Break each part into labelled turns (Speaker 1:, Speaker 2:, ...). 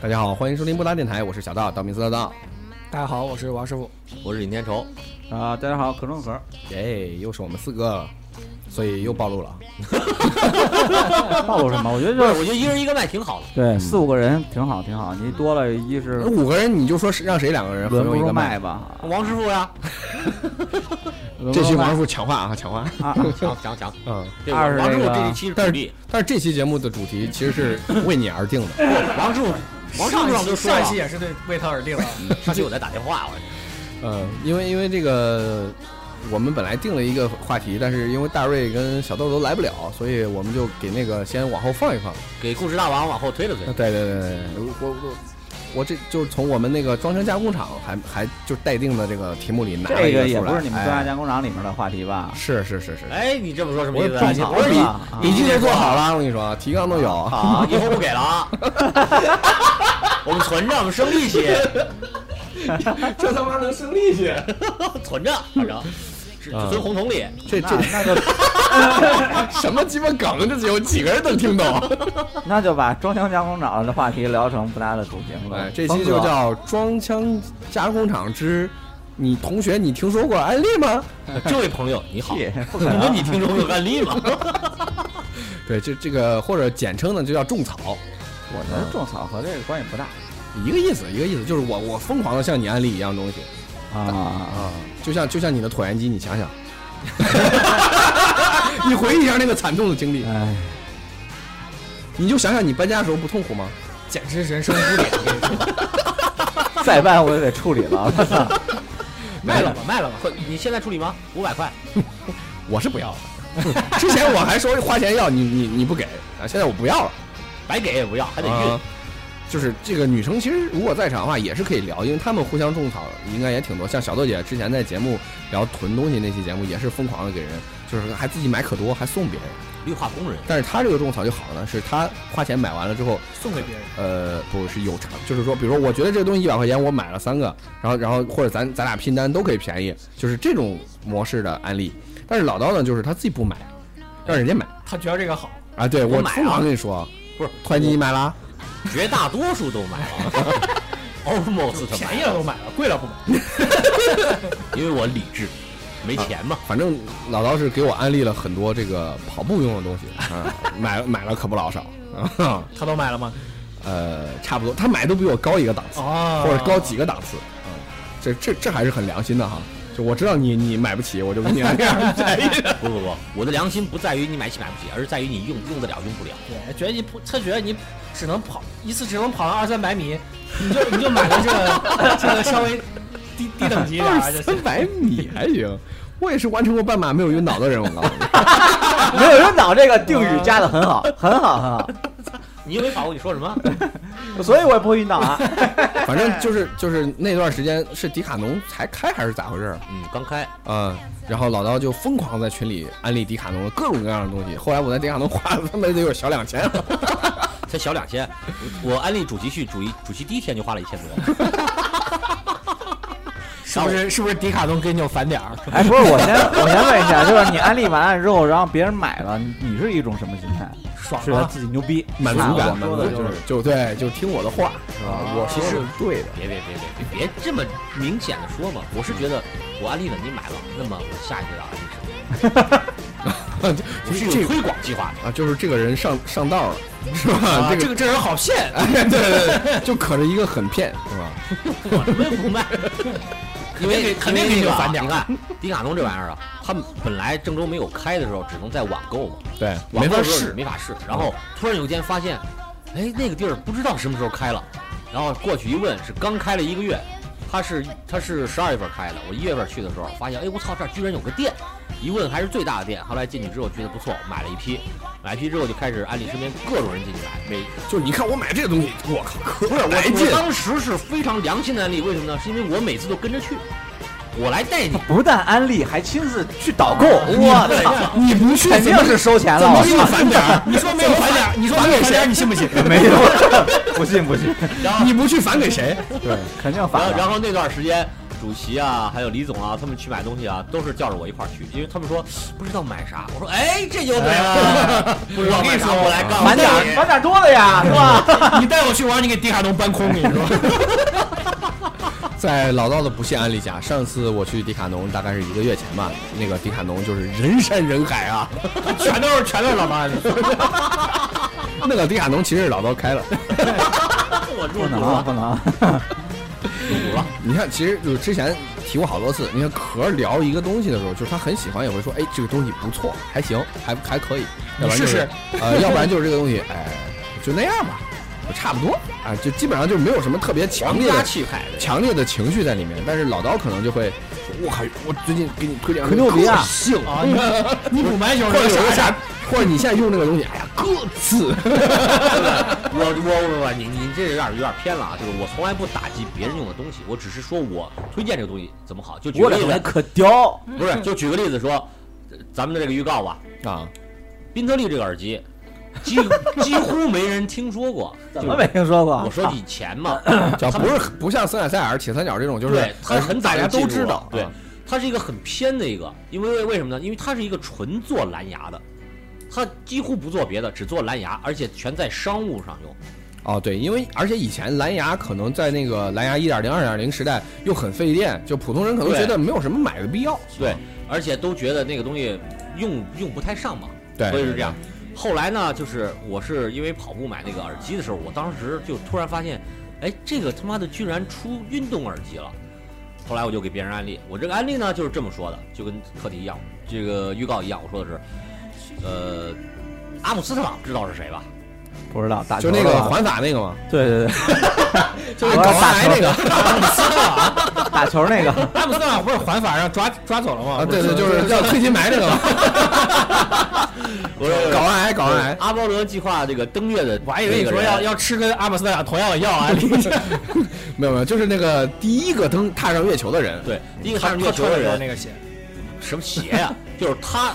Speaker 1: 大家好，欢迎收听布达电台，我是小道，道明寺道道。
Speaker 2: 大家好，我是王师傅。
Speaker 3: 我是尹天仇，
Speaker 4: 啊，大家好，可中壳，
Speaker 1: 耶，哎又是我们四个，所以又暴露了。
Speaker 4: 暴露什么？我觉得
Speaker 3: 不是，
Speaker 4: 这
Speaker 3: 我觉得一人一个麦挺好的。
Speaker 4: 对四五个人挺好，挺好。你多了，一是
Speaker 1: 五个人你就说是让谁两个人合
Speaker 4: 轮不
Speaker 1: 用一
Speaker 4: 住
Speaker 1: 个
Speaker 4: 麦
Speaker 1: 麦？
Speaker 4: 吧？啊
Speaker 3: 王师傅呀，
Speaker 4: 轮不
Speaker 1: 这
Speaker 4: 住
Speaker 1: 期
Speaker 4: 麦
Speaker 1: 王师傅强化啊，强化。
Speaker 4: 啊，
Speaker 3: 强强强，
Speaker 1: 嗯，
Speaker 3: 对
Speaker 4: 二是
Speaker 3: 王师傅
Speaker 4: 这个
Speaker 3: 这一期是主力，
Speaker 1: 但是这期节目的主题其实 是为你而定的。
Speaker 3: 王师傅，王上上就说
Speaker 2: 上一期
Speaker 3: 了，
Speaker 2: 也是对为他而定了，
Speaker 3: 上期我在打电话，我
Speaker 1: 嗯，因为因为这个我们本来定了一个话题，但是因为大瑞跟小豆都来不了，所以我们就给那个先往后放一放。
Speaker 3: 给故事大王往后推了推
Speaker 1: 啊，，对对对对，对我我我这就是从我们那个装箱加工厂还还就待定的这个题目里拿了
Speaker 4: 这
Speaker 1: 一 个
Speaker 4: 个也
Speaker 1: 出来
Speaker 4: 不是你们
Speaker 1: 哎
Speaker 4: 钻下加工厂里面的话题吧？
Speaker 1: 是是是是，
Speaker 3: 哎，你这么说什么
Speaker 1: 我
Speaker 3: 意
Speaker 1: 也
Speaker 3: 思？
Speaker 1: 不知道
Speaker 3: 我说
Speaker 4: 是
Speaker 3: 你
Speaker 4: 吧啊
Speaker 1: 你今天做好了，我跟你说，提纲都有。
Speaker 3: 好，以后不给了啊，我们存着，我们生利息，
Speaker 1: 这他妈能生利息？
Speaker 3: 存着，反正只只
Speaker 1: 嗯
Speaker 3: 存红桶里。
Speaker 1: 这这
Speaker 4: 那就
Speaker 1: 什么鸡巴梗？这有几个人能听懂？
Speaker 4: 那就把装箱加工厂的话题聊成不搭的主题目
Speaker 1: 哎
Speaker 4: 了。，
Speaker 1: 这期就
Speaker 4: 风格
Speaker 1: 叫《装腔加工厂之你同学你听说过案例吗
Speaker 3: 这位朋友你好，
Speaker 4: 屁
Speaker 3: 你
Speaker 4: 不可
Speaker 3: 跟
Speaker 4: 能
Speaker 3: 你听众有案例吗？》？
Speaker 1: 对，这这个或者简称呢就叫种草，
Speaker 4: 我觉得种草和这个关系不大
Speaker 1: 一个意思一个意思，就是我我疯狂的向你安利一样东西
Speaker 4: 啊。
Speaker 1: 啊，就像就像你的椭圆机，你想 想，你回忆一下那个惨痛的经历，
Speaker 4: 哎，
Speaker 1: 你就想想你搬家的时候不痛苦吗？
Speaker 2: 简直人生污点。我跟你说，
Speaker 4: 再办我也得处理了。 我操
Speaker 3: 卖了吧，卖了吧，你现在处理吗？五百块，
Speaker 1: 我是不要了。 之前我还说花钱要你，你你不给啊，现在我不要了。
Speaker 3: 白给也不要，还得
Speaker 1: 啊
Speaker 3: 运。
Speaker 1: 就是这个女生，其实如果在场的话，也是可以聊，因为她们互相种草应该也挺多。像小豆姐之前在节目聊囤东西那期节目，也是疯狂的给人，就是还自己买可多，还送别人。
Speaker 3: 绿化工人
Speaker 1: 但是她这个种草就好呢，是她花钱买完了之后，
Speaker 2: 送给别人，
Speaker 1: 呃，不是有偿，就是说，比如说我觉得这个东西一百块钱，我买了三个，然后然后或者咱咱俩拼单都可以便宜，就是这种模式的案例。但是老刀呢，就是他自己不买，让人家买。
Speaker 2: 他觉得这个好，
Speaker 1: 啊，对我
Speaker 3: 我买
Speaker 1: 疯
Speaker 3: 了
Speaker 1: 狂跟你说，
Speaker 3: 不是
Speaker 1: 突然间你买了，
Speaker 3: 绝大多数都买 了，almost 都买
Speaker 2: 便宜了都买了，贵了不买。
Speaker 3: 因为我理智，没钱嘛。
Speaker 1: 反正老刀是给我安利了很多这个跑步用的东西啊，买买了可不老少啊，
Speaker 2: 他都买了吗？
Speaker 1: 呃，差不多，他买都比我高一个档次，
Speaker 2: 哦
Speaker 1: 或者高几个档次，嗯，这这这还是很良心的哈。就我知道你你买不起，我就给你安利
Speaker 2: 啊
Speaker 1: 点便宜的
Speaker 3: 不不不，我的良心不在于你买起买不起，而是在于你用用得了用不了。
Speaker 2: 对，觉得你不，他觉得你只能跑一次，只能跑二三百米，你就你就买了这个这个稍微低低等级一点儿啊就
Speaker 1: 三
Speaker 2: 行。
Speaker 1: 百米还行。我也是完成过半马没有晕倒的啊人，我告诉你，
Speaker 4: 没有人脑这个定语加的很好，很好，很好。
Speaker 3: 你又没跑过，你说什么？
Speaker 4: 所以我也不会晕倒啊。
Speaker 1: 反正就是就是那段时间是迪卡侬才开还是咋回事儿？
Speaker 3: 嗯，刚开
Speaker 1: 嗯，然后老刀就疯狂在群里安利迪卡侬的各种各样的东西。后来我在迪卡侬花了他妈得有小两千啊了，
Speaker 3: 才小两千，我安利主题序主一主题第一天就花了一千多，
Speaker 2: 是不是是不是迪卡侬给你有返点儿？
Speaker 4: 哎，不是，我先我先问一下，就是你安利完了之后，然后别人买了，你你是一种什么心态？
Speaker 2: 爽
Speaker 4: 是他
Speaker 2: 啊！
Speaker 4: 自己牛逼，
Speaker 1: 满足
Speaker 4: 啊
Speaker 1: 感，
Speaker 4: 我
Speaker 1: 满
Speaker 4: 说
Speaker 1: 足
Speaker 4: 的
Speaker 1: 感
Speaker 4: 就是
Speaker 1: 是就对，就听我的话，啊，我说的
Speaker 3: 其实
Speaker 2: 哦
Speaker 1: 是对的。
Speaker 3: 别别别别别别这么明显的说嘛，我是觉得我安利了你买了，那么我下一个要安利什么？ 我
Speaker 1: 其
Speaker 3: 是
Speaker 1: 实这
Speaker 3: 有
Speaker 1: 个
Speaker 3: 推广计划的。
Speaker 1: 啊，就是这个人上上道了，是吧？
Speaker 2: 啊，
Speaker 1: 这
Speaker 2: 这
Speaker 1: 个
Speaker 2: 个这人好 骗，
Speaker 1: 哎，对对对，就可着一个狠骗，是吧？
Speaker 3: 我他妈 不卖，因为
Speaker 2: 肯定
Speaker 3: 因为
Speaker 2: 给
Speaker 3: 那
Speaker 2: 你
Speaker 3: 个
Speaker 2: 返点
Speaker 3: 你
Speaker 2: 儿
Speaker 3: 看迪卡侬这玩意儿啊，它本来郑州没有开的时候，只能在网购嘛，
Speaker 1: 对，
Speaker 3: 网
Speaker 1: 没法
Speaker 3: 购的时候
Speaker 1: 试。
Speaker 3: 没法试。嗯然后突然有一天发现，哎，那个地儿不知道什么时候开了，然后过去一问是刚开了一个月，它是它是十二月份开的，我一月份去的时候发现，哎，我操，这儿居然有个店。一问还是最大的店，后来进去之后觉得不错，买了一批，买一批之后就开始安利身边各种人进去买，每
Speaker 1: 就你看我买这个东西，我靠，可来
Speaker 3: 我
Speaker 1: 劲
Speaker 3: 我！当时是非常良心的案例，为什么呢？是因为我每次都跟着去，我来带你。
Speaker 4: 不但安利，还亲自去导购，
Speaker 3: 对
Speaker 4: 我操！
Speaker 3: 对
Speaker 1: 你不去
Speaker 4: 肯定是收钱了，我啊
Speaker 1: 怎么返点儿？
Speaker 2: 你说没有返点儿，你说没 有返点儿，你信不信？
Speaker 4: 没 有，不信不信，
Speaker 3: 然后
Speaker 1: 你不去返给谁？
Speaker 4: 对，肯定
Speaker 3: 然
Speaker 4: 反
Speaker 3: 后
Speaker 4: 了。
Speaker 3: 然后那段时间，主席啊，还有李总啊，他们去买东西啊，都是叫着我一块儿去，因为他们说不知道买啥。我说哎，这就对 了，不知道买啥，哎我来告诉
Speaker 4: 满
Speaker 3: 你。
Speaker 4: 点儿满点儿多了呀，是吧？
Speaker 2: 你带我去玩，你给迪卡侬搬空，你说？
Speaker 1: 在老道的不懈安利下，上次我去迪卡侬大概是一个月前吧，那个迪卡侬就是人山人海啊，
Speaker 2: 全都是全都是老妈的。
Speaker 1: 那个迪卡侬其实是老道开了。
Speaker 3: 我入
Speaker 4: 不
Speaker 3: 股
Speaker 4: 能啊
Speaker 3: 了，
Speaker 4: 不能啊，
Speaker 3: 入股了。
Speaker 1: 你看，其实就是之前提过好多次，你看壳儿聊一个东西的时候，就是他很喜欢，也会说，哎，这个东西不错，还行，还还可以，要不然、就是、
Speaker 2: 你试试，
Speaker 1: 呃，要不然就是这个东西，哎，就那样吧，就差不多，啊、就基本上就没有什么特别强
Speaker 3: 皇
Speaker 1: 烈
Speaker 3: 家
Speaker 1: 的
Speaker 3: 气派的，
Speaker 1: 强烈的情绪在里面。但是老刀可能就会，我靠，我最近给你推荐
Speaker 4: 可牛逼啊
Speaker 1: 性
Speaker 2: 啊，你你补
Speaker 1: 或
Speaker 2: 满熊
Speaker 1: 者有
Speaker 2: 是啥
Speaker 1: 一
Speaker 2: 啥
Speaker 1: 下？，或者你现在用这个东西，哎呀，各自，
Speaker 3: 我我我你你这有点有点偏了啊！就是我从来不打击别人用的东西，我只是说我推荐这个东西怎么好。就举
Speaker 4: 我
Speaker 3: 个
Speaker 4: 这
Speaker 3: 例
Speaker 4: 东西
Speaker 3: 子，
Speaker 4: 可屌，
Speaker 3: 不是就举个例子说，呃咱们的这个预告吧，
Speaker 1: 啊，
Speaker 3: 宾特利这个耳机，几几乎没人听说 过。
Speaker 4: 怎么没听说过？
Speaker 3: 我说以前 嘛，
Speaker 1: 叫
Speaker 3: 他
Speaker 1: 不是不像三角塞尔、铁三角这种，就是
Speaker 3: 对，它很
Speaker 1: 大
Speaker 3: 早就
Speaker 1: 家
Speaker 3: 进
Speaker 1: 都
Speaker 3: 入
Speaker 1: 知
Speaker 3: 了
Speaker 1: 道，
Speaker 3: 对
Speaker 1: 啊，
Speaker 3: 它是一个很偏的一个，因为为什么呢？因为它是一个纯做蓝牙的，它几乎不做别的，只做蓝牙，而且全在商务上用。
Speaker 1: 哦，对，因为而且以前蓝牙可能在那个蓝牙一点零、二点零时代又很费电，就普通人可能
Speaker 3: 对
Speaker 1: 觉得没有什么买的必要。
Speaker 3: 对，而且都觉得那个东西用用不太上嘛，
Speaker 1: 对
Speaker 3: 所以是这样。后来呢，就是我是因为跑步买那个耳机的时候，我当时就突然发现，哎，这个他妈的居然出运动耳机了。后来我就给别人安利，我这个安利呢就是这么说的，就跟课题一样，这个预告一样，我说的是，呃，阿姆斯特朗知道是谁吧？
Speaker 4: 不知道，打
Speaker 1: 就
Speaker 4: 球
Speaker 1: 那
Speaker 4: 的
Speaker 1: 个
Speaker 4: 吧
Speaker 1: 环法那个嘛，
Speaker 4: 对对对，
Speaker 1: 就是
Speaker 4: 我
Speaker 1: 搞
Speaker 4: 要打
Speaker 1: 来
Speaker 4: 球
Speaker 1: 那个
Speaker 4: 打球那个，
Speaker 2: 阿姆斯特朗不是环法让抓抓走了吗？
Speaker 1: 啊，对对，就是 叫推进埋那个嘛，
Speaker 3: 我 说
Speaker 1: 搞完癌搞完
Speaker 3: 对
Speaker 1: 癌，
Speaker 3: 阿波罗计划这个登月的，
Speaker 2: 我还以为你说要要吃跟阿姆斯特朗同样的药啊！你
Speaker 1: 没有没有，就是那个第一个登踏上月球的人，
Speaker 3: 对第一个
Speaker 2: 他
Speaker 3: 上月球
Speaker 2: 穿
Speaker 3: 的
Speaker 2: 的就是
Speaker 3: 人
Speaker 2: 那个鞋，
Speaker 3: 什么鞋呀、 就是他，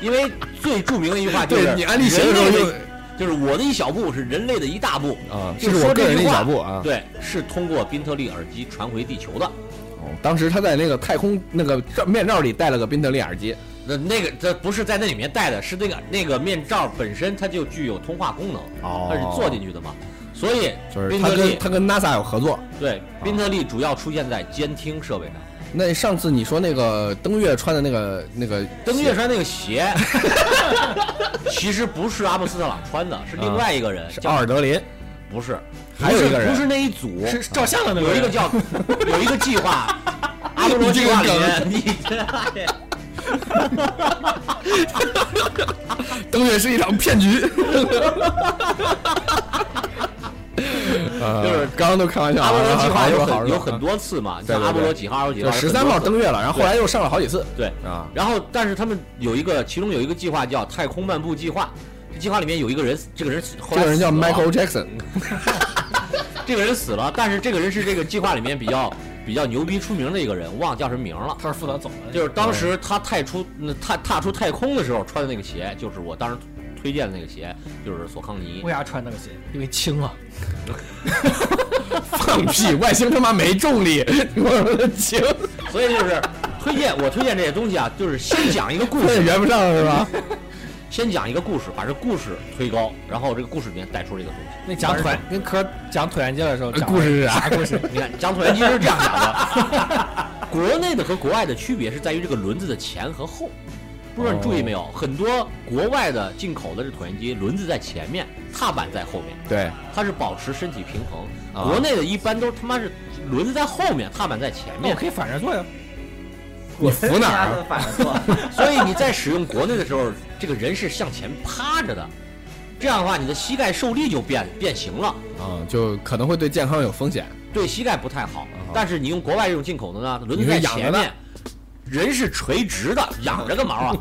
Speaker 3: 因为最著名的一句话就是
Speaker 1: 对你安利鞋的时候
Speaker 3: 人类
Speaker 1: 就
Speaker 3: 就是我的一小步是人类的一大步。
Speaker 1: 啊，
Speaker 3: 就
Speaker 1: 这是
Speaker 3: 说
Speaker 1: 我
Speaker 3: 这
Speaker 1: 个人的
Speaker 3: 句
Speaker 1: 一
Speaker 3: 话
Speaker 1: 小步啊。
Speaker 3: 对，是通过宾特利耳机传回地球的。
Speaker 1: 哦当时他在那个太空那个罩面罩里戴了个宾得利耳机，
Speaker 3: 那那个这不是在那里面戴的，是那个那个面罩本身它就具有通话功能，
Speaker 1: 哦
Speaker 3: 它是做进去的嘛。所以
Speaker 1: 就是
Speaker 3: 宾
Speaker 1: 他
Speaker 3: 特
Speaker 1: 跟啊
Speaker 3: 利
Speaker 1: 他跟 NASA 有合作。
Speaker 3: 对宾特利主要出现在监听设备上。
Speaker 1: 那上次你说那个登月穿的那个那个
Speaker 3: 登
Speaker 1: 鞋
Speaker 3: 月穿那个鞋，其实不是阿姆斯特朗穿的，是另外一个人，
Speaker 1: 嗯是
Speaker 3: 叫
Speaker 1: 奥尔德林，
Speaker 3: 不是，
Speaker 1: 还有一个人
Speaker 3: 不是那一组，
Speaker 2: 是照相的那
Speaker 3: 有一
Speaker 2: 人
Speaker 3: 个叫有一个 计划，阿波罗计划里面，你这
Speaker 1: 登月是一场骗 局。就是刚刚都开玩笑啊，
Speaker 3: 阿波罗计划有
Speaker 1: 好好
Speaker 3: 很
Speaker 1: 说
Speaker 3: 有很多次嘛，你
Speaker 1: 对对
Speaker 3: 像
Speaker 1: 对
Speaker 3: 阿波罗几号、阿波罗几
Speaker 1: 就
Speaker 3: 号，
Speaker 1: 十三号登月了，然后后来又上了好几次
Speaker 3: 对。
Speaker 1: 啊。
Speaker 3: 然后，但是他们有一个，其中有一个计划叫“太空漫步计划”，这计划里面有一个人，这个人后
Speaker 1: 这
Speaker 3: 来
Speaker 1: 个人叫
Speaker 3: 死了
Speaker 1: Michael Jackson，
Speaker 3: 这个人死了，但是这个人是这个计划里面比较比较牛逼出名的一个人，忘了叫什么名了。
Speaker 2: 他是负责走的，
Speaker 3: 就是当时他太出那踏踏出太空的时候穿的那个鞋，就是我当时推荐的那个鞋，就是索康尼
Speaker 2: 为。啥穿那个鞋？因为轻啊。
Speaker 1: 放屁，外星他妈没重力，我的行，
Speaker 3: 所以就是推荐我推荐这些东西啊，就是先讲一个故
Speaker 1: 那也
Speaker 3: 事，
Speaker 1: 圆不上是吧？
Speaker 3: 先讲一个故事，把这故事推高，然后这个故事里面带出这个东西。
Speaker 2: 那讲椭跟科讲椭圆机的时候，讲
Speaker 1: 故事是啥
Speaker 2: 啥故事？
Speaker 3: 你看，讲椭圆机是这样讲的， 国内的和国外的区别是在于这个轮子的前和后。不知道你注意没有，很多国外的进口的这椭圆机轮子在前面，踏板在后面，
Speaker 1: 对，
Speaker 3: 它是保持身体平衡。
Speaker 1: 啊
Speaker 3: 国内的一般都他妈是轮子在后面，踏板在前
Speaker 2: 那我
Speaker 3: 面。
Speaker 2: 可以反着做呀。
Speaker 1: 你扶哪儿啊？
Speaker 4: 反着做，
Speaker 3: 所以你在使用国内的时候，这个人是向前趴着的，这样的话你的膝盖受力就变变形了，
Speaker 1: 啊，就可能会对健康有风险。
Speaker 3: 对膝盖不太好
Speaker 1: 啊。
Speaker 3: 但是你用国外这种进口的呢，轮子
Speaker 1: 你
Speaker 3: 在
Speaker 1: 是仰着
Speaker 3: 前
Speaker 1: 的
Speaker 3: 面，人是垂直 的，仰着个毛啊，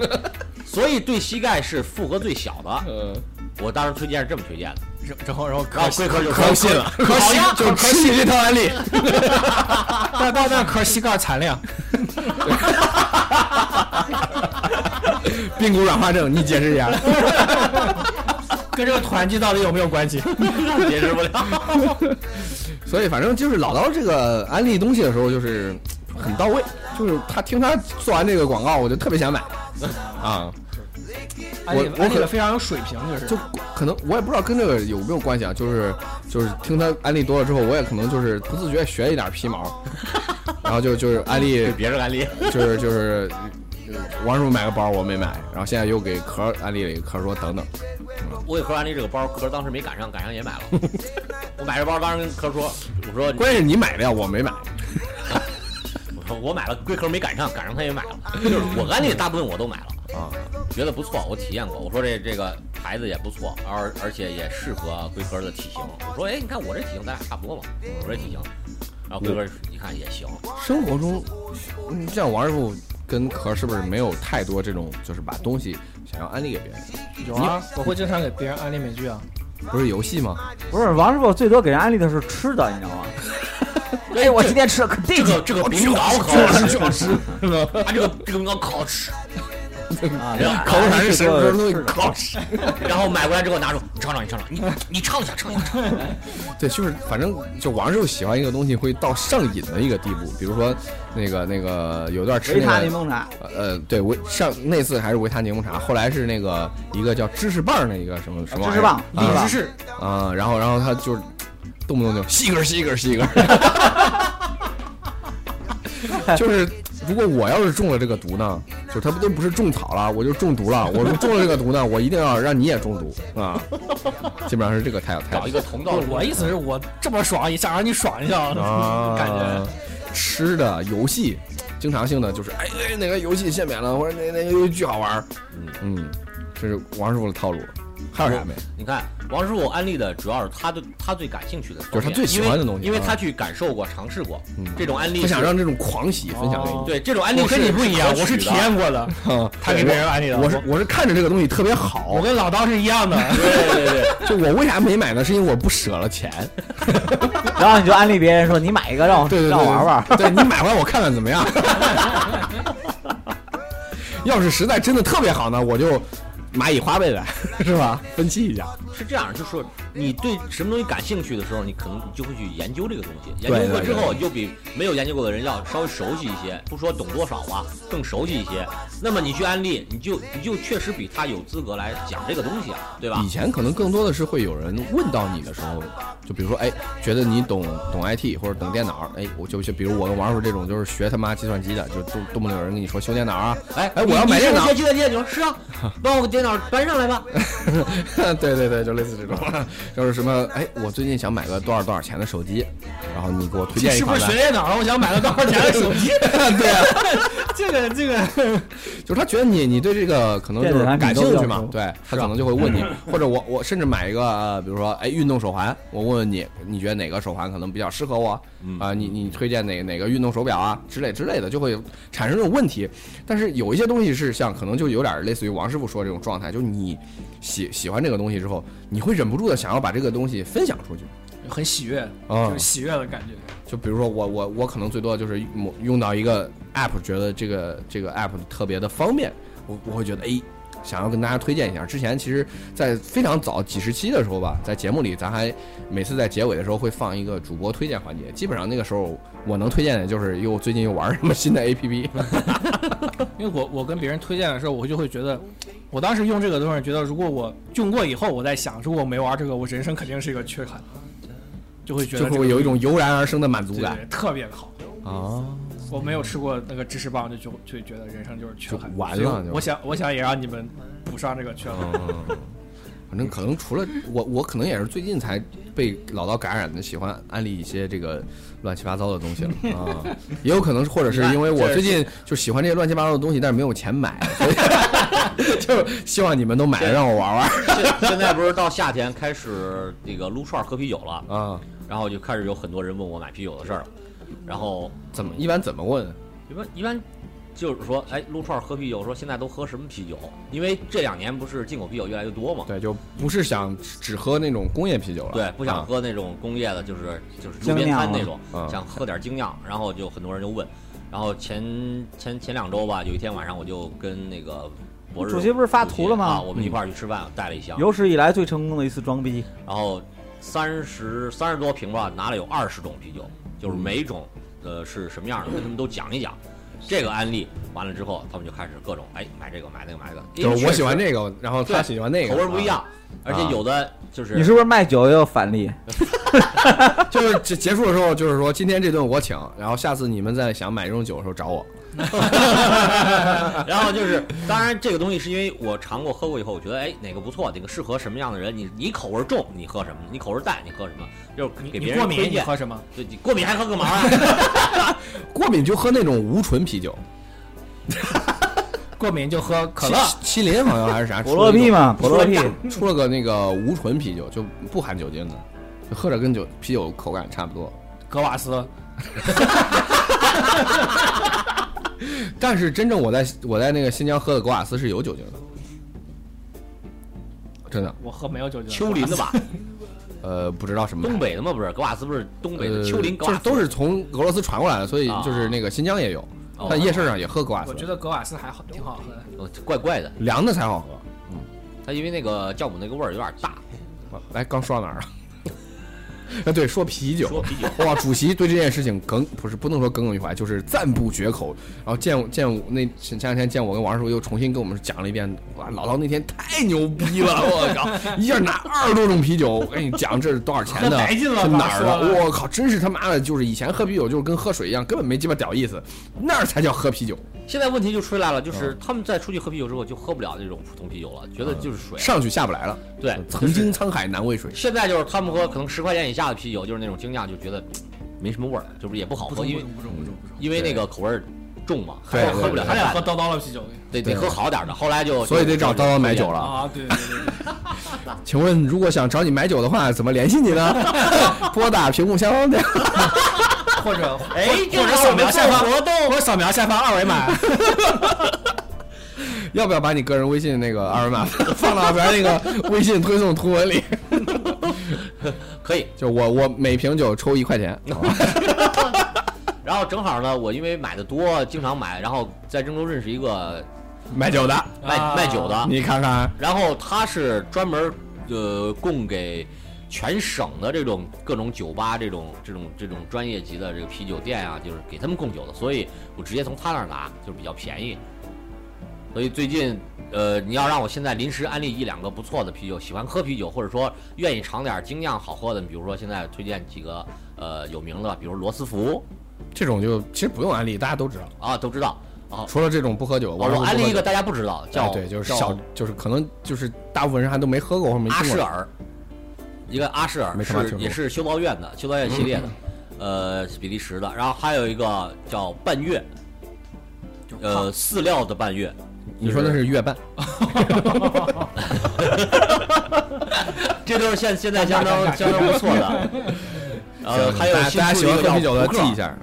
Speaker 3: 所以对膝盖是负荷最小的。
Speaker 1: 呃，
Speaker 3: 我当时推荐是这么推荐的，哎
Speaker 2: 然然后然后
Speaker 3: 然
Speaker 2: 科
Speaker 3: 后贵科就
Speaker 1: 啊可信了，
Speaker 3: 可
Speaker 1: 可
Speaker 3: 好
Speaker 1: 信
Speaker 3: 呀，
Speaker 1: 就可信这套案 例。
Speaker 2: 但到那科膝盖残量，
Speaker 1: 髌骨软化症，你解释一下。
Speaker 2: 跟这个椭圆机到底有没有关系？
Speaker 3: 解释不了。
Speaker 1: 所以反正就是老刀这个安利东西的时候，就是很到位，就是他听他做完这个广告，我就特别想买啊。
Speaker 2: 安利
Speaker 1: 我我
Speaker 2: 安利
Speaker 1: 可
Speaker 2: 的非常有水平，就是
Speaker 1: 就可能我也不知道跟这个有没有关系啊，就是就是听他安利多了之后，我也可能就是不自觉学一点皮毛，然后就就是安利
Speaker 3: 给，别人安利，
Speaker 1: 就是就是呃王师傅买个包我没买，然后现在又给壳儿安利了一个壳儿说等等，
Speaker 3: 我给壳安利这个包，壳当时没赶上，赶上也买了。我买这包当时跟壳说，我说
Speaker 1: 关键是你买的呀，我没买，
Speaker 3: 我说我买了，贵壳没赶上，赶上他也买了。就是我安利的大部分我都买了。
Speaker 1: 啊，
Speaker 3: 觉得不错，我体验过。我说这这个牌子也不错，而而且也适合龟壳的体型。我说，哎，你看我这体型，咱俩差不多嘛，我这体型。然后龟壳一看也行，
Speaker 1: 生活中，嗯，像王师傅跟壳儿是不是没有太多这种就是把东西想要安利给别人？
Speaker 2: 有啊，我会经常给别人安利美剧啊。
Speaker 1: 不是游戏吗？
Speaker 4: 不是王师傅最多给人安利的是吃的，你知道 吗？哎，我今天吃的可
Speaker 3: 这
Speaker 4: 地道
Speaker 3: 个这个饼干可好吃，好吃，他这个这个饼干可好吃。
Speaker 4: 啊！
Speaker 1: 口头禅是什么时候都
Speaker 4: 吃的
Speaker 3: 啊
Speaker 1: 好吃。
Speaker 3: 然后买过来之后拿出，你尝尝，你尝尝，你你尝一下，尝一下，尝一下。
Speaker 1: 对，就是反正就王师傅喜欢一个东西会到上瘾的一个地步，比如说那个那个有一段吃
Speaker 4: 维他
Speaker 1: 那
Speaker 4: 柠
Speaker 1: 个。
Speaker 4: 檬茶，
Speaker 1: 呃，对，维上那次还是维他柠檬茶，后来是那个一个叫芝士棒的一个什么什么玩
Speaker 4: 芝
Speaker 1: 意
Speaker 4: 士
Speaker 1: 儿
Speaker 4: 棒，
Speaker 1: 啊
Speaker 4: 芝士
Speaker 2: 是
Speaker 1: 啊，然后然后他就是动不动就吸一根儿吸一根儿吸一根儿，就是如果我要是中了这个毒呢，就是他不都不是种草了，我就中毒了。我如果中了这个毒呢，我一定要让你也中毒啊！基本上是这个态度，态
Speaker 3: 找一
Speaker 1: 度
Speaker 3: 个同道中
Speaker 2: 不是
Speaker 3: 人，
Speaker 2: 我意思是我这么爽，也想让你爽一下，
Speaker 1: 啊，
Speaker 2: 嗯感觉
Speaker 1: 吃的游戏。经常性的就是，哎哎，哪个游戏限免了，或者哪哪个游戏巨好玩儿，嗯，这是王师傅的套路。还有啥没？
Speaker 3: 你看王师傅安利的主要是他对他最感兴趣的方
Speaker 1: 就
Speaker 3: 面，
Speaker 1: 是他最喜欢的东西
Speaker 3: 因为因为
Speaker 1: 啊
Speaker 3: 他去感受过、尝试过
Speaker 1: 嗯
Speaker 3: 这种安利
Speaker 1: 他
Speaker 3: 是。
Speaker 1: 想让这种狂喜分享给你
Speaker 4: 哦。
Speaker 3: 对这种安利
Speaker 2: 我跟
Speaker 3: 是
Speaker 2: 你不一样，
Speaker 3: 可
Speaker 2: 我是
Speaker 3: 取
Speaker 2: 体
Speaker 3: 的
Speaker 2: 验过的，
Speaker 1: 嗯，
Speaker 2: 他给别人安利的。
Speaker 1: 我是我是看着这个东西特别好
Speaker 2: 我，跟老刀是一 样的，
Speaker 3: 对对对，
Speaker 1: 就我为啥没买呢？是因为我不舍了钱。
Speaker 4: 然后你就安利别人说你买一个让我
Speaker 1: 对对对，
Speaker 4: 让我玩玩。
Speaker 1: 对对你买回来我看看怎么样。要是实在真的特别好呢，我就蚂蚁花呗呗，是吧？分析一下。
Speaker 3: 是这样，就是说你对什么东西感兴趣的时候，你可能你就会去研究这个东西。
Speaker 1: 对
Speaker 3: 研究过
Speaker 1: 对
Speaker 3: 之后，
Speaker 1: 对
Speaker 3: 你就比没有研究过的人要稍微熟悉一些，不说懂多少吧，更熟悉一些。那么你去安利，你就你就确实比他有资格来讲这个东西啊，对吧
Speaker 1: 以？前可能更多的是会有人问到你的时候，就比如说，哎，觉得你懂懂 IT 或者懂电脑，哎，我就就比如我跟王叔这种就是学他妈计算机的，就动动不动有人跟你说修电脑啊，
Speaker 3: 哎
Speaker 1: 哎我要
Speaker 3: 你
Speaker 1: 买
Speaker 3: 你是
Speaker 1: 电脑
Speaker 3: 学计算机的，你说是啊，帮我电脑搬上来吧。
Speaker 1: 对对对，就类似这种，就是什么，哎，我最近想买个多少多少钱的手机，然后你给我推
Speaker 2: 你
Speaker 1: 荐一
Speaker 2: 是不
Speaker 1: 款
Speaker 2: 是
Speaker 1: 呗
Speaker 2: 学电脑？我想买个多少钱 的手机？
Speaker 1: 对啊，
Speaker 2: 这个这个，
Speaker 1: 就是他觉得你你对这个可能就是感兴趣嘛，对他可能就会问你，或者我我甚至买一个，呃比如说哎运动手环，我问问你，你觉得哪个手环可能比较适合我啊、你你推荐哪哪个运动手表啊之类之类的，就会产生这种问题。但是有一些东西是像可能就有点类似于王师傅说这种状态，就是你喜喜欢这个东西之后，你会忍不住的想要把这个东西分享出去。
Speaker 2: 很喜悦，
Speaker 1: 啊
Speaker 2: 就是喜悦的感觉。
Speaker 1: 就比如说我我我可能最多就是用用到一个 app，觉得这个这个 app 特别的方便，我我会觉得哎，想要跟大家推荐一下。之前其实，在非常早几十期的时候吧，在节目里咱还每次在结尾的时候会放一个主播推荐环节，基本上那个时候我能推荐的就是又最近又玩什么新的 app，
Speaker 2: 因为我我跟别人推荐的时候，我就会觉得，我当时用这个东西，觉得如果我用过以后，我在想，如果我没玩这个，我人生肯定是一个缺憾，就会觉
Speaker 1: 就
Speaker 2: 得这个
Speaker 1: 会有一种油然而生的满足
Speaker 2: 对
Speaker 1: 感
Speaker 2: 对特别好。
Speaker 1: 啊。
Speaker 2: 我没有吃过那个芝士棒，就就就觉得人生就是缺憾
Speaker 1: 就，完了
Speaker 2: 所以我
Speaker 1: 就嗯
Speaker 2: 我想我想也让你们补上这个缺憾。
Speaker 1: 反正可能除了我，我可能也是最近才被老刀感染的，喜欢安利一些这个乱七八糟的东西 了啊。也有可能是，或者是因为我最近就喜欢这些乱七八糟的东西，但是没有钱买，所以 就希望你们都买了让我玩 玩
Speaker 3: 现现在不是到夏天开始这个撸串喝啤酒了，
Speaker 1: 啊。
Speaker 3: 然后就开始有很多人问我买啤酒的事儿了，然后
Speaker 1: 怎么一般怎么问？
Speaker 3: 一般一般就是说，哎，撸串喝啤酒，说现在都喝什么啤酒？因为这两年不是进口啤酒越来越多嘛，
Speaker 1: 对，就不是想只喝那种工业啤酒了，
Speaker 3: 对，不想
Speaker 1: 啊
Speaker 3: 喝那种工业的，就是就是路
Speaker 4: 精
Speaker 3: 边
Speaker 4: 酿啊
Speaker 3: 摊
Speaker 4: 了
Speaker 3: 那种
Speaker 1: 嗯，
Speaker 3: 想喝点精酿。然后就很多人就问，然后前前前两周吧，有一天晚上我就跟那个博士
Speaker 4: 主席不是发图了吗
Speaker 3: 啊，我们一块儿去吃饭，带了一箱，
Speaker 4: 有史以来最成功的一次装逼，
Speaker 3: 然后三十三十多瓶吧，拿了有二十种啤酒，就是每种呃是什么
Speaker 1: 嗯
Speaker 3: 样的，跟他们都讲一讲。这个案例完了之后，他们就开始各种哎买这个买那个买这个，
Speaker 1: 就是我喜欢
Speaker 3: 这
Speaker 1: 这个，然后他喜欢那个，
Speaker 3: 口味不一样，而且有的就是
Speaker 4: 你是不是卖酒也有返利？
Speaker 1: 啊，就是结结束的时候，就是说今天这顿我请，然后下次你们再想买这种酒的时候找我。
Speaker 3: 然后就是，当然这个东西是因为我尝过喝过以后，我觉得哎哪个不错，哪个适合什么样的人，你你口味重你喝什么，你口味淡你喝什么，就是
Speaker 2: 你
Speaker 3: 给
Speaker 2: 你
Speaker 3: 别
Speaker 2: 过
Speaker 3: 人
Speaker 2: 敏
Speaker 3: 推
Speaker 2: 你
Speaker 3: 荐。
Speaker 2: 喝什么？
Speaker 3: 对，你过敏还喝个 毛啊！
Speaker 1: 过敏就喝那种无醇啤酒，
Speaker 2: 过敏就喝可
Speaker 1: 麒
Speaker 2: 乐。
Speaker 1: 麒麟好像还是啥，
Speaker 4: 普洛屁嘛，普
Speaker 1: 出了
Speaker 4: 洛
Speaker 1: 一
Speaker 4: 屁
Speaker 1: 种，出了个那个无醇啤酒，就不含酒精的，就喝着跟酒啤酒口感差不多。
Speaker 2: 格瓦斯，
Speaker 1: 但是真正我在我在那个新疆喝的格瓦斯是有酒精的，真的，
Speaker 2: 我喝没有酒精。
Speaker 3: 丘陵的 吧，
Speaker 1: 呃，不知道什么牌
Speaker 3: 东
Speaker 1: 子。
Speaker 3: 北的嘛不是，格瓦斯不是东北
Speaker 1: 呃
Speaker 3: 的丘陵格
Speaker 1: 就
Speaker 3: 瓦
Speaker 1: 是
Speaker 3: 斯，
Speaker 1: 都是从俄罗斯传过来的，所以
Speaker 3: 啊
Speaker 1: 就是那个新疆也有，
Speaker 3: 哦
Speaker 1: 但夜市上也喝格瓦斯
Speaker 2: 我，觉得格瓦斯还好，挺好喝的。
Speaker 3: 呃怪怪的。
Speaker 1: 凉的才好喝。
Speaker 3: 它因为那个酵母那个味儿有点大，
Speaker 1: 嗯啊来，刚说到哪 儿了？哎，对，说啤酒，
Speaker 3: 说啤酒
Speaker 1: 哇，主席对这件事情耿不是不能说耿耿于怀，就是赞不绝口。然后见我见我那前前两天见我跟王师傅又重新跟我们讲了一遍，哇，老刀那天太牛逼 了，我靠，一下拿二十多种啤酒，我跟你讲这是多少 钱的，
Speaker 2: 白进了
Speaker 1: 是哪儿
Speaker 2: 吧说
Speaker 1: 的，
Speaker 2: 了
Speaker 1: 我靠，真是他妈的，就是以前喝啤酒就是跟喝水一样，根本没鸡巴屌意思，那儿才叫喝啤酒，
Speaker 3: 现在问题就出来了，就是
Speaker 1: 嗯
Speaker 3: 他们在出去喝啤酒之后就喝不了那种普通啤酒了，觉得就是水。
Speaker 1: 上去下不来了。
Speaker 3: 对，
Speaker 1: 曾经沧海难为水。
Speaker 3: 现在就是他们喝可能十块钱以下的啤酒，就是那种精酿，就觉得嘖没什么味儿，就是也不好
Speaker 2: 不
Speaker 3: 喝，
Speaker 2: 中
Speaker 3: 因为
Speaker 2: 不中不中不中不中，哎
Speaker 3: 因为那个口味儿重嘛，
Speaker 1: 对
Speaker 3: 喝不了
Speaker 2: 还
Speaker 3: 太
Speaker 2: 得
Speaker 3: 淡
Speaker 2: 喝
Speaker 3: 的，
Speaker 2: 叨叨了啤酒
Speaker 3: 得得
Speaker 1: 对
Speaker 3: 喝好点儿的。后来就
Speaker 1: 所以得找叨叨买酒。了。
Speaker 2: 啊！对对对对，
Speaker 1: 请问，如果想找你买酒的话，怎么联系你 呢？拨打屏幕下方的，
Speaker 2: 或 者
Speaker 3: 哎，
Speaker 2: 或者扫描下方，
Speaker 3: 活动，
Speaker 2: 或者扫描下方二维码。
Speaker 1: 要不要把你个人微信那个二维码 放到咱那个微信推送图文里？
Speaker 3: 可以。
Speaker 1: 就我我每瓶酒抽一块 钱，好吧
Speaker 3: 然后正好呢，我因为买的多，经常买，然后在郑州认识一个
Speaker 1: 买酒的，
Speaker 3: 卖
Speaker 2: 啊
Speaker 3: 卖酒的，
Speaker 1: 你看看，
Speaker 3: 然后他是专门呃供给全省的这种各种酒吧这种这种这种专业级的这个啤酒店啊，就是给他们供酒的，所以我直接从他那儿拿，就是比较便宜。所以最近呃，你要让我现在临时安利一两个不错的啤酒，喜欢喝啤酒或者说愿意尝点精酿好喝的，比如说现在推荐几个呃有名的，比如罗斯福
Speaker 1: 这种就其实不用安利，大家都知道。
Speaker 3: 啊，都知道。啊，
Speaker 1: 除了这种不喝酒，
Speaker 3: 我
Speaker 1: 是
Speaker 3: 我
Speaker 1: 不
Speaker 3: 安利一个
Speaker 1: 喝酒
Speaker 3: 大家不知道，
Speaker 1: 哎
Speaker 3: 叫
Speaker 1: 对，就是
Speaker 3: 叫
Speaker 1: 小，就是可能就是大部分人还都没喝过或者没
Speaker 3: 阿
Speaker 1: 听
Speaker 3: 舍
Speaker 1: 过。
Speaker 3: 尔，一个阿舍尔
Speaker 1: 没什么
Speaker 3: 是
Speaker 1: 听说
Speaker 3: 也是修道院的修道院系列
Speaker 1: 嗯
Speaker 3: 的，呃，是比利时的。然后还有一个叫半月，呃，饲料的半月，
Speaker 1: 你说那是月半，
Speaker 3: 这都是现现在相当相当不错 的。呃，
Speaker 1: 行
Speaker 3: 还有
Speaker 1: 大家
Speaker 3: 新
Speaker 1: 大家
Speaker 3: 出
Speaker 1: 喜
Speaker 3: 了
Speaker 1: 欢喝啤
Speaker 3: 一个叫
Speaker 1: 酒的
Speaker 3: 扑
Speaker 1: 记
Speaker 3: 克
Speaker 1: 一下啊。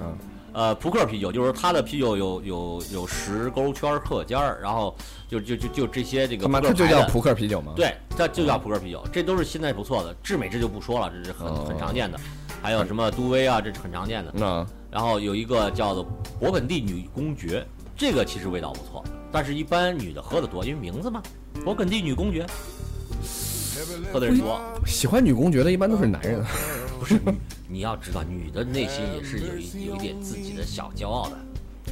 Speaker 3: 呃，扑克啤酒就是它的啤酒有有有十勾圈儿刻尖儿，然后就就就就这些这个
Speaker 1: 干嘛？
Speaker 3: 扑
Speaker 1: 它
Speaker 3: 克
Speaker 1: 就
Speaker 3: 牌
Speaker 1: 叫
Speaker 3: 的
Speaker 1: 扑克啤酒吗？
Speaker 3: 对，它就叫扑克啤酒，这都是现在不错的。智美这就不说了，这是很
Speaker 1: 哦
Speaker 3: 很常见的。还有什么杜威啊，这是很常见的。
Speaker 1: 嗯，
Speaker 3: 然后有一个叫做勃艮第女公爵，这个其实味道不错，但是一般女的喝的多，因为名字嘛，勃艮第女公爵，喝的人多。
Speaker 1: 喜欢女公爵的一般都是男人。
Speaker 3: 不是，你你要知道，女的内心也是有一有一点自己的小骄傲的。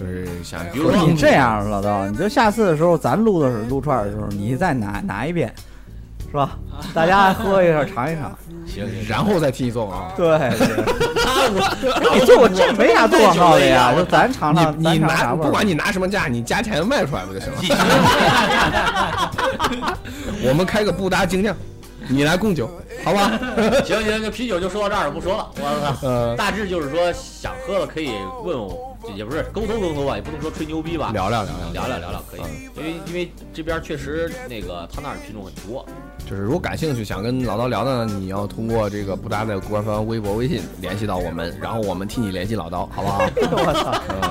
Speaker 1: 就是想，
Speaker 3: 比如说
Speaker 4: 你这，样老道，你就下次的时候咱录的时候录串儿的时候，你再拿拿一遍，是吧？
Speaker 1: 啊
Speaker 4: 大家喝一下，尝 一尝。
Speaker 3: 行
Speaker 1: 然后再替你做广啊告。
Speaker 4: 对， 你做我这没啥做广告的呀，就咱尝尝，
Speaker 1: 你你
Speaker 4: 咱尝
Speaker 1: 拿
Speaker 4: 啥味儿
Speaker 1: 不 管你拿什么价，你加钱卖出来不就行了？我们开个不搭精酿，你来供酒，好吧？
Speaker 3: 行行，这啤酒就说到这儿了，不说了。我操，
Speaker 1: 呃
Speaker 3: 大致就是说想喝的可以问我，也不是沟通沟通吧，也不能说吹牛逼吧，
Speaker 1: 聊聊聊聊
Speaker 3: 聊聊聊聊可以，因为因为这边确实那个他那儿品种很多，
Speaker 1: 就是如果感兴趣想跟老刀聊的呢，你要通过这个不搭的官方微博、微信联系到我们，然后我们替你联系老刀，好不好？
Speaker 4: 哎我操！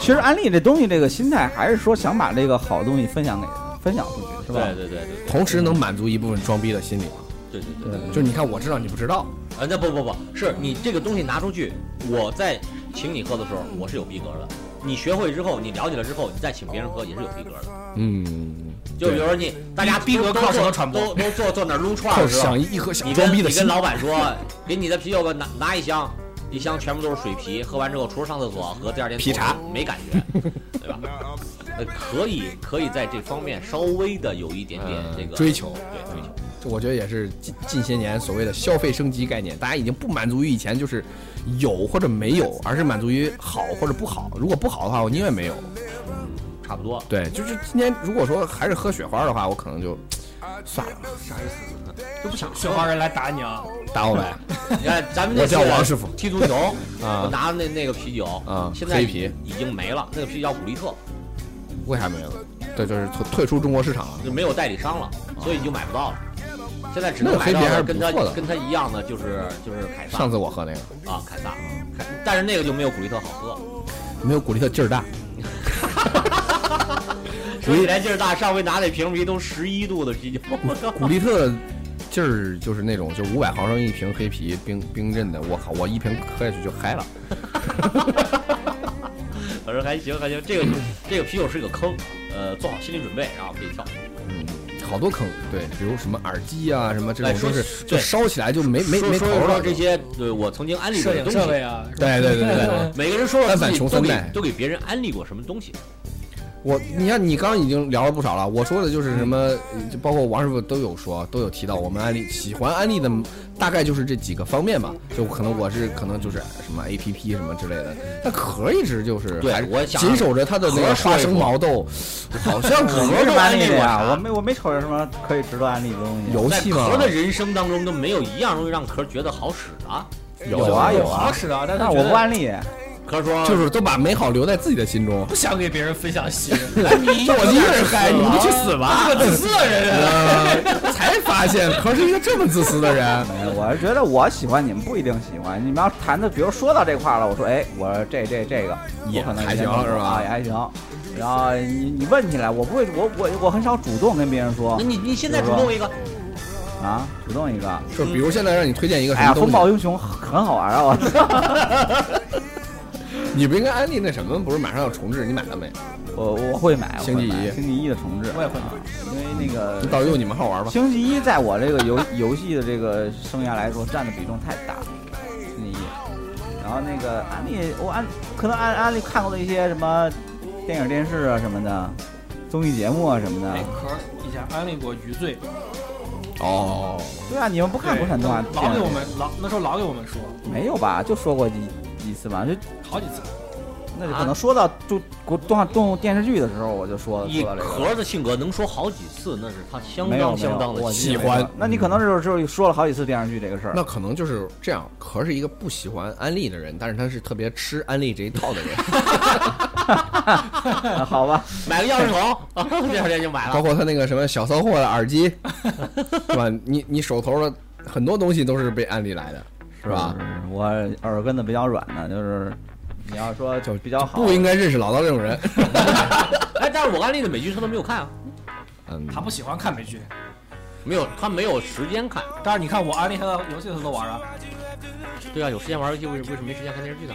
Speaker 4: 其实安利这东西，这个心态还是说想把这个好东西分享给分享出去，是吧？
Speaker 3: 对对对对
Speaker 1: 同时能满足一部分装逼的心理。
Speaker 3: 对对对对。
Speaker 1: 就是你看，我知道你不知道，
Speaker 3: 啊，那不不不是你这个东西拿出去，我在请你喝的时候，我是有逼格的。你学会之后，你了解了之后，你再请别人喝也是有逼格的。
Speaker 1: 嗯，
Speaker 3: 就比如说你大家
Speaker 2: 逼格
Speaker 3: 都
Speaker 2: 靠
Speaker 3: 坐
Speaker 2: 什么传播
Speaker 3: 都都坐坐那儿撸串儿
Speaker 1: 靠
Speaker 3: 的时候
Speaker 1: 想，一颗想
Speaker 3: 你
Speaker 1: 装
Speaker 3: 跟
Speaker 1: 逼的
Speaker 3: 你
Speaker 1: 心
Speaker 3: 跟。老板说，给你的啤酒吧拿拿一箱，一箱全部都是水啤，喝完之后除了上厕所和第二天
Speaker 1: 啤茶
Speaker 3: 没感觉，对吧？呃，可以可以在这方面稍微的有一点点这个
Speaker 1: 呃追求嗯
Speaker 3: 对追求。
Speaker 1: 这我觉得也是近近些年所谓的消费升级概念，大家已经不满足于以前就是有或者没有，而是满足于好或者不好。如果不好的话，我宁愿没有。
Speaker 3: 差不多，
Speaker 1: 对，就是今天如果说还是喝雪花的话，我可能就算了，
Speaker 3: 就不想
Speaker 2: 雪花人来打你啊！
Speaker 1: 打我呗。
Speaker 3: 你看咱们
Speaker 1: 我
Speaker 3: 那次
Speaker 1: 叫王师傅
Speaker 3: 踢足球
Speaker 1: 啊
Speaker 3: 我拿那那个啤酒
Speaker 1: 啊
Speaker 3: 现在
Speaker 1: 黑啤
Speaker 3: 已经没了，那个啤酒叫古力特，
Speaker 1: 为啥没有？对，就是退退出中国市场了。
Speaker 3: 就没有代理商了，所以就买不到了。现在只
Speaker 1: 啊那个
Speaker 3: 能买
Speaker 1: 黑
Speaker 3: 到
Speaker 1: 啤还是
Speaker 3: 跟
Speaker 1: 不
Speaker 3: 它
Speaker 1: 错的
Speaker 3: 跟它一样的，就是就是凯撒
Speaker 1: 上次我喝那个
Speaker 3: 啊，凯撒，凯但是那个就没有古力特好喝。
Speaker 1: 没有古力特劲儿大，
Speaker 3: 说起来劲儿大，上回拿那瓶啤都十一度的啤酒，我靠！
Speaker 1: 古力特劲儿就是那种就五百毫升一瓶黑啤冰冰镇的，我靠，我一瓶喝下去就嗨了。
Speaker 3: 反正还行还行，这个这个啤酒是个坑，呃，做好心理准备，然后可以跳。
Speaker 1: 嗯，好多坑，对，比如什么耳机啊，什么这
Speaker 3: 哎
Speaker 1: 种
Speaker 3: 说
Speaker 1: 都是就
Speaker 3: 对
Speaker 1: 烧起来就没没
Speaker 3: 说
Speaker 1: 没头
Speaker 3: 说一
Speaker 1: 了
Speaker 3: 说。这些，对我曾经安利过
Speaker 2: 摄
Speaker 3: 的
Speaker 2: 影
Speaker 3: 东
Speaker 2: 设
Speaker 3: 西，
Speaker 2: 备啊，是吧
Speaker 1: 对对对对对。
Speaker 3: 每个人说说
Speaker 1: 单反
Speaker 3: 自己
Speaker 1: 穷
Speaker 3: 都
Speaker 1: 三
Speaker 3: 给
Speaker 1: 代
Speaker 3: 都给别人安利过什么东西，
Speaker 1: 我，你看，你刚刚已经聊了不少了。我说的就是什么，呃就包括王师傅都有说，都有提到我们安利喜欢安利的，大概就是这几个方面吧。就可能我是可能就是什么 A P P 什么之类的。但壳一直就是
Speaker 3: 对
Speaker 1: 还是
Speaker 3: 我想
Speaker 1: 谨守着它的那
Speaker 3: 壳
Speaker 1: 个
Speaker 3: 说一
Speaker 1: 花生
Speaker 3: 说
Speaker 1: 毛豆，好像
Speaker 4: 我没
Speaker 1: 壳
Speaker 4: 什
Speaker 1: 都
Speaker 4: 么安
Speaker 1: 安利
Speaker 4: 利的
Speaker 1: 过
Speaker 4: 呀，我
Speaker 1: 呀，
Speaker 4: 没我没瞅着什么可以值得安利的东西。
Speaker 1: 游
Speaker 3: 在
Speaker 1: 戏嘛
Speaker 3: 壳，的人生当中都没有一样容易让壳觉得好使的。
Speaker 4: 有啊有啊
Speaker 2: 好使啊，但是
Speaker 4: 但是我不安利，
Speaker 3: 壳说
Speaker 1: 就是都把美好留在自己的心中。
Speaker 2: 不想给别人分享 喜悦。
Speaker 3: 哎你
Speaker 1: 就我一个人嗨，
Speaker 3: 啊
Speaker 1: 你不去死吧？
Speaker 2: 自私的人啊，
Speaker 1: 呃才发现壳是一个这么自私的人。
Speaker 4: 我是觉得我喜欢你们不一定喜欢。你们要谈的，比如说到这块儿了，我说哎，我这这这个
Speaker 1: 也
Speaker 4: 我可能
Speaker 1: 还行
Speaker 4: 先弄
Speaker 1: 是吧
Speaker 4: 啊也还行。然后你你问起来，我不会，我我我很少主动跟别人说
Speaker 3: 那你你现在主动一个，
Speaker 4: 啊，主动一个。
Speaker 1: 就比如现在让你推荐一个
Speaker 4: 哎
Speaker 1: 什么
Speaker 4: 呀，
Speaker 1: 东
Speaker 4: 风
Speaker 1: 西，
Speaker 4: 暴英雄很好玩啊！我
Speaker 1: 你不应该安利那什么？不是马上要重置，你买了没？
Speaker 4: 嗯我我会买，我会
Speaker 1: 星际
Speaker 4: 买
Speaker 1: 一
Speaker 4: 星际一的重置，
Speaker 2: 我也会
Speaker 4: 啊，因为那个
Speaker 1: 到时候用你们号玩吧。
Speaker 4: 星际一在我这个游游戏的这个生涯来说占的比重太大了，星际一。然后那个安利，我安可能安安利看过的一些什么电影、电视啊什么的，综艺节目啊什么的
Speaker 2: 哎。壳以前安利过余罪，
Speaker 1: 哦，
Speaker 4: 对啊，你们不看国产动画
Speaker 2: 对老
Speaker 4: 电
Speaker 2: 给我
Speaker 4: 影？
Speaker 2: 们老那时候老给我们说
Speaker 4: 没有吧？就说过几几次吧，就
Speaker 2: 好几次，
Speaker 4: 那就可能说到就国动画动电视剧的时候，我就说
Speaker 3: 以
Speaker 4: 说啊到这个。
Speaker 3: 壳的性格能说好几次，那是他相
Speaker 4: 没有
Speaker 3: 当相当
Speaker 4: 没有
Speaker 3: 的
Speaker 4: 我
Speaker 1: 喜
Speaker 3: 喜
Speaker 1: 欢
Speaker 3: 欢。
Speaker 4: 那你可能就是就是说了好几次电视剧这个事儿。
Speaker 1: 那可能就是这样。壳是一个不喜欢安利的人，但是他是特别吃安利这一套的 人，
Speaker 4: 啊 好吧，
Speaker 3: 买个钥匙孔， 第二天就买
Speaker 1: 包
Speaker 3: 了。
Speaker 1: 括他那个什么小骚货的耳 机，是吧？你你手头的很多东西都是被安利来的，是吧？？
Speaker 4: 嗯我耳根子比较软的，就是你要说就比较好，
Speaker 1: 不应该认识老道这种人。
Speaker 3: 哎，但是我安利的美剧他都没有看啊，
Speaker 1: 嗯，
Speaker 2: 他不喜欢看美剧。
Speaker 3: 没有，他没有时间看。
Speaker 2: 但是你看我安利他的游戏，他都玩啊，
Speaker 3: 对啊，有时间玩游戏，为什么为什么没时间看电视剧呢？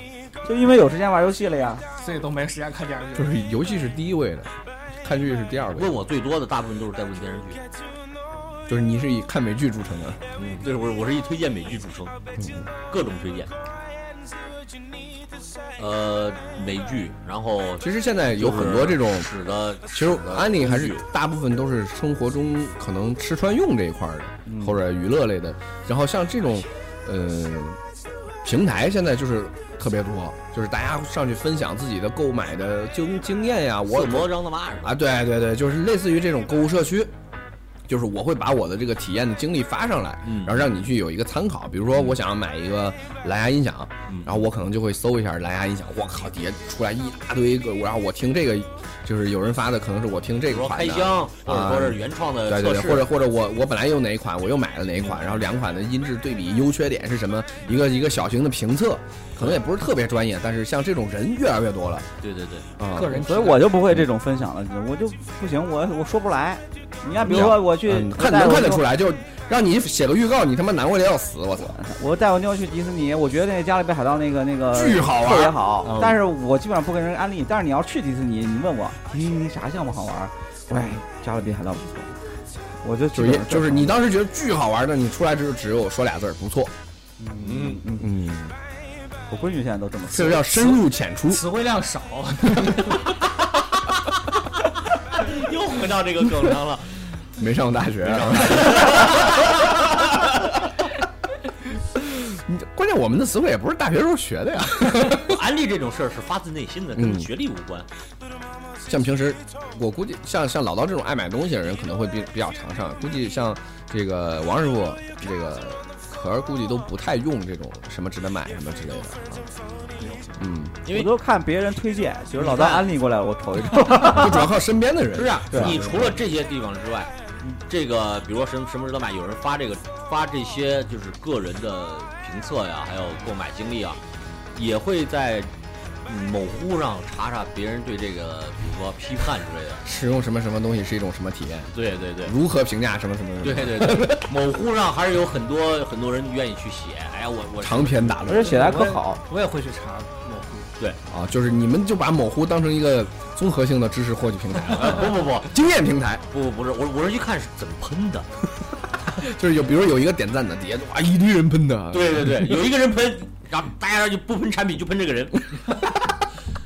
Speaker 4: 就因为有时间玩游戏了呀。
Speaker 2: 所以都没时间看电视
Speaker 1: 就
Speaker 2: 剧。
Speaker 1: 是游戏是第一位的，看剧是第二位
Speaker 3: 问，我最多的大部分都是在问电视剧，
Speaker 1: 就是你是以看美剧著称的。
Speaker 3: 嗯，对，我是我是以推荐美剧著称，
Speaker 4: 嗯
Speaker 3: 各种推荐。呃，美剧，然后
Speaker 1: 其实现在有很多这种
Speaker 3: 就是使得，
Speaker 1: 其实安利还
Speaker 3: 工
Speaker 1: 是
Speaker 3: 具
Speaker 1: 大部分都是生活中可能吃穿用这一块儿的，
Speaker 3: 嗯
Speaker 1: 或者娱乐类的。然后像这种，呃，平台现在就是特别多，就是大家上去分享自己的购买的经经验呀。我
Speaker 3: 色魔张大妈什么
Speaker 1: 啊，对对对，就是类似于这种购物社区，就是我会把我的这个体验的经历发上来，
Speaker 3: 嗯
Speaker 1: 然后让你去有一个参考。比如说，我想买一个蓝牙音响，
Speaker 3: 嗯
Speaker 1: 然后我可能就会搜一下蓝牙音响，我靠，底下出来一大堆个，然后我听这个，就是有人发的，可能是我听这
Speaker 3: 比如
Speaker 1: 个
Speaker 3: 说
Speaker 1: 款
Speaker 3: 开
Speaker 1: 的。
Speaker 3: 箱，或者
Speaker 1: 啊
Speaker 3: 说是原创的
Speaker 1: 对对对，
Speaker 3: 测试，
Speaker 1: 或者或者我我本来用哪一款，我又买了哪一款，然后两款的音质对比优缺点是什么，一个一个小型的评测，可能也不是特别专业，但是像这种人越来越多了
Speaker 3: 对对对，
Speaker 1: 啊。
Speaker 2: 个人
Speaker 4: 所以我就不会这种分享了，我就不行，我我说不来。你看，比如说我去，
Speaker 1: 嗯
Speaker 4: 我
Speaker 1: 看
Speaker 4: 带
Speaker 1: 能
Speaker 4: 我
Speaker 1: 看得
Speaker 4: 妞
Speaker 1: 出来，就让你写个预告，你他妈难过的要死，我操！
Speaker 4: 我带我妞去迪士尼，我觉得那《加勒比海盗》那个那个
Speaker 1: 巨好玩
Speaker 4: 特别
Speaker 1: 嗯
Speaker 4: 好。但是我基本上不跟人安利。但是你要去迪士尼，你问我，你你啥项目好玩？喂，《加勒比海盗》不错，我就
Speaker 1: 就
Speaker 4: 去
Speaker 1: 是也
Speaker 4: 这儿
Speaker 1: 就是你当时觉得巨好玩的，你出来之后只有说俩字儿不错，
Speaker 3: 嗯，
Speaker 1: 嗯，
Speaker 4: 我闺女现在都这么
Speaker 1: 这
Speaker 4: 说
Speaker 1: 个。叫深入浅出。
Speaker 2: 词汇量少，
Speaker 3: 又回到这个梗上了。
Speaker 1: 没上过大学、啊。你 关键我们的词汇也不是大学时候学的呀，
Speaker 3: 安利这种事儿是发自内心的，跟
Speaker 1: 嗯
Speaker 3: 学历无关。
Speaker 1: 像平时我估计像像老刀这种爱买东西的人可能会比比较常上，估计像这个王师傅这个壳儿估计都不太用这种什么值得买什么之类的啊。嗯，
Speaker 3: 因为
Speaker 4: 我都看别人推荐，比如老
Speaker 3: 你看
Speaker 4: 张安利过来，我瞅一瞅。
Speaker 1: 就主要靠身边的人。
Speaker 3: 是啊
Speaker 1: 对，
Speaker 3: 你除了这些地方之外，这个比如说什么什么值得买，有人发这个发这些就是个人的评测呀，还有购买经历啊，也会在嗯某乎上查查别人对这个，比如说批判之类的。
Speaker 1: 使用什么什么东西是一种什么体验？
Speaker 3: 对对对。
Speaker 1: 如何评价什么什么什么？
Speaker 3: 对，对对，某乎上还是有很多很多人愿意去写。哎呀，我我
Speaker 1: 长篇大
Speaker 4: 而且
Speaker 1: 论
Speaker 4: 写的还可好，
Speaker 2: 我也会去查某乎。
Speaker 1: 啊，就是你们就把某乎当成一个综合性的知识获取平台 了，
Speaker 3: 呃不不不
Speaker 1: 经验平台，
Speaker 3: 不不不是，我我是去看是怎么喷的。
Speaker 1: 就是有比如有一个点赞的，底下哇一堆人喷的，
Speaker 3: 对对对，有一个人喷，然后大家就不喷产品，就喷这个人，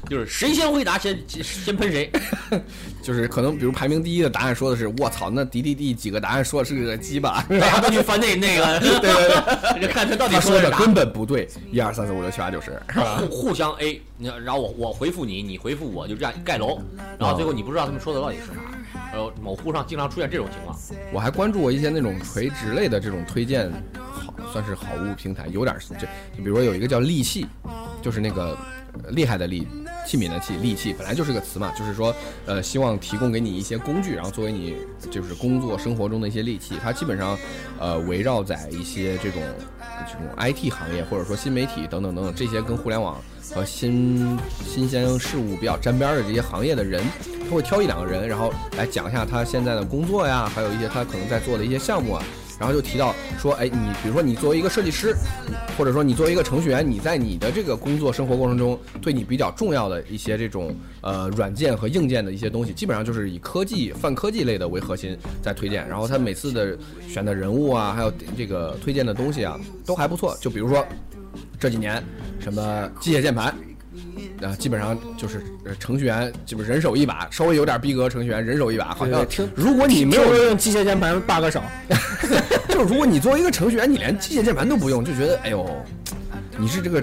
Speaker 3: 就是谁先回答先先喷谁。
Speaker 1: 就是可能比如排名第一的答案说的是我操，那迪迪迪几个答案说的是个鸡巴，
Speaker 3: 大家都去翻那那个，对对对， 看他到底
Speaker 1: 他说
Speaker 3: 的
Speaker 1: 的
Speaker 3: 是啥，
Speaker 1: 根本不对，一二三四五六七八九十，是吧？
Speaker 3: 互互相 A，你看然后我我回复你，你回复我，就这样一盖楼，然后最后你不知道他们说的到底是啥。还有某乎上经常出现这种情况，
Speaker 1: 我还关注过一些那种垂直类的这种推荐，好算是好物平台，有点儿这，就比如说有一个叫利器，就是那个呃厉害的利，器皿的器，利器本来就是个词嘛，就是说呃希望提供给你一些工具，然后作为你就是工作生活中的一些利器，它基本上呃围绕在一些这种呃这种 IT 行业或者说新媒体等等等等这些跟互联网和新新鲜事物比较沾边儿的这些行业的人，他会挑一两个人，然后来讲一下他现在的工作呀，还有一些他可能在做的一些项目啊。然后就提到说，哎，你比如说你作为一个设计师，或者说你作为一个程序员，你在你的这个工作生活过程中，对你比较重要的一些这种呃软件和硬件的一些东西，基本上就是以科技泛科技类的为核心在推荐。然后他每次
Speaker 2: 嗯
Speaker 1: 的选的人物啊，还有这个推荐的东西啊，都还不错。就比如说呃这几年什么呃机械键盘。啊，基本上就是呃程序员，基本人手一把，稍微有点逼格，程序员人手一把，好像
Speaker 2: 对听
Speaker 1: 如果你没有
Speaker 2: 用机械键盘 bug 少，
Speaker 1: 就是如果你作为一个程序员，你连机械键盘都不用，就觉得哎呦，你是这个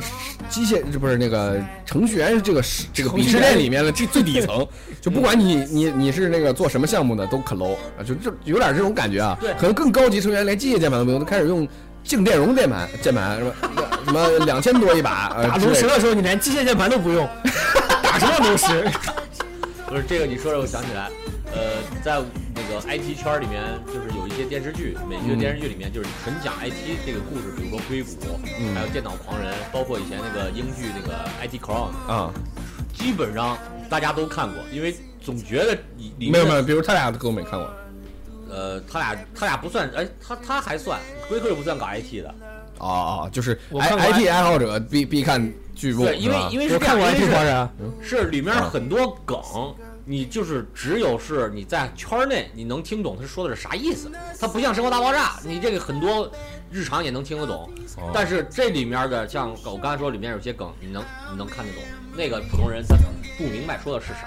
Speaker 1: 机械这不是那个程序员是这个这个鄙视链里面的最最底层，就不管
Speaker 3: 嗯
Speaker 1: 你你你是那个做什么项目的都可 low 啊，就这有点这种感觉啊。
Speaker 3: 对
Speaker 1: 可能更高级程序员连机械键盘都不用，都开始用静电容键盘键盘什么什么两千多一把，呃、
Speaker 2: 打
Speaker 1: 之类
Speaker 2: 炉
Speaker 1: 的
Speaker 2: 石的时候你连机械键盘都不用，打什么炉石？
Speaker 3: 不是这个，你说这我想起来，呃，在那个 IT 圈里面，就是有一些电视剧，美剧的
Speaker 1: 嗯
Speaker 3: 电视剧里面就是纯讲 IT 这个故事，比如说硅谷，
Speaker 1: 嗯
Speaker 3: 还有电脑狂人，包括以前那个英剧那个 IT Crown，
Speaker 1: 啊，
Speaker 3: 基本上大家都看过，因为总觉得里里面
Speaker 1: 没有没有，比如他俩都给我没看过，
Speaker 3: 呃，他俩他俩不算，哎，他他还算，龟壳也不算搞 IT 的，
Speaker 1: 哦哦，就是
Speaker 2: 我
Speaker 1: I
Speaker 2: 看过
Speaker 1: I T 爱好者必必看剧目，
Speaker 3: 对，因为
Speaker 1: 是吧
Speaker 3: 因为
Speaker 2: 我
Speaker 3: 是这
Speaker 2: 看
Speaker 3: 样，
Speaker 2: 过
Speaker 3: 因为
Speaker 2: IT 狂
Speaker 3: 是
Speaker 2: 人，
Speaker 3: 是里面
Speaker 1: 啊
Speaker 3: 很多梗，你就是只有是你在圈内你能听懂他说的是啥意思，它不像《生活大爆炸》，你这个很多日常也能听得懂，
Speaker 1: 哦
Speaker 3: 但是这里面的像我刚才说里面有些梗，你能你能看得懂，那个普通人他不明白说的是啥。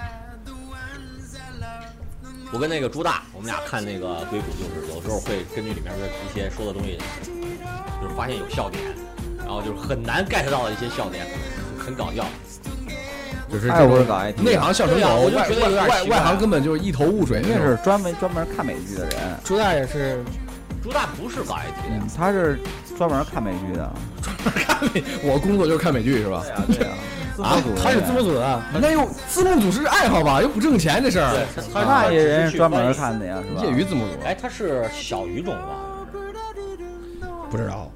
Speaker 3: 我跟那个朱大，我们俩看那个硅谷，就是有时候会根据里面的一些说的东西，就是发现有笑点，然后就是很难 get 到的一些笑点，很很搞笑。
Speaker 1: 就是
Speaker 4: 哎，我是搞 IT，
Speaker 1: 内行笑成
Speaker 3: 对啊
Speaker 1: 狗，
Speaker 3: 我就
Speaker 1: 外
Speaker 3: 觉得有点
Speaker 1: 外外
Speaker 3: 奇怪
Speaker 1: 外行根本就是一头雾水
Speaker 4: 人
Speaker 1: 那
Speaker 4: 家
Speaker 1: 种。
Speaker 4: 是专门专门看美剧的人，
Speaker 2: 朱大也 是，
Speaker 3: 朱大不是搞 IT 的呀
Speaker 4: 嗯，他是专门看美剧的。
Speaker 1: 我工作就是看美剧是
Speaker 3: 哎
Speaker 1: 吧？
Speaker 4: 呀对呀，啊字幕组人
Speaker 2: 他是字幕组的，
Speaker 1: 那又字幕组是爱好吧，又不挣钱这事儿
Speaker 3: 对，，他
Speaker 4: 啊那也人
Speaker 3: 是
Speaker 4: 专门。看的呀，是吧？
Speaker 1: 业余字幕组
Speaker 3: 哎，他是小语种啊吧？
Speaker 1: 不知道。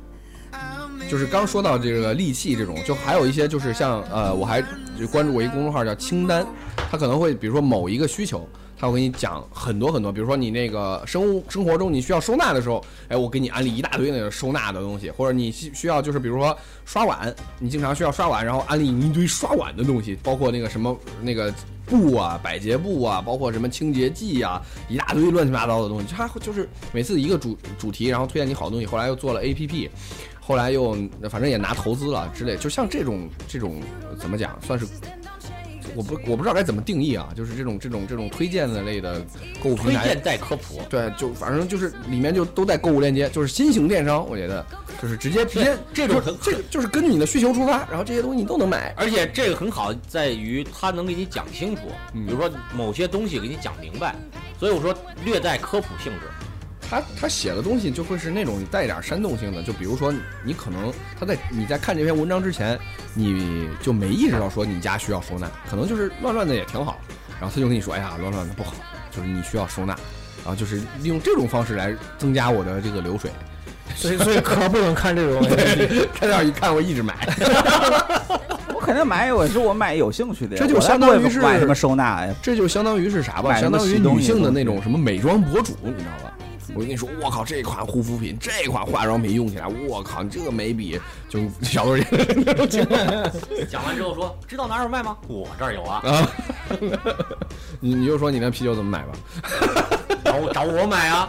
Speaker 1: 就是刚说到这个利器这种，就还有一些就是像呃，我还就关注过一个公众号叫清单，它可能会比如说某一个需求，它会给你讲很多很多，比如说你那个生物生活中你需要收纳的时候，哎，我给你安利一大堆那个收纳的东西，或者你需需要就是比如说刷碗，你经常需要刷碗，然后安利你一堆刷碗的东西，包括那个什么那个布啊、百洁布啊，包括什么清洁剂啊，一大堆乱七八糟的东西。它就是每次一个主主题，然后推荐你好东西，后来又做了 A P P。后来又反正也拿投资了之类，就像这种这种怎么讲，算是我不我不知道该怎么定义啊，就是这种这种这种推荐的类的购物平
Speaker 3: 推
Speaker 1: 台
Speaker 3: 荐，带科普，
Speaker 1: 对，就反正就是里面就都带购物链接，就是新型电商，我觉得就是直接直接
Speaker 3: 这种
Speaker 1: 就
Speaker 3: 很
Speaker 1: 这个就是跟你的需求出发，然后这些东西你都能买，
Speaker 3: 而且这个很好在于它能给你讲清楚，
Speaker 1: 嗯
Speaker 3: 比如说某些东西给你讲明白，所以我说略带科普性质。
Speaker 1: 他他写的东西就会是那种带一点煽动性的，就比如说你你可能他在你在看这篇文章之前，你就没意识到说你家需要收纳，可能就是乱乱的也挺好，然后他就跟你说，哎呀，乱乱的不好，就是你需要收纳，然后就是利用这种方式来增加我的这个 流水。
Speaker 2: 所以所以可不能看这种 APP。
Speaker 1: 他要一看我一直 买，
Speaker 4: 我肯定买，我是我买有兴趣的呀，
Speaker 1: 这就
Speaker 4: 我要
Speaker 1: 相当于
Speaker 4: 不会
Speaker 1: 是
Speaker 4: 买什么收纳呀，
Speaker 1: 这就相当于是啥吧？
Speaker 4: 买什
Speaker 1: 相
Speaker 4: 么
Speaker 1: 当于
Speaker 4: 洗东
Speaker 1: 女
Speaker 4: 西
Speaker 1: 性的
Speaker 4: 的
Speaker 1: 那种什么美妆博主，你知道吧？我跟你说，我靠，这款护肤品，这款化妆品用起来，我靠，你这个眉笔就小豆姐那种情况
Speaker 3: 讲完之后说，知道哪儿有卖吗？我这儿 有啊，
Speaker 1: 啊， 你你就说你那啤酒怎么买吧？
Speaker 3: 找我找我买啊。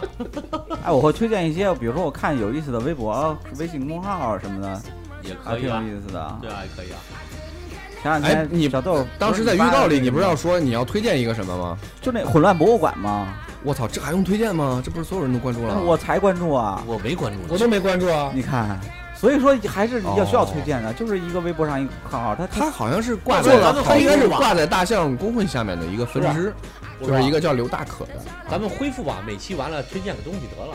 Speaker 4: 哎，我会推荐一些，比如说我看有意思的微博、微信公号啊什么的，
Speaker 3: 也
Speaker 4: 还
Speaker 3: 可
Speaker 4: 挺
Speaker 3: 以
Speaker 4: 有
Speaker 3: 啊，
Speaker 4: 意思的啊。
Speaker 3: 对啊，也可以啊。
Speaker 4: 前两
Speaker 1: 哎
Speaker 4: 天，
Speaker 1: 你
Speaker 4: 小豆
Speaker 1: 当时在预告里，你不是要说你要推荐一个什么吗？
Speaker 4: 就那混乱博物馆吗？
Speaker 1: 我操，这还用推荐吗？这不是所有人都关注了？
Speaker 4: 我才关注啊！
Speaker 3: 我没关注
Speaker 2: 我都没关注啊。
Speaker 4: 你看，所以说还是要需要推荐的，就是一个微博上一个账号，它
Speaker 1: 他好像是挂
Speaker 3: 做了
Speaker 1: 在，他应该是
Speaker 3: 好
Speaker 1: 挂在大象公会下面的一个分支，
Speaker 3: 不
Speaker 1: 就
Speaker 3: 知道
Speaker 1: 是一个叫刘大可的。
Speaker 3: 咱们恢复吧，每期完了推荐个东西得了，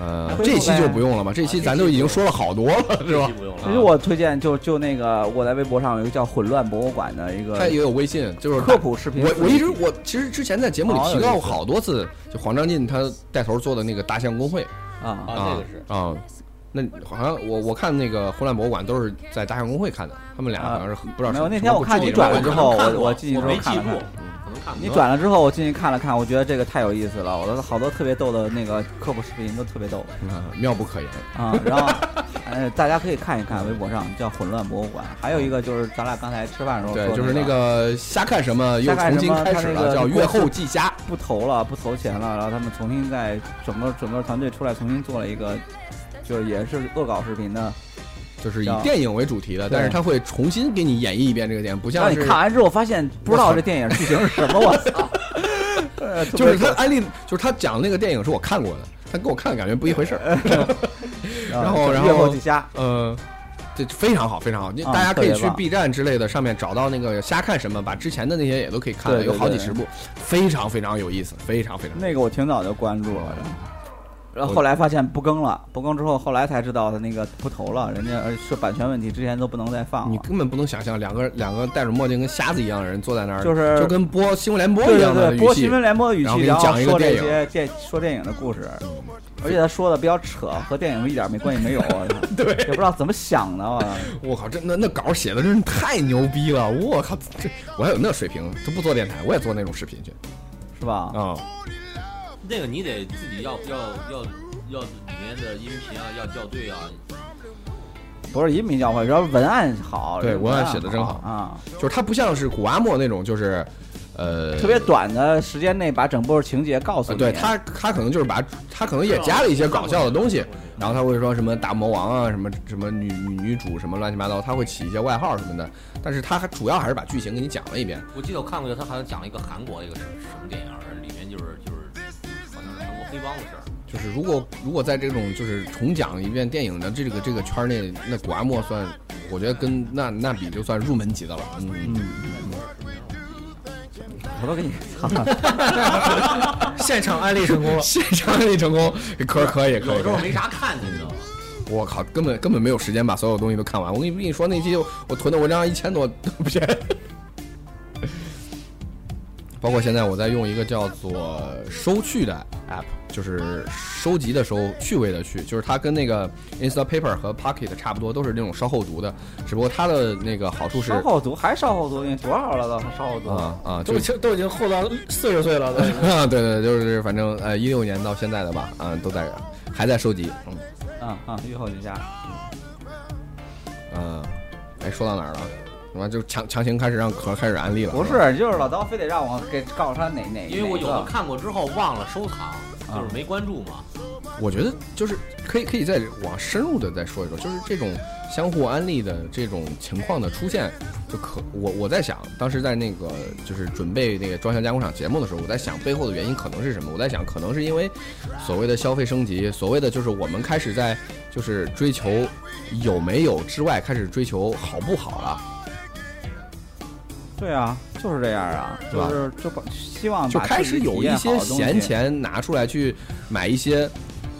Speaker 1: 呃，
Speaker 4: 恢复
Speaker 1: 这期就
Speaker 4: 呗
Speaker 1: 不用了吧？这期
Speaker 3: 啊
Speaker 1: 咱
Speaker 3: 这
Speaker 1: 都
Speaker 3: 期
Speaker 1: 已经说了好多了，是
Speaker 3: 这
Speaker 1: 吧
Speaker 3: 期？不用
Speaker 4: 其实
Speaker 3: 了。啊
Speaker 4: 我推荐就就那个我在微博上有一个叫“混乱博物馆”的一
Speaker 1: 他也
Speaker 4: 个
Speaker 1: 有微信，就是
Speaker 4: 科普视频。
Speaker 1: 我我一直我其实之前在节目里提到过好多次，就黄章进他带头做的那个大象公会，
Speaker 4: 啊，
Speaker 3: 啊，这个是
Speaker 1: 啊。那好像我我看那个《混乱博物馆》都是在大象公会看的，他们俩好像是不知道
Speaker 4: 啊没
Speaker 1: 是
Speaker 4: 有那天我看你
Speaker 1: 什么
Speaker 4: 转
Speaker 1: 国际
Speaker 4: 了之
Speaker 1: 的
Speaker 4: 后，
Speaker 3: 可能看
Speaker 4: 我
Speaker 3: 过
Speaker 4: 进去
Speaker 3: 我
Speaker 4: 之后
Speaker 3: 没
Speaker 4: 看
Speaker 3: 记
Speaker 4: 了看
Speaker 3: 住，可能看不
Speaker 4: 你
Speaker 3: 到
Speaker 4: 转了之后，我进去看了看，我觉得这个太有意思了，我的好多特别逗的那个科普视频都特别逗
Speaker 1: 啊妙不可言。
Speaker 4: 啊。然后，呃，大家可以看一看微博上叫“混乱博物馆”，还有一个就是咱俩刚才吃饭的时哦候
Speaker 1: 对，
Speaker 4: 说
Speaker 1: 就是
Speaker 4: 那
Speaker 1: 那个瞎看什么又
Speaker 4: 瞎看
Speaker 1: 重
Speaker 4: 什
Speaker 1: 新
Speaker 4: 么
Speaker 1: 开
Speaker 4: 他
Speaker 1: 始
Speaker 4: 那
Speaker 1: 了，
Speaker 4: 个
Speaker 1: 叫《
Speaker 4: 那
Speaker 1: 月
Speaker 4: 个
Speaker 1: 后记虾》。
Speaker 4: 不投了，不投钱了，然后他们重新在整个整个团队出来重新做了一个，就是也是恶搞视频的。
Speaker 1: 就是以
Speaker 4: 叫
Speaker 1: 电影为主题的，但是
Speaker 4: 啊对
Speaker 1: 他会重新给你演绎一遍这个电影，不
Speaker 4: 让
Speaker 1: 像
Speaker 4: 你
Speaker 1: 是
Speaker 4: 看完之后发现不知道这电影剧情是什么，我 操！呃特别
Speaker 1: 就是他安利，就是他讲那个电影是我看过的，他跟我看的感觉不一回事儿。
Speaker 4: 啊
Speaker 1: 然后
Speaker 4: 就是
Speaker 1: 然后
Speaker 4: 月后记虾，
Speaker 1: 呃，这非常好，非常好，你
Speaker 4: 啊
Speaker 1: 大家可以
Speaker 4: 特别
Speaker 1: 去
Speaker 4: 棒
Speaker 1: B 站之类的上面找到那个瞎看什么，把之前的那些也都可以看了，
Speaker 4: 对对
Speaker 1: 有好几
Speaker 4: 对
Speaker 1: 十部，非常非常有意思，非常非常。
Speaker 4: 那个我挺早就关注了。然后
Speaker 1: 我
Speaker 4: 后来发现不更了，不更之后，后来才知道他那个不投了，人家而是版权问题，之前都不能再放
Speaker 1: 你
Speaker 4: 了。
Speaker 1: 根本不能想象两个两个戴着墨镜跟瞎子一样的人坐在那儿，
Speaker 4: 就是
Speaker 1: 就跟播新闻联播
Speaker 4: 对
Speaker 1: 一
Speaker 4: 对
Speaker 1: 样的
Speaker 4: 对，
Speaker 1: 语
Speaker 4: 播
Speaker 1: 气
Speaker 4: 新闻联播的语
Speaker 1: 然后
Speaker 4: 气，
Speaker 1: 给你
Speaker 4: 然后
Speaker 1: 讲一个
Speaker 4: 说这
Speaker 1: 电影嗯
Speaker 4: 些电说电影的故事，而且他说的比较扯，和电影一点没关系没有，我操
Speaker 1: 对
Speaker 4: 也不知道怎么想的，我啊操
Speaker 1: 我靠，这那那稿写的真是太牛逼了！我靠，这我还有那水平，都不做电台，我也做那种视频去
Speaker 4: 是吧？
Speaker 1: 啊、
Speaker 3: 那个你得自己要要要要里面的音频啊，要校对啊，
Speaker 4: 不是音频教会，主要是文案好，
Speaker 1: 对
Speaker 4: 这个
Speaker 1: 文
Speaker 4: 文
Speaker 1: 案
Speaker 4: 案
Speaker 1: 写得真好
Speaker 4: 啊，
Speaker 1: 就是它不像是古阿莫那种，就是呃
Speaker 4: 特别短的时间内把整部情节告诉
Speaker 1: 呃
Speaker 4: 你。
Speaker 1: 对他，他可能就是把他可能也加了一些搞笑的东西，
Speaker 3: 嗯
Speaker 1: 然后他会说什么大魔王啊，什么什么女女女主什么乱七八糟，他会起一些外号什么的，但是他还主要还是把剧情给你讲了一遍。
Speaker 3: 我记得我看过一个，他好像讲了一个韩国一个什么什么电影，里面就是就是好像是韩国黑帮的事儿。
Speaker 1: 就是如果如果在这种就是重讲一遍电影的这个这个圈儿内，那古阿莫算，我觉得跟那那比就算入门级的了。嗯，，
Speaker 4: 我都给 你操，
Speaker 2: 现场安利成功 了
Speaker 1: 现场给你成功，可可以可
Speaker 3: 有
Speaker 1: 以
Speaker 3: 时。候没啥看的，你知道吗？
Speaker 1: 我靠，根本根本没有时间把所有东西都看完。我跟你跟你说，那期我囤的文章一千多篇， 包括现在我在用一个叫做“收趣”的 app，就是收集的收，趣味的趣，就是它跟那个 Instapaper 和 Pocket 差不多，都是那种稍后读的，只不过它的那个好处是
Speaker 4: 稍后读还稍后读，你多少了都稍后读。
Speaker 1: 啊啊，就
Speaker 2: 都已经都已经厚到四十岁了，都已 经
Speaker 1: 啊，对对，就是反正呃一六年到现在的吧，啊都在还在收集，嗯
Speaker 4: 啊啊，月后记下，
Speaker 1: 嗯，哎说到哪儿了？什么就强强行开始让壳开始安利了？
Speaker 4: 不
Speaker 1: 吧
Speaker 4: 是，就是老刀非得让我给告诉他哪哪，
Speaker 3: 因为我
Speaker 4: 哪
Speaker 3: 有的
Speaker 4: 个
Speaker 1: 啊
Speaker 3: 看过之后忘了收藏，就是没关注嘛。
Speaker 1: 我觉得就是可以可以再往深入的再说一说，就是这种相互安利的这种情况的出现，就可我我在想，当时在那个就是准备那个装箱加工厂节目的时候，我在想背后的原因可能是什么？我在想，可能是因为所谓的消费升级，所谓的就是我们开始在就是追求有没有之外，开始追求好不好啊了。
Speaker 4: 对啊，就是这样啊，
Speaker 1: 对吧
Speaker 4: 就是就把希望
Speaker 1: 就
Speaker 4: 啊把
Speaker 1: 开
Speaker 4: 自己
Speaker 1: 始有
Speaker 4: 体
Speaker 1: 一
Speaker 4: 验好
Speaker 1: 些
Speaker 4: 的东
Speaker 1: 闲
Speaker 4: 西，
Speaker 1: 钱拿出来去买一些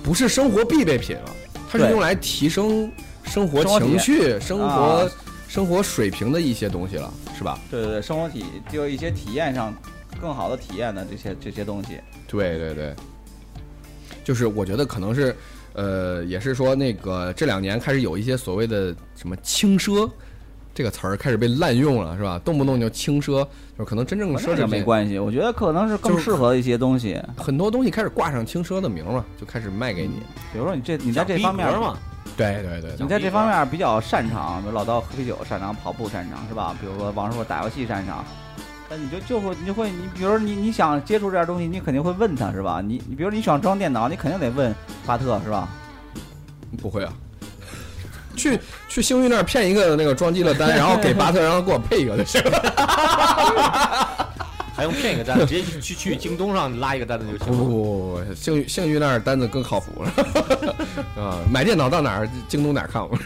Speaker 1: 不是生活必备品了，它是
Speaker 4: 对
Speaker 1: 用来提升生活
Speaker 4: 生活体
Speaker 1: 情
Speaker 4: 验
Speaker 1: 趣、生活、
Speaker 4: 啊
Speaker 1: 生活水平的一些东西了，是吧？
Speaker 4: 对对对，生活体就一些体验上更好的体验的这些这些东西，
Speaker 1: 对对对，就是我觉得可能是，呃，也是说那个这两年开始有一些所谓的什么轻奢。这个词儿开始被滥用了，是吧？动不动就轻奢，就是可能真正
Speaker 4: 和
Speaker 1: 奢
Speaker 4: 嗯这
Speaker 1: 侈
Speaker 4: 个没
Speaker 1: 品
Speaker 4: 关系，我觉得可能是更
Speaker 1: 就是
Speaker 4: 适合的一些东西，
Speaker 1: 很多东西开始挂上轻奢的名儿嘛，就开始卖给你。
Speaker 4: 比如说你这你在这
Speaker 3: 逼
Speaker 4: 方面
Speaker 3: 格嘛，
Speaker 4: 嗯
Speaker 1: 对对对
Speaker 4: 你
Speaker 1: 对，
Speaker 4: 在这方面比较擅长，比如老刀喝啤酒擅长，跑步擅长是吧？比如说王师傅打游戏擅长，那你就就会你就会你，比如说你你想接触这样东西，你肯定会问他是吧？你你比如你想装电脑，你肯定得问巴特是吧？
Speaker 1: 不会啊。去去星云那儿骗一个那个装机的单，然后给巴特，让他给我配一个就行了。
Speaker 3: 还用骗一个单，直接去去去京东上拉一个单子就
Speaker 1: 不
Speaker 3: 行
Speaker 1: 不
Speaker 3: 了。
Speaker 1: 不不，星云星云那儿单子更靠谱了。 啊，买电脑到哪儿，京东哪儿看我。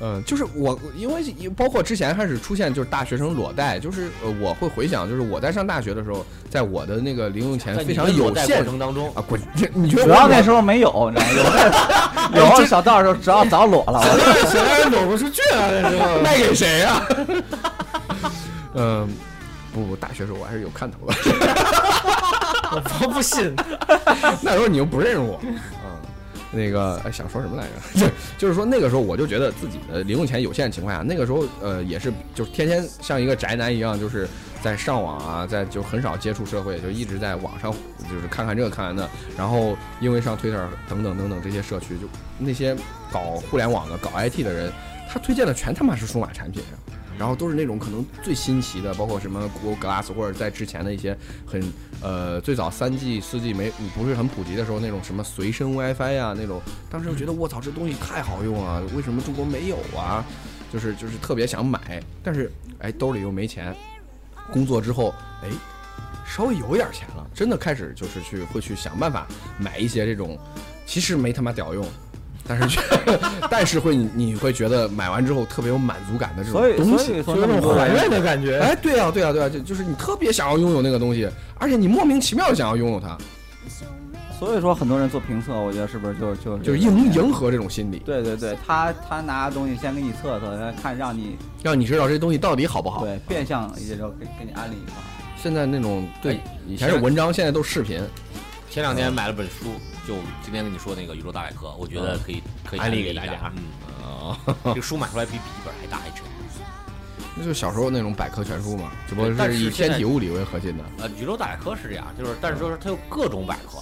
Speaker 1: 嗯，就是我，因为包括之前开始出现就是大学生裸贷，就是呃，我会回想，就是我在上大学的时候，在我的那个零用钱
Speaker 3: 在
Speaker 1: 非
Speaker 3: 你
Speaker 1: 常
Speaker 3: 的裸
Speaker 1: 有
Speaker 3: 贷过
Speaker 1: 限
Speaker 3: 程当中，
Speaker 1: 啊，滚！你觉得
Speaker 4: 主
Speaker 1: 我
Speaker 4: 要
Speaker 1: 裸
Speaker 4: 那时候没有，你知道 吗？有有小道就只要早裸
Speaker 1: 啊
Speaker 4: 了， 我
Speaker 1: 显然走不出去啊，这是卖给谁呀、啊？ 嗯，不不，大学时候我还是有看头的，
Speaker 2: 我不信，
Speaker 1: 那时候你又不认识我，嗯，那个哎想说什么来着？ 就就是说那个时候我就觉得自己的零用钱有限的情况下，那个时候呃也是就是天天像一个宅男一样，就是在上网啊，在就很少接触社会，就一直在网上就是看看这个看看那，然后因为上 Twitter 等等等等这些社区，就那些搞互联网的、搞 IT 的人，他推荐的全他妈是数码产品啊。然后都是那种可能最新奇的，包括什么 Google Glass 或者在之前的一些很呃最早三 G、四 G 没不是很普及的时候，那种什么随身 WiFi 呀、那种当时就觉得我操，这东西太好用啊，为什么中国没有啊？就是就是特别想买，但是哎兜里又没钱，工作之后哎稍微有一点钱了，真的开始就是去会去想办法买一些这种其实没他妈屌用。但是却， 但是会你你会觉得买完之后特别有满足感的这种
Speaker 4: 所以
Speaker 1: 东
Speaker 4: 所
Speaker 1: 西
Speaker 4: 以，说
Speaker 2: 有
Speaker 4: 那么
Speaker 2: 种
Speaker 4: 多
Speaker 2: 怀
Speaker 4: 人
Speaker 2: 念的感觉。
Speaker 1: 哎，对啊，对啊，对啊，就就是你特别想要拥有那个东西，而且你莫名其妙地想要拥有它，
Speaker 4: 所以说很多人做评测，我觉得是不是就就
Speaker 1: 就是是迎迎合这种心理，
Speaker 4: 对对对，他他拿东西先给你测测，然后看让你
Speaker 1: 让你知道这东西到底好不好。
Speaker 4: 对变相也就给给你安利一下。
Speaker 1: 现在那种对
Speaker 3: 哎
Speaker 1: 以前是文章，现在都是视频，
Speaker 3: 前两天买了本书，就今天跟你说那个《宇宙大百科》，我觉得可以可以
Speaker 1: 嗯安利给
Speaker 3: 一
Speaker 1: 大
Speaker 3: 下
Speaker 1: 家哦
Speaker 3: 嗯，这个书买回来比笔记本还大一圈。
Speaker 1: 那就是小时候那种百科全书嘛，只不
Speaker 3: 对
Speaker 1: 过
Speaker 3: 但
Speaker 1: 是
Speaker 3: 是
Speaker 1: 以
Speaker 3: 现
Speaker 1: 天
Speaker 3: 在
Speaker 1: 体物理为核心的。
Speaker 3: 呃，宇宙大百科是这样，就是但是说它有各种百科，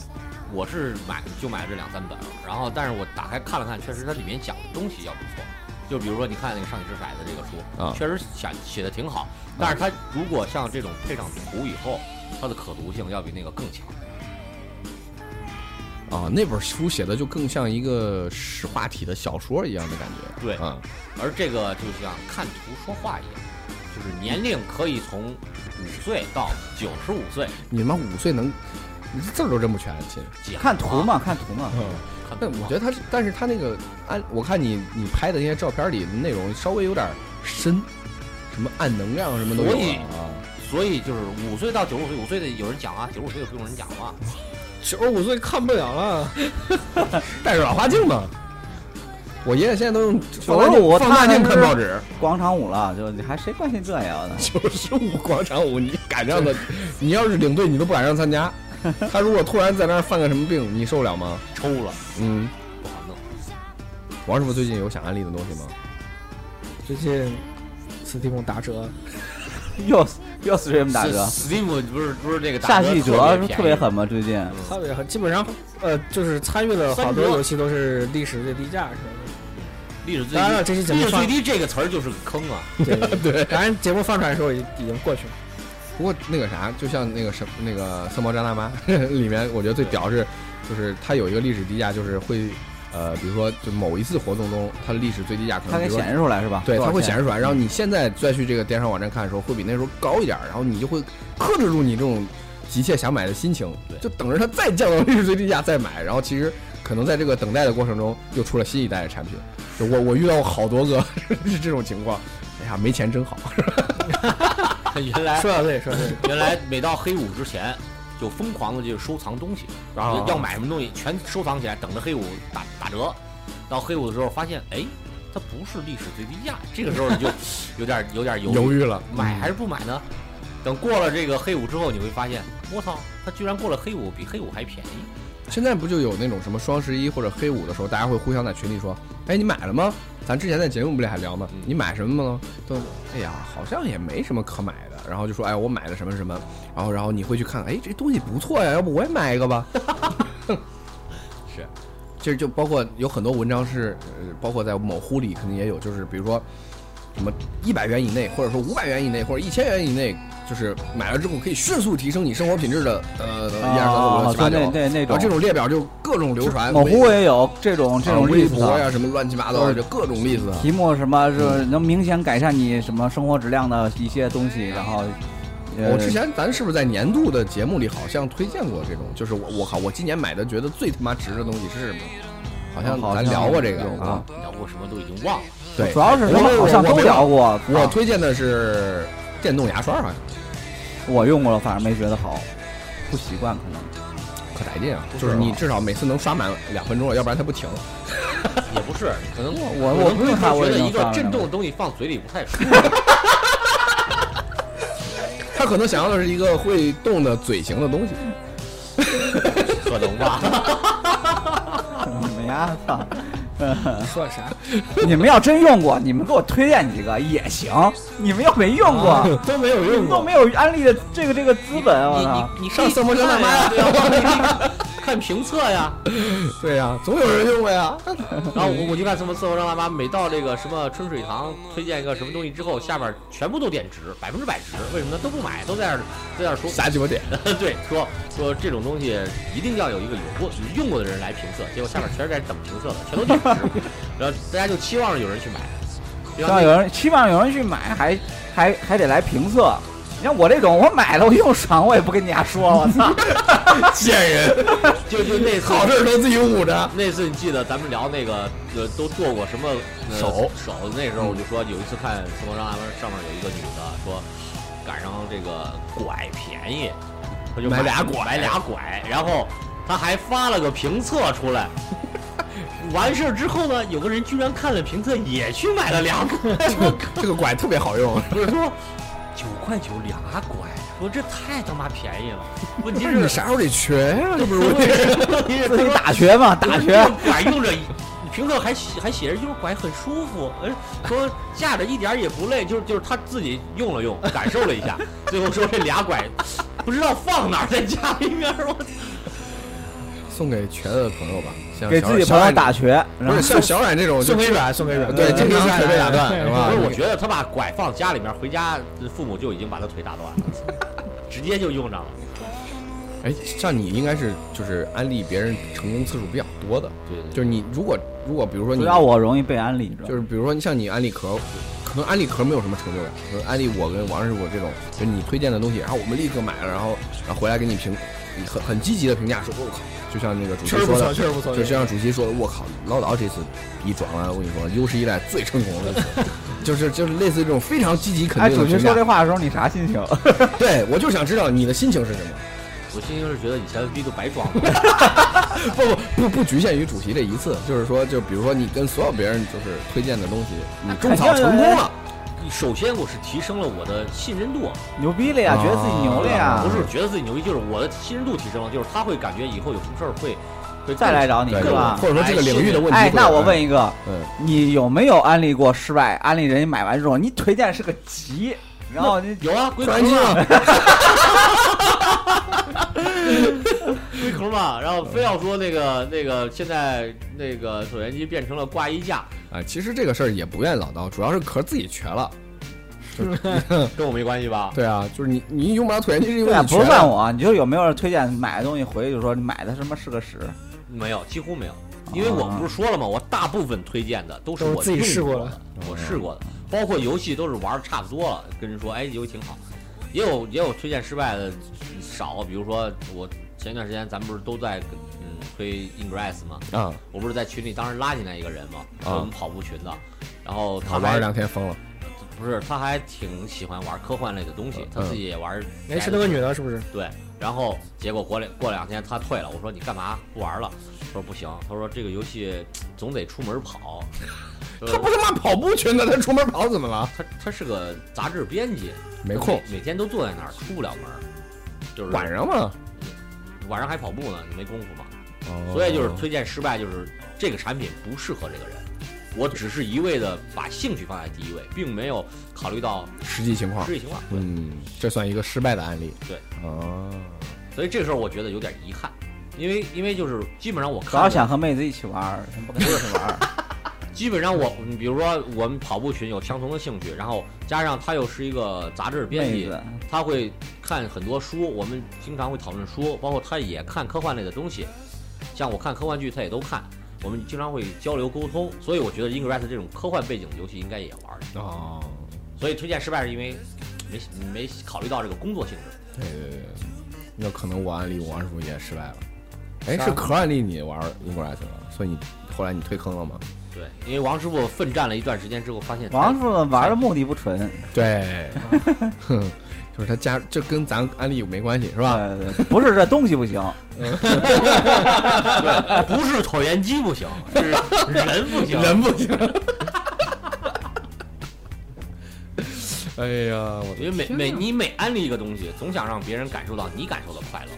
Speaker 3: 我是买就买了这两三本，然后但是我打开看了看，确实它里面讲的东西要不错。就比如说你看那个《上帝之骰子》这个书，
Speaker 1: 啊
Speaker 3: 确实写写的挺好，但是它如果像这种配上图以后，它的可读性要比那个更强。
Speaker 1: 啊，那本书写的就更像一个史话体的小说一样的感觉。
Speaker 3: 对
Speaker 1: 啊，
Speaker 3: 而这个就像看图说话一样，就是年龄可以从五岁到九十五岁，
Speaker 1: 你妈五岁能，你这字儿都认不全，亲。
Speaker 3: 讲
Speaker 4: 看图
Speaker 3: 话，
Speaker 4: 嘛，看图嘛，
Speaker 3: 嗯看
Speaker 1: 但
Speaker 3: 图
Speaker 1: 我
Speaker 3: 嘛
Speaker 1: 觉得他是，但是他那个按我看你你拍的那些照片里内容稍微有点深，什么暗能量什么都有
Speaker 3: 所以
Speaker 1: 了啊。
Speaker 3: 所以就是五岁到九十五岁，五岁的有人讲啊，九十五岁就不用人讲了。
Speaker 2: 九十五岁看不了了，
Speaker 1: 戴着老花镜嘛，我爷爷现在都用放大
Speaker 4: 九十五
Speaker 1: 镜放大镜
Speaker 4: 他还
Speaker 1: 看
Speaker 4: 是
Speaker 1: 报纸。
Speaker 4: 广场舞了，就你还谁关心这呀？
Speaker 1: 九十五广场舞，你敢让他？你要是领队，你都不敢让他参 加。他如果突然在那儿犯个什么病，你受得了吗？
Speaker 3: 抽了，
Speaker 1: 嗯，
Speaker 3: 不好弄。
Speaker 1: 王师傅最近有想安利的东西吗？
Speaker 2: 最近 Steam 打折，
Speaker 4: 又又 stream 打折，
Speaker 3: Steam 不是不是这个打
Speaker 4: 夏
Speaker 3: 折
Speaker 4: 季
Speaker 3: 特
Speaker 4: 折
Speaker 3: 别
Speaker 4: 是
Speaker 3: 便宜嗯
Speaker 4: 特别。狠吗？最近
Speaker 2: 差别很，基本上呃就是参与了好多游戏都是历史最低价什么
Speaker 3: 历史最
Speaker 2: 当然了这
Speaker 3: 低，
Speaker 2: 是怎
Speaker 3: 历
Speaker 2: 么
Speaker 3: 史
Speaker 2: 算
Speaker 3: 最低这个词儿就是个坑啊！
Speaker 2: 的。对，当然节目放出来的时候已已经过去了。
Speaker 1: 不过那个啥，就像那个什那个《色魔张大妈》 里面，我觉得最屌是，就是它有一个历史低价，就是会呃，比如说就某一次活动中，它的历史最低价可
Speaker 4: 它
Speaker 1: 能
Speaker 4: 给
Speaker 1: 比如说
Speaker 4: 显示出来是吧？
Speaker 1: 对，它会显
Speaker 4: 示。
Speaker 1: 示出来。然后你现在再去这个电商网站看的时候，会比那时候高一点儿，然后你就会克制住你这种急切想买的心情，
Speaker 3: 对
Speaker 1: 就等着它再降到历史最低价再买。然后其实可能在这个等待的过程中，又出了新一代的产品。就我我遇到过好多个 是这种情况，哎呀，没钱真好。
Speaker 3: 原来
Speaker 2: 说到对，说到对，
Speaker 3: 原来每到黑五之前，就疯狂的就收藏东西，
Speaker 1: 啊
Speaker 3: 要买什么东西全收藏起来，等着黑五打打折。到黑五的时候发现，哎，它不是历史最低价，这个时候你 就有点有点犹豫，
Speaker 1: 犹豫了，
Speaker 3: 买还是不买呢？等过了这个黑五之后，你会发现，我操，它居然过了黑五，比黑五还便宜。
Speaker 1: 现在不就有那种什么双十一或者黑五的时候，大家会互相在群里说：“哎，你买了吗？”咱之前在节目不里还聊呢
Speaker 3: 嗯，
Speaker 1: 你买什么了？都，哎呀，好像也没什么可买的。然后就说：“哎，我买了什么什么。”然后，然后你会去看，哎，这东西不错呀，要不我也买一个吧？
Speaker 3: 是，
Speaker 1: 其实就包括有很多文章是，呃包括在某乎里肯定也有，就是比如说什么一百元以内，或者说五百元以内，或者一千元以内，就是买了之后可以迅速提升你生活品质的，呃，
Speaker 3: 啊
Speaker 1: 一二三四五六
Speaker 4: 哦
Speaker 1: 七八
Speaker 4: 就
Speaker 1: 九
Speaker 4: 那。那那
Speaker 1: 然后这
Speaker 4: 种
Speaker 1: 种列表就各种流传，
Speaker 4: 某
Speaker 1: 微啊
Speaker 4: 乎也有这种这种
Speaker 1: 微
Speaker 4: 例子
Speaker 1: 博呀、
Speaker 4: 的，
Speaker 1: 什么乱七八糟的，
Speaker 4: 对
Speaker 1: 就各种例子。啊
Speaker 4: 题目什么是能明显改善你什么生活质量的一些东西，然后呃
Speaker 1: 我之前咱是不是在年度的节目里好像推荐过这种？就是我我靠，我今年买的觉得最他妈值的东西是什么？好像
Speaker 4: 好
Speaker 1: 咱
Speaker 4: 像
Speaker 1: 聊过这个
Speaker 4: 有过
Speaker 1: 啊。
Speaker 3: 聊过什么都已经忘了，
Speaker 1: 对，
Speaker 4: 主要是咱们好像
Speaker 1: 我
Speaker 4: 都
Speaker 1: 没
Speaker 4: 聊过，
Speaker 1: 我
Speaker 4: 啊
Speaker 1: 推荐的是电动牙刷，好像
Speaker 4: 我用过了，反正没觉得好，不习惯可能。
Speaker 1: 可带劲啊！
Speaker 4: 不
Speaker 1: 就是
Speaker 4: 是
Speaker 1: 你
Speaker 4: 吧
Speaker 1: 至少每次能刷满两分钟了，要不然它不停。
Speaker 3: 也不是，可能我
Speaker 4: 我我不用看，我
Speaker 3: 觉
Speaker 4: 也
Speaker 3: 得
Speaker 4: 能
Speaker 3: 一
Speaker 4: 刷
Speaker 3: 个
Speaker 4: 了
Speaker 3: 震
Speaker 4: 两
Speaker 3: 动
Speaker 4: 个
Speaker 3: 的东西放嘴里不太舒服。
Speaker 1: 它可能想要的是一个会动的嘴型的东西。
Speaker 3: 可能吧。
Speaker 4: 你们呀，操！
Speaker 2: 说啥？
Speaker 4: 你们要真用过，你们给我推荐几个也行。你们要没用过，
Speaker 1: 啊
Speaker 2: 都没有
Speaker 4: 你
Speaker 2: 用
Speaker 4: 们都
Speaker 2: 过，
Speaker 4: 没有安利的这个这个资本，我操！
Speaker 3: 你你你
Speaker 1: 上色魔城干嘛呀
Speaker 3: 呀？对啊你你看评测呀，
Speaker 1: 对
Speaker 2: 啊
Speaker 1: 呀、总有人用过呀。
Speaker 3: 然后我我就看什么色魔城大妈，每到这个什么春水堂推荐一个什么东西之后，下面全部都点值，百分之百值。为什么呢？都不买，都在那儿都在那儿说，
Speaker 1: 瞎鸡 巴点。
Speaker 3: 对，说说这种东西一定要有一个有过用过的人来评测。结果下面全是在等评测的，全都点值，然后大家就期望着有人去买。
Speaker 4: 希
Speaker 3: 然
Speaker 4: 望
Speaker 3: 后那
Speaker 4: 有
Speaker 3: 个
Speaker 4: 人，希望有人去买，还还还得来评测。你像我这种，我买了我用爽，我也不跟你家说，我操！
Speaker 1: 贱人，
Speaker 3: 就就那次
Speaker 1: 好事儿都自己捂着。
Speaker 3: 那次你记得咱们聊那个呃都做过什么、呃
Speaker 1: 手嗯
Speaker 3: 手？那时候我就说有一次看《生活上岸》上面有一个女的说赶上这个拐便宜，她就
Speaker 1: 买
Speaker 3: 俩
Speaker 1: 俩拐
Speaker 3: 买俩拐，然后她还发了个评测出 来。完事儿之后呢，有个人居然看了评测也去买了俩拐，我靠！
Speaker 1: 这个拐特别好用，
Speaker 3: 不是说九块九俩拐，说这太他妈便宜了。问题
Speaker 1: 不 是你
Speaker 3: 是
Speaker 1: 啥时候得学呀、这不是问题。
Speaker 3: 问题是
Speaker 4: 自己
Speaker 3: 她
Speaker 4: 打学嘛，打
Speaker 3: 这
Speaker 4: 学
Speaker 3: 个。拐用着，评测还写还写着就是拐很舒服，呃，说架着一点儿也不累，就是就是他自己用了用，感受了一下， 最后说这俩拐不知道放哪儿，在家里面儿，我
Speaker 1: 送给瘸子的朋友吧，像
Speaker 4: 给
Speaker 1: 小
Speaker 4: 自己
Speaker 1: 小
Speaker 4: 朋友
Speaker 1: 冉
Speaker 4: 打学，然
Speaker 1: 不
Speaker 4: 后
Speaker 1: 是像小冉这种就
Speaker 2: 送给软，送给软，
Speaker 1: 对经常腿被打断是吧
Speaker 3: 不是，我觉得他把拐放家里面儿，回家父母就已经把他腿打断了，直接就用上了。
Speaker 1: 哎，像你应该是就是安利别人成功次数比较多的，
Speaker 3: 对对
Speaker 1: 就是你如果如果比如说你
Speaker 4: 主要我容易被安利，知道吗
Speaker 1: 就是比如说你像你安利壳，可能安利壳没有什么成就感，可能安利我跟王师傅这种，就是你推荐的东西，然后我们立刻买了，然后然后回来给你评，很很积极的评价说，我靠，就像那个主席
Speaker 2: 确实不
Speaker 1: 说
Speaker 2: 错，
Speaker 1: 的，
Speaker 2: 确实不错，
Speaker 1: 就像主席说的，我靠，唠叨这次逼装了，我跟你说，有史以来最成功的一次， 就是就是类似于这种非常积极肯
Speaker 4: 哎，
Speaker 1: 定的
Speaker 4: 主
Speaker 1: 评
Speaker 4: 持
Speaker 1: 价。
Speaker 4: 说这话的时候，你啥心情？
Speaker 1: 对，我就想知道你的心情是什么，
Speaker 3: 我心情是觉得以前的逼都白
Speaker 4: 哎
Speaker 3: 装了，
Speaker 1: 不不不不局限于主席这一次，就是说，就比如说你跟所有别人就是推荐的东西，你种草成功了，
Speaker 3: 首先我是提升了我的信任度，
Speaker 4: 牛逼了呀，
Speaker 1: 啊
Speaker 4: 觉得自己牛了呀
Speaker 3: 不，是觉得自己牛逼，就是我的信任度提升了，就是他会感觉以后有什么事儿会会
Speaker 4: 再来找你
Speaker 1: 对
Speaker 4: 是吧
Speaker 1: 或？者说这个领域的问题。
Speaker 4: 哎，那我问，一个，
Speaker 1: 嗯，
Speaker 4: 你有没有安利过失败？安利人家买完之后，你推荐是个急，然后你
Speaker 3: 有啊，龟壳
Speaker 1: 专心
Speaker 3: 嘛，
Speaker 1: 啊，
Speaker 3: 龟壳嘛，然后非要说那个那个，现在那个椭圆机变成了挂衣架，
Speaker 1: 哎啊，其实这个事儿也不愿意老叨，主要是壳自己瘸了。
Speaker 3: 跟我没关系吧？
Speaker 1: 对啊，就是你你用不了腿，那是因
Speaker 4: 对
Speaker 1: 为
Speaker 4: 啊，
Speaker 1: 你
Speaker 4: 不是
Speaker 1: 瘸了
Speaker 4: 问我，你就有没有人推荐买的东西回去就说你买的什么是个屎？
Speaker 3: 没有，几乎没有，因为我们不是说了吗？我大部分推荐的都是
Speaker 2: 都是
Speaker 3: 我
Speaker 2: 自己
Speaker 3: 用
Speaker 2: 试过
Speaker 3: 过的，我试过的，包括游戏都是玩儿差不多了，跟人说哎游戏挺好，也有也有推荐失败的少，比如说我前一段时间咱们不是都在嗯推 Ingress 吗？
Speaker 1: 啊，
Speaker 3: 我不是在群里当时拉进来一个人嘛，是我们跑步群的，然后
Speaker 1: 我
Speaker 3: 他
Speaker 1: 啊玩
Speaker 4: 哎
Speaker 3: 还
Speaker 1: 了两天疯了，
Speaker 3: 不是他还挺喜欢玩科幻类的东
Speaker 1: 嗯
Speaker 3: 西，他自己也玩，
Speaker 2: 哎，是那个女的，是不是？
Speaker 3: 对，然后结果过两过两天他退了，我说你干嘛不玩了？他说不行，他说这个游戏总得出 门跑。
Speaker 1: 他不是妈跑步群的，他出门跑怎么了？
Speaker 3: 他他是个杂志编辑，
Speaker 1: 没空，
Speaker 3: 每，每天都坐在那儿出不了门儿，就是
Speaker 1: 晚上嘛，
Speaker 3: 晚上还跑步呢，你没功夫嘛。
Speaker 1: 哦
Speaker 3: 所以
Speaker 4: 哦
Speaker 3: 就是推荐失败，就是这个产品不适合这个人。我只是一味的把兴趣放在第一位，并没有考虑到
Speaker 1: 实际
Speaker 4: 啊
Speaker 1: 情况
Speaker 3: 实，际情况。对，
Speaker 1: 嗯，这算一个失败的案例，
Speaker 3: 对，
Speaker 1: 啊，
Speaker 3: 所以这时候我觉得有点遗憾，因为因为就是基本上我
Speaker 4: 主
Speaker 3: 看
Speaker 4: 要
Speaker 3: 的
Speaker 4: 想和妹子一起玩儿，不跟妹子玩 儿。
Speaker 3: 基本上我，你比如说我们跑步群有相同的兴趣，然后加上他又是一个杂志编
Speaker 4: 妹
Speaker 3: 辑，
Speaker 4: 子，
Speaker 3: 他会看很多书，我们经常会讨论书，包括他也看科幻类的东西，像我看科幻剧，他也都看，我们经常会交流沟通，所以我觉得 Ingress 这种科幻背景的游戏应该也玩，
Speaker 1: 哦，
Speaker 3: 所以推荐失败是因为没没考虑到这个工作性质。
Speaker 1: 对对对，那可能我案例王师傅也失败了，哎，
Speaker 2: 啥
Speaker 1: 是可案例你玩 Ingress 了，所以你后来你退坑了吗？
Speaker 3: 对，因为王师傅奋战了一段时间之后，发现他
Speaker 4: 王师傅玩的目的不纯，
Speaker 1: 对，哼， 就是他加，这跟咱案例没关系是吧？
Speaker 4: 呃，不是这东西 不行，
Speaker 3: 不是椭圆机不行，是人不行。
Speaker 1: 人不行。 哎呀，我
Speaker 3: 因为每每你每安利一个东西，总想让别人感受到你感受的快乐，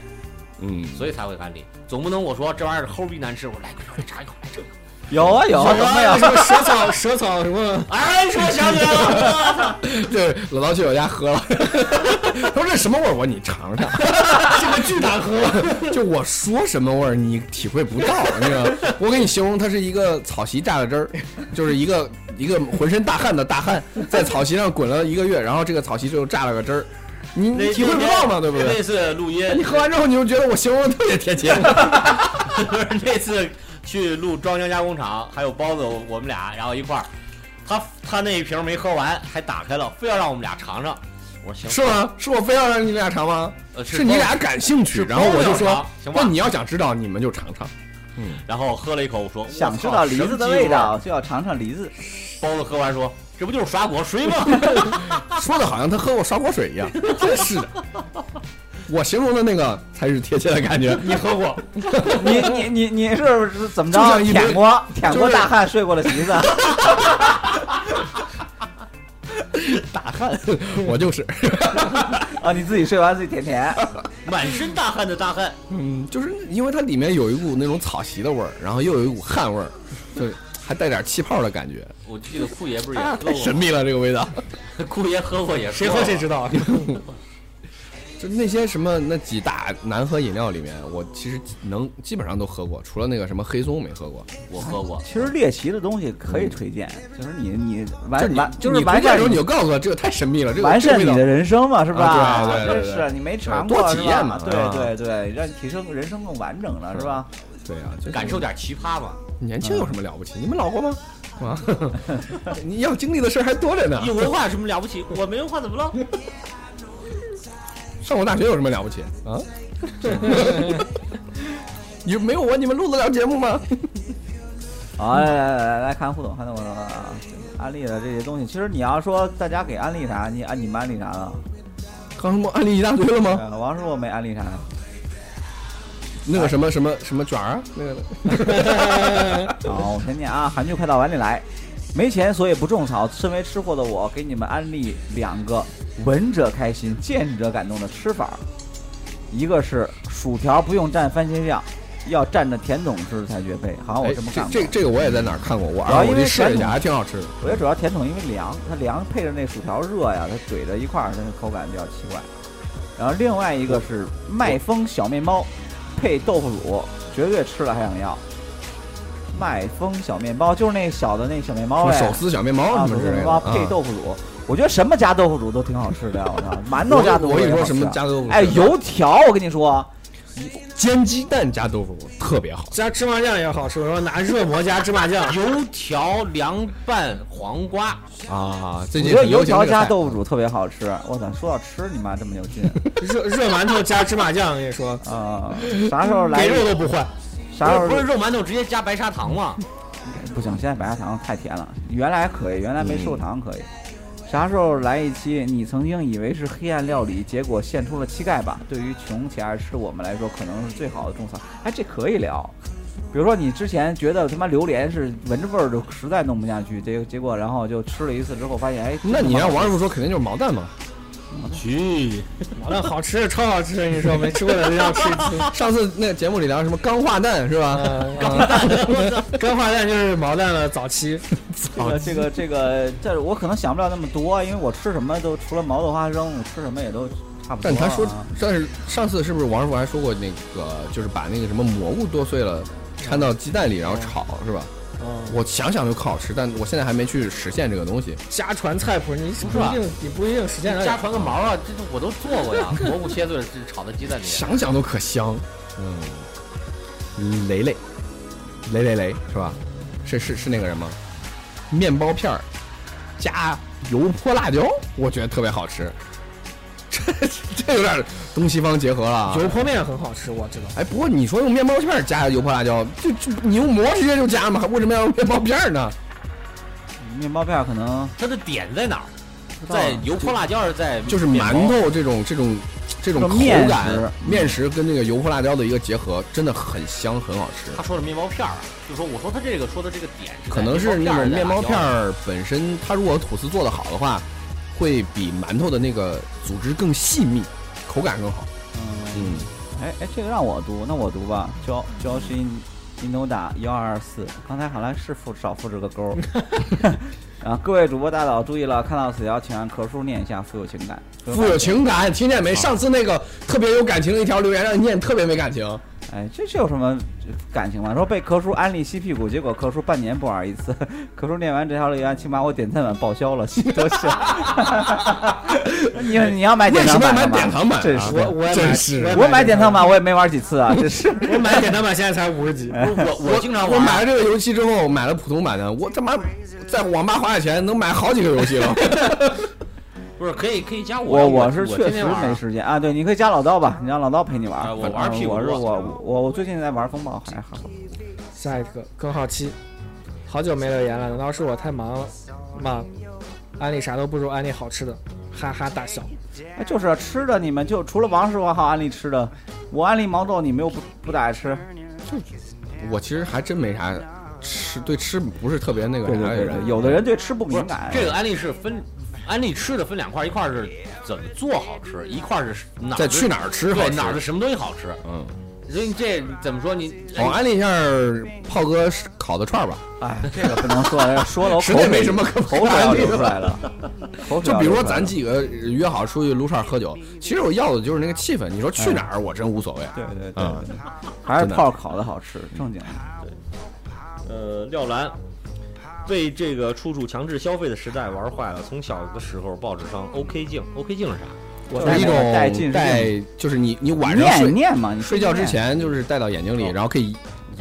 Speaker 1: 嗯，
Speaker 3: 所以才会安利。总不能我说这玩意儿齁逼难吃，我说来来尝一口，来尝一口。
Speaker 4: 有啊有啊，什 么呀？
Speaker 2: 什么蛇草蛇草什么？
Speaker 3: 哎，说想起来了，
Speaker 1: 对，老刀去我家喝了， 他说这什么味儿？我说你尝尝，这个巨难 喝。就我说什么味儿，你体会不到。那个，我给你形容，它是一个草席榨的汁儿，就是一个一个浑身大汗的大汉在草席上滚了一个月，然后这个草席就榨了个汁儿，你你体会不到嘛，对不对
Speaker 3: 那？次录音，
Speaker 1: 你喝完之后，你就觉得我形容的特别贴切。
Speaker 3: 不是那次去录庄江加工厂，还有包子，我我们俩然后一块儿，他他那一瓶没喝完，还打开了，非要让我们俩尝尝。我说行，
Speaker 1: 是吗？是我非要让你俩尝 吗？
Speaker 3: 呃
Speaker 1: 是你，俩感兴趣，然后我就
Speaker 3: 包子
Speaker 1: 说
Speaker 3: 要尝，行吧
Speaker 1: 那你要想知道，你们就 尝尝。
Speaker 3: 然后喝了一口，我说
Speaker 4: 想
Speaker 3: 我操
Speaker 4: 知道梨
Speaker 3: 什么
Speaker 4: 子的
Speaker 3: 鸡肉
Speaker 4: 味
Speaker 3: 味
Speaker 4: 道，
Speaker 1: 啊
Speaker 4: 就要尝尝 梨子。
Speaker 3: 儿。包子喝完说：“这不就是耍果水吗
Speaker 1: 说的好像他喝过烧火水一样，真是 的。我形容的那个才是贴切的感觉。你喝过？
Speaker 4: 你你你你是不是怎么着
Speaker 1: 就像？一堆
Speaker 4: 舔过舔
Speaker 1: 就
Speaker 4: 过
Speaker 1: 是
Speaker 4: 大汉睡过的 席子，
Speaker 1: 大汉， 我就是，
Speaker 4: 啊，你自己睡完自己舔舔。？”
Speaker 3: 满身大汗的大汗，
Speaker 1: 嗯，就是因为它里面有一股那种草席的味儿，然后又有一股汗 味儿，对，还带点气泡的感觉，
Speaker 3: 我记得库爷不是也喝
Speaker 1: 太神
Speaker 3: 过
Speaker 1: 秘了这个味道。
Speaker 3: 吗？库爷喝过也
Speaker 2: 谁喝谁知道？啊
Speaker 1: 就那些什么那几大难喝饮料里面，我其实能基本上都喝过，除了那个什么黑松没喝过。
Speaker 3: 道，我 喝过。
Speaker 4: 其实猎奇的东西可以推荐，就是你你
Speaker 1: 嗯就
Speaker 4: 完
Speaker 1: 你
Speaker 4: 哎完是
Speaker 1: 你
Speaker 4: 完
Speaker 1: 推荐的
Speaker 4: 善
Speaker 1: 时候你就告诉我这个太神秘了，这个
Speaker 4: 完
Speaker 1: 这个
Speaker 4: 善
Speaker 1: 味
Speaker 4: 你
Speaker 1: 道
Speaker 4: 的人生嘛，是吧？
Speaker 1: 啊对对对对
Speaker 4: 真是你没尝
Speaker 1: 多
Speaker 4: 过，
Speaker 1: 体验嘛
Speaker 4: 是
Speaker 1: 啊
Speaker 4: 吧对对对，让你提升人生更完整了，是吧？
Speaker 1: 对啊，就是
Speaker 3: 感受点奇葩嘛。
Speaker 1: 年轻有什么了不起？你们老过 吗？啊，你要经历的事儿还多着呢。
Speaker 3: 有文化有什么了不起？我没文化怎么了？，
Speaker 1: 上过大学有什么了不起 啊？ 你没有我，你们录得了节目吗？
Speaker 4: 好，来来来来看互动，看互动啊！安利的这些东西，其实你要说大家给安利啥，你安你们安利啥了？
Speaker 1: 刚什么案例一大堆了吗？
Speaker 4: 呃王师傅没安利啥，
Speaker 1: 那个什么什么什么卷儿啊，那 个
Speaker 4: 好，我先念啊，韩剧快到碗里来。没钱所以不种草，身为吃货的我给你们安利两个闻者开心、见者感动的吃法儿。一个是薯条不用蘸番茄酱，要蘸着甜筒吃才绝配。好像哦我
Speaker 1: 哎
Speaker 4: 这么
Speaker 1: 这
Speaker 4: 看过。
Speaker 1: 这这个我也在哪儿看过，我
Speaker 4: 主要
Speaker 1: 啊
Speaker 4: 因
Speaker 1: 我
Speaker 4: 为
Speaker 1: 去试一
Speaker 4: 传统
Speaker 1: 下，还挺好吃的。
Speaker 4: 我觉得主要甜筒因为凉，它凉配着那薯条热呀，它怼在一块儿，它那口感比较奇怪。然后另外一个是麦风小面包，配豆腐乳，绝对吃了还想要。麦风小面包就是那小的那小面包
Speaker 1: 什么
Speaker 4: 呗，
Speaker 1: 手撕小面包
Speaker 4: 啊，
Speaker 1: 什么
Speaker 4: 不
Speaker 1: 之
Speaker 4: 是嗯
Speaker 1: 类
Speaker 4: 面
Speaker 1: 的
Speaker 4: 包
Speaker 1: 啊
Speaker 4: 配豆腐乳，我觉得什么加豆腐乳都挺好吃的，我操，馒头加豆
Speaker 1: 我
Speaker 4: 腐
Speaker 1: 跟
Speaker 4: 乳也
Speaker 1: 你
Speaker 4: 好
Speaker 1: 说
Speaker 4: 吃
Speaker 1: 什么加豆腐？
Speaker 4: 哎，油条，我跟你说，
Speaker 1: 煎鸡蛋加豆腐乳特别好，
Speaker 2: 加芝麻酱也好吃，然后拿热馍加芝麻酱
Speaker 4: 啊
Speaker 3: 油条、凉拌黄瓜，
Speaker 1: 啊。最近
Speaker 4: 我觉得
Speaker 1: 很
Speaker 4: 油
Speaker 1: 流行
Speaker 4: 条
Speaker 1: 这个
Speaker 4: 加
Speaker 1: 菜啊
Speaker 4: 豆腐乳特别好吃。我操，说到吃，你妈这么有劲
Speaker 2: 热热馒头加芝麻酱，跟你 说，
Speaker 4: 啊！啥时候来
Speaker 2: 给？肉都不换。
Speaker 4: 啥时候
Speaker 3: 不是肉馒头直接加白砂 糖吗？
Speaker 4: 不行，现在白砂糖太甜了，原来可以，原来没
Speaker 1: 嗯
Speaker 4: 瘦糖可以。啥时候来一期？你曾经以为是黑暗料理，结果献出了膝盖吧？对于穷且爱吃我们来说，可能是最好的种草。哎，这可以聊。比如说，你之前觉得他妈榴莲是闻着味儿就实在弄不下去，结结果然后就吃了一次之后发现，哎，
Speaker 1: 那你让王师傅说，肯定就是毛蛋 嘛。
Speaker 3: 去，
Speaker 2: 那好吃，超好吃！跟你说，没吃过的都要吃 一次。
Speaker 1: 上次那个节目里聊什么钢化蛋是
Speaker 4: 嗯
Speaker 1: 吧？
Speaker 2: 啊
Speaker 1: 嗯
Speaker 2: 干化蛋就是毛蛋的早 期，
Speaker 4: 这个这个这个，这我可能想不了那么多，啊因为我吃什么都除了毛豆花生，我吃什么也都差不多 啊。
Speaker 1: 但他说，但是上次是不是王师傅还说过那个，就是把那个什么蘑菇剁碎了掺到鸡蛋里，然后炒是吧？
Speaker 4: 嗯
Speaker 1: 我想想就可好吃，但我现在还没去实现这个东西。
Speaker 2: 家传菜谱，你不一定，你不一定实践得
Speaker 3: 家
Speaker 2: 了。
Speaker 3: 传个毛啊！这我都做过 呀，蘑菇切碎了是炒在鸡蛋里。
Speaker 1: 想想都可香。嗯，雷雷，雷雷雷是吧？是是是那个人吗？面包片儿加油泼辣椒，我觉得特别好吃。 这这有点东西方结合了啊。
Speaker 2: 油泼面很好吃，我 知道。
Speaker 1: 哎，不过你说用面包片儿加油泼辣椒，就就你用馍直接就加嘛，还为什么要用面包片儿呢？
Speaker 4: 面包片儿可能
Speaker 3: 它的点在哪儿？
Speaker 4: 不知道
Speaker 3: 在油泼辣椒还是在
Speaker 1: 啊就是
Speaker 3: 面包
Speaker 1: 馒头这种这种这种口
Speaker 4: 这种面
Speaker 1: 感
Speaker 4: 食，嗯
Speaker 1: 面食跟那个油泼辣椒的一个结合，真的很香，很好吃。
Speaker 3: 他说的面包片儿啊，就说我说他这个说的这个点是在
Speaker 1: 可能是那种面包片
Speaker 3: 儿啊
Speaker 1: 儿本身，它如果吐司做的好的话，会比馒头的那个组织更细密，口感更好。
Speaker 4: 嗯，
Speaker 1: 嗯，
Speaker 4: 哎哎，这个让我读，那我读吧。j o s h in Inoda 幺二四，刚才好像是复少复制个勾。 啊，各位主播大佬注意了，看到此条请按可数念一下，富有情感，
Speaker 1: 富有。情感，听见没？
Speaker 4: 好
Speaker 1: 上次那个特别有感情的一条留言，让你念特别没感情。
Speaker 4: 哎，这这有什么感情吗？说被壳叔安利吸屁股，结果壳叔半年不玩一次。壳叔念完这条留言，请把我点赞版报销了，心 多笑。你你要买
Speaker 1: 为
Speaker 4: 典
Speaker 1: 什
Speaker 4: 藏
Speaker 1: 么要买
Speaker 4: 版干嘛
Speaker 1: 典藏版啊？
Speaker 4: 真是
Speaker 2: 我我也买
Speaker 1: 真是
Speaker 2: 我也
Speaker 4: 我买典藏版我也没玩几次啊，真是。
Speaker 2: 我买简单版现在才五十几，
Speaker 3: 我我经 常
Speaker 1: 我
Speaker 3: 玩
Speaker 1: 买了这个游戏之后，买了普通版的，我他妈在网吧花点钱能买好几个游戏了。
Speaker 3: 不是可以可以加
Speaker 4: 我
Speaker 3: 我
Speaker 4: 是确实没时间啊，对，你可以加老刀吧，你让老刀陪你玩。
Speaker 3: 啊我
Speaker 4: 反正
Speaker 3: 玩屁股
Speaker 4: 我是我我我最近在玩风暴，还好。啊
Speaker 2: 下一个更好奇，好久没留言了，难道是我太忙了吗？安利啥都不如安利好吃的，哈哈大笑。
Speaker 4: 哎，就是吃的，你们就除了王师傅好安利吃的，我安利毛豆，你们又不不咋爱吃。
Speaker 1: 我其实还真没啥吃，对吃不是特别那个
Speaker 4: 对
Speaker 1: 啥
Speaker 4: 对
Speaker 1: 的
Speaker 4: 对
Speaker 1: 人
Speaker 4: 对，。有的人对吃不
Speaker 3: 不是
Speaker 4: 敏感。
Speaker 3: 这个安利是分安利吃的分两块，一块儿是怎么做好吃，一块儿是哪儿
Speaker 1: 在
Speaker 3: 的
Speaker 1: 去哪儿吃好
Speaker 3: 对
Speaker 1: 吃
Speaker 3: 哪儿的什么东西好吃。
Speaker 1: 嗯，
Speaker 3: 所以这怎么说你
Speaker 1: 我安利一下炮哥烤的串儿吧。
Speaker 4: 哎，这个不能说，说了我
Speaker 1: 实
Speaker 4: 口
Speaker 1: 在
Speaker 4: 水
Speaker 1: 没什么可
Speaker 4: 口水要流出来了。口水
Speaker 1: 就
Speaker 4: 要
Speaker 1: 比如
Speaker 4: 流
Speaker 1: 说
Speaker 4: 出来
Speaker 1: 咱
Speaker 4: 了
Speaker 1: 几个约好出去撸串儿喝酒，其实我要的就是那个气氛。你说去哪儿，我真无所谓。
Speaker 4: 嗯对对对
Speaker 1: 嗯
Speaker 4: 对，还是
Speaker 1: 真的
Speaker 4: 泡烤的好吃，正经的。
Speaker 5: 呃，廖兰被这个处处强制消费的时代玩坏了。从小的时候，报纸上 OK 镜，OK 镜是啥？
Speaker 4: 我
Speaker 1: 就是一种
Speaker 4: 带劲是
Speaker 1: 带，就是你你晚上
Speaker 4: 念
Speaker 1: 睡
Speaker 4: 念嘛，你
Speaker 1: 睡觉之
Speaker 4: 念哦
Speaker 1: 前就是戴到眼睛里，然后可以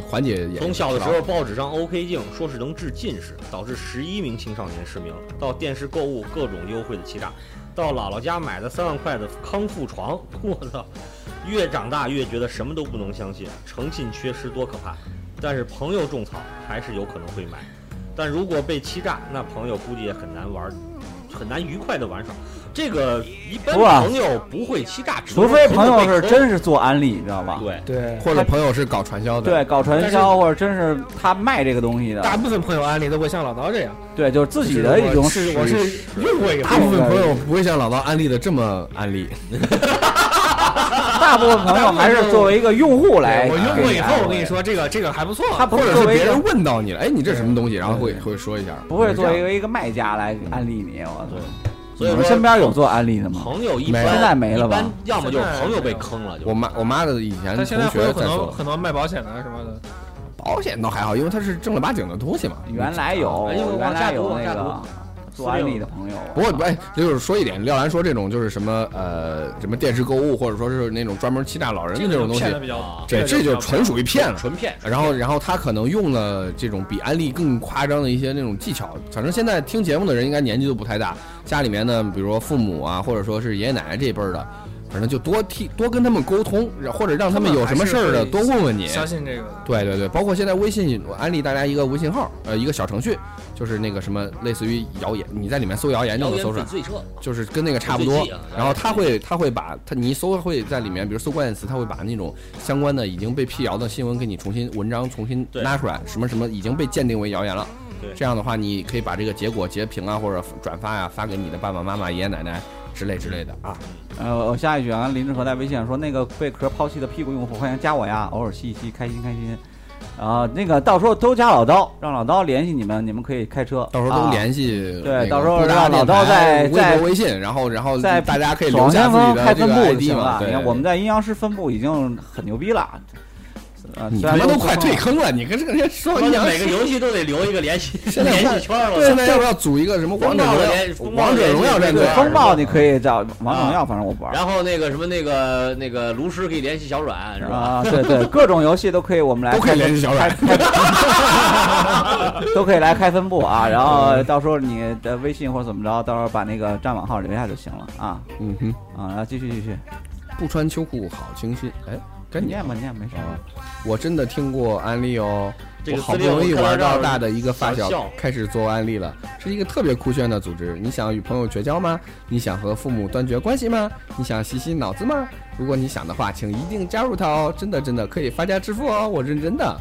Speaker 1: 缓解眼睛疲劳。
Speaker 5: 从小的时候，报纸上 OK 镜说是能治近视，导致十一名青少年失明；到电视购物各种优惠的欺诈；到姥姥家买的三万块的康复床，我操！越长大越觉得什么都不能相信，诚信缺失多可怕！但是朋友种草还是有可能会买，但如果被欺诈，那朋友估计也很难玩，很难愉快的玩耍。这个一般
Speaker 4: 不啊
Speaker 5: 朋友不会欺诈，只
Speaker 4: 除
Speaker 5: 能
Speaker 4: 非
Speaker 5: 说
Speaker 4: 朋友是
Speaker 5: 被坑
Speaker 4: 真是做安利，你知道吧？
Speaker 5: 对。
Speaker 2: 对，
Speaker 1: 或者朋友是搞传销的，
Speaker 4: 对，搞传销或者真是他卖这个东西
Speaker 2: 大
Speaker 4: 的，
Speaker 2: 部分朋友安利都会像老刀这样，
Speaker 4: 对，就是自己
Speaker 2: 是
Speaker 4: 的一种
Speaker 2: 我是我
Speaker 4: 使
Speaker 2: 是用过以后
Speaker 1: 大，部分朋友不会像老道安利的这么安利。
Speaker 4: 大部分朋友还是作为一个用户来。
Speaker 2: 我用过以后，
Speaker 4: 给
Speaker 2: 我跟你，说这个这个还不错。
Speaker 4: 他不
Speaker 1: 或
Speaker 4: 是
Speaker 1: 者
Speaker 4: 作
Speaker 1: 是
Speaker 4: 为一
Speaker 1: 别
Speaker 4: 个
Speaker 1: 人问到你了，哎，你这什么东西？然后会会说一下，
Speaker 4: 不会
Speaker 1: 就是
Speaker 4: 作
Speaker 1: 这
Speaker 4: 为一
Speaker 1: 样
Speaker 4: 个一个卖家来安利你，我操！
Speaker 5: 所以
Speaker 4: 你们
Speaker 5: 说
Speaker 4: 身边有做安利的吗？
Speaker 3: 朋友一
Speaker 1: 没
Speaker 3: 般
Speaker 1: 有
Speaker 4: 现在没了吧
Speaker 3: 一般要么就是朋友被坑了，就
Speaker 1: 我妈我妈的以前
Speaker 2: 他
Speaker 1: 同
Speaker 2: 现在
Speaker 1: 学
Speaker 2: 会
Speaker 1: 在
Speaker 2: 有很多
Speaker 1: 做
Speaker 2: 很多卖保险的什么的，
Speaker 1: 保险倒还好，因为它是正儿八经的东西嘛。
Speaker 4: 原来有
Speaker 3: 哎呦，
Speaker 4: 原来有
Speaker 3: 往
Speaker 4: 那
Speaker 3: 下读
Speaker 4: 个
Speaker 3: 往，
Speaker 4: 做安利的朋友啊。
Speaker 1: 不过，哎，就是说一点，廖兰说这种就是什么呃，什么电视购物，或者说是那种专门欺诈老人的这种东西
Speaker 2: 骗，的比较多，
Speaker 1: 这这就纯属于骗了。
Speaker 3: 纯骗。
Speaker 1: 然后，然后他可能用了这种比安利更夸张的一些那种技巧。反正现在听节目的人应该年纪都不太大，家里面呢，比如说父母啊，或者说是爷爷奶奶这一辈儿的，反正就多替多跟他们沟通，让或者让他们有什么事儿的多问问你。
Speaker 2: 相信这个
Speaker 1: 对对对，包括现在微信我安利大家一个微信号，呃，一个小程序，就是那个什么类似于谣言，你在里面搜谣言就
Speaker 3: 谣
Speaker 1: 能
Speaker 3: 言
Speaker 1: 搜出
Speaker 3: 粉
Speaker 1: 来，
Speaker 3: 碎车，
Speaker 1: 就是跟那个差不多
Speaker 3: 最近啊。
Speaker 1: 然后他会他会把他你一搜会在里面，比如搜关键词，他会把那种相关的已经被辟谣的新闻给你重新文章重新
Speaker 5: 对
Speaker 1: 拉出来，什么什么已经被鉴定为谣言了
Speaker 5: 对。
Speaker 1: 这样的话，你可以把这个结果截屏啊，或者转发呀、发给你的爸爸妈妈、爷爷奶奶之类之类的啊。
Speaker 4: 呃，我下一句啊，林志和在微信上说，那个被壳抛弃的屁股用户，欢迎加我呀，偶尔吸一吸，开心开心。啊，那个到时候都加老刀，让老刀联系你们，你们可以开车。
Speaker 1: 到时候都
Speaker 4: 系。
Speaker 1: 联系、
Speaker 4: 啊对到时候让老刀
Speaker 1: 在
Speaker 4: 再
Speaker 1: 啊微
Speaker 4: 再
Speaker 1: 博、微信，然后然后
Speaker 4: 在
Speaker 1: 大家可以留
Speaker 4: 爽
Speaker 1: 下
Speaker 4: 先
Speaker 1: 自
Speaker 4: 锋
Speaker 1: 己的
Speaker 4: 开
Speaker 1: 这
Speaker 4: 分
Speaker 1: 个
Speaker 4: 部就
Speaker 1: ID
Speaker 4: 行
Speaker 1: 嘛。
Speaker 4: 了，
Speaker 1: 对
Speaker 4: 你看我们在阴阳师分部已经很牛逼了。呃，
Speaker 1: 你
Speaker 4: 虽
Speaker 1: 他
Speaker 4: 然
Speaker 1: 妈
Speaker 4: 说
Speaker 1: 都快退坑了，你跟这个人说阴阳
Speaker 5: 每个游戏都得留一个联 系
Speaker 1: 现在
Speaker 5: 联系圈儿了。
Speaker 1: 现在要不要组一个什么王者荣耀
Speaker 5: 风、暴
Speaker 1: 王者荣耀战队啊
Speaker 4: 对
Speaker 5: 联？
Speaker 4: 风暴你可以找王者荣耀，反正我不玩。
Speaker 3: 然后那个什么那个那个炉石可以联系小阮是吧？
Speaker 4: 啊，对对，各种游戏都可以，我们来
Speaker 1: 都可
Speaker 4: 开
Speaker 1: 以联系小阮，
Speaker 4: 都可以来开分部啊。然后到时候你的微信或者怎么着，到时候把那个战网号留下就行了啊
Speaker 1: 嗯哼，
Speaker 4: 啊。然后继续继续，
Speaker 1: 不穿秋裤好清新。哎，跟你
Speaker 4: 念吧念吧 没事。
Speaker 1: 啊，我真的听过安利哦。
Speaker 5: 这
Speaker 1: 我
Speaker 5: 个
Speaker 1: 好
Speaker 5: 资
Speaker 1: 不
Speaker 5: 料
Speaker 1: 容易
Speaker 5: 看到
Speaker 1: 玩
Speaker 5: 这
Speaker 1: 到
Speaker 5: 儿
Speaker 1: 大的一个发
Speaker 5: 想
Speaker 1: 小
Speaker 5: 笑
Speaker 1: 开始做安利了，是一个特别酷炫的组织。你想与朋友绝交吗？你想和父母断绝关系吗？你想洗洗脑子吗？如果你想的话，请一定加入他哦！真的真的可以发家致富哦，我认真的。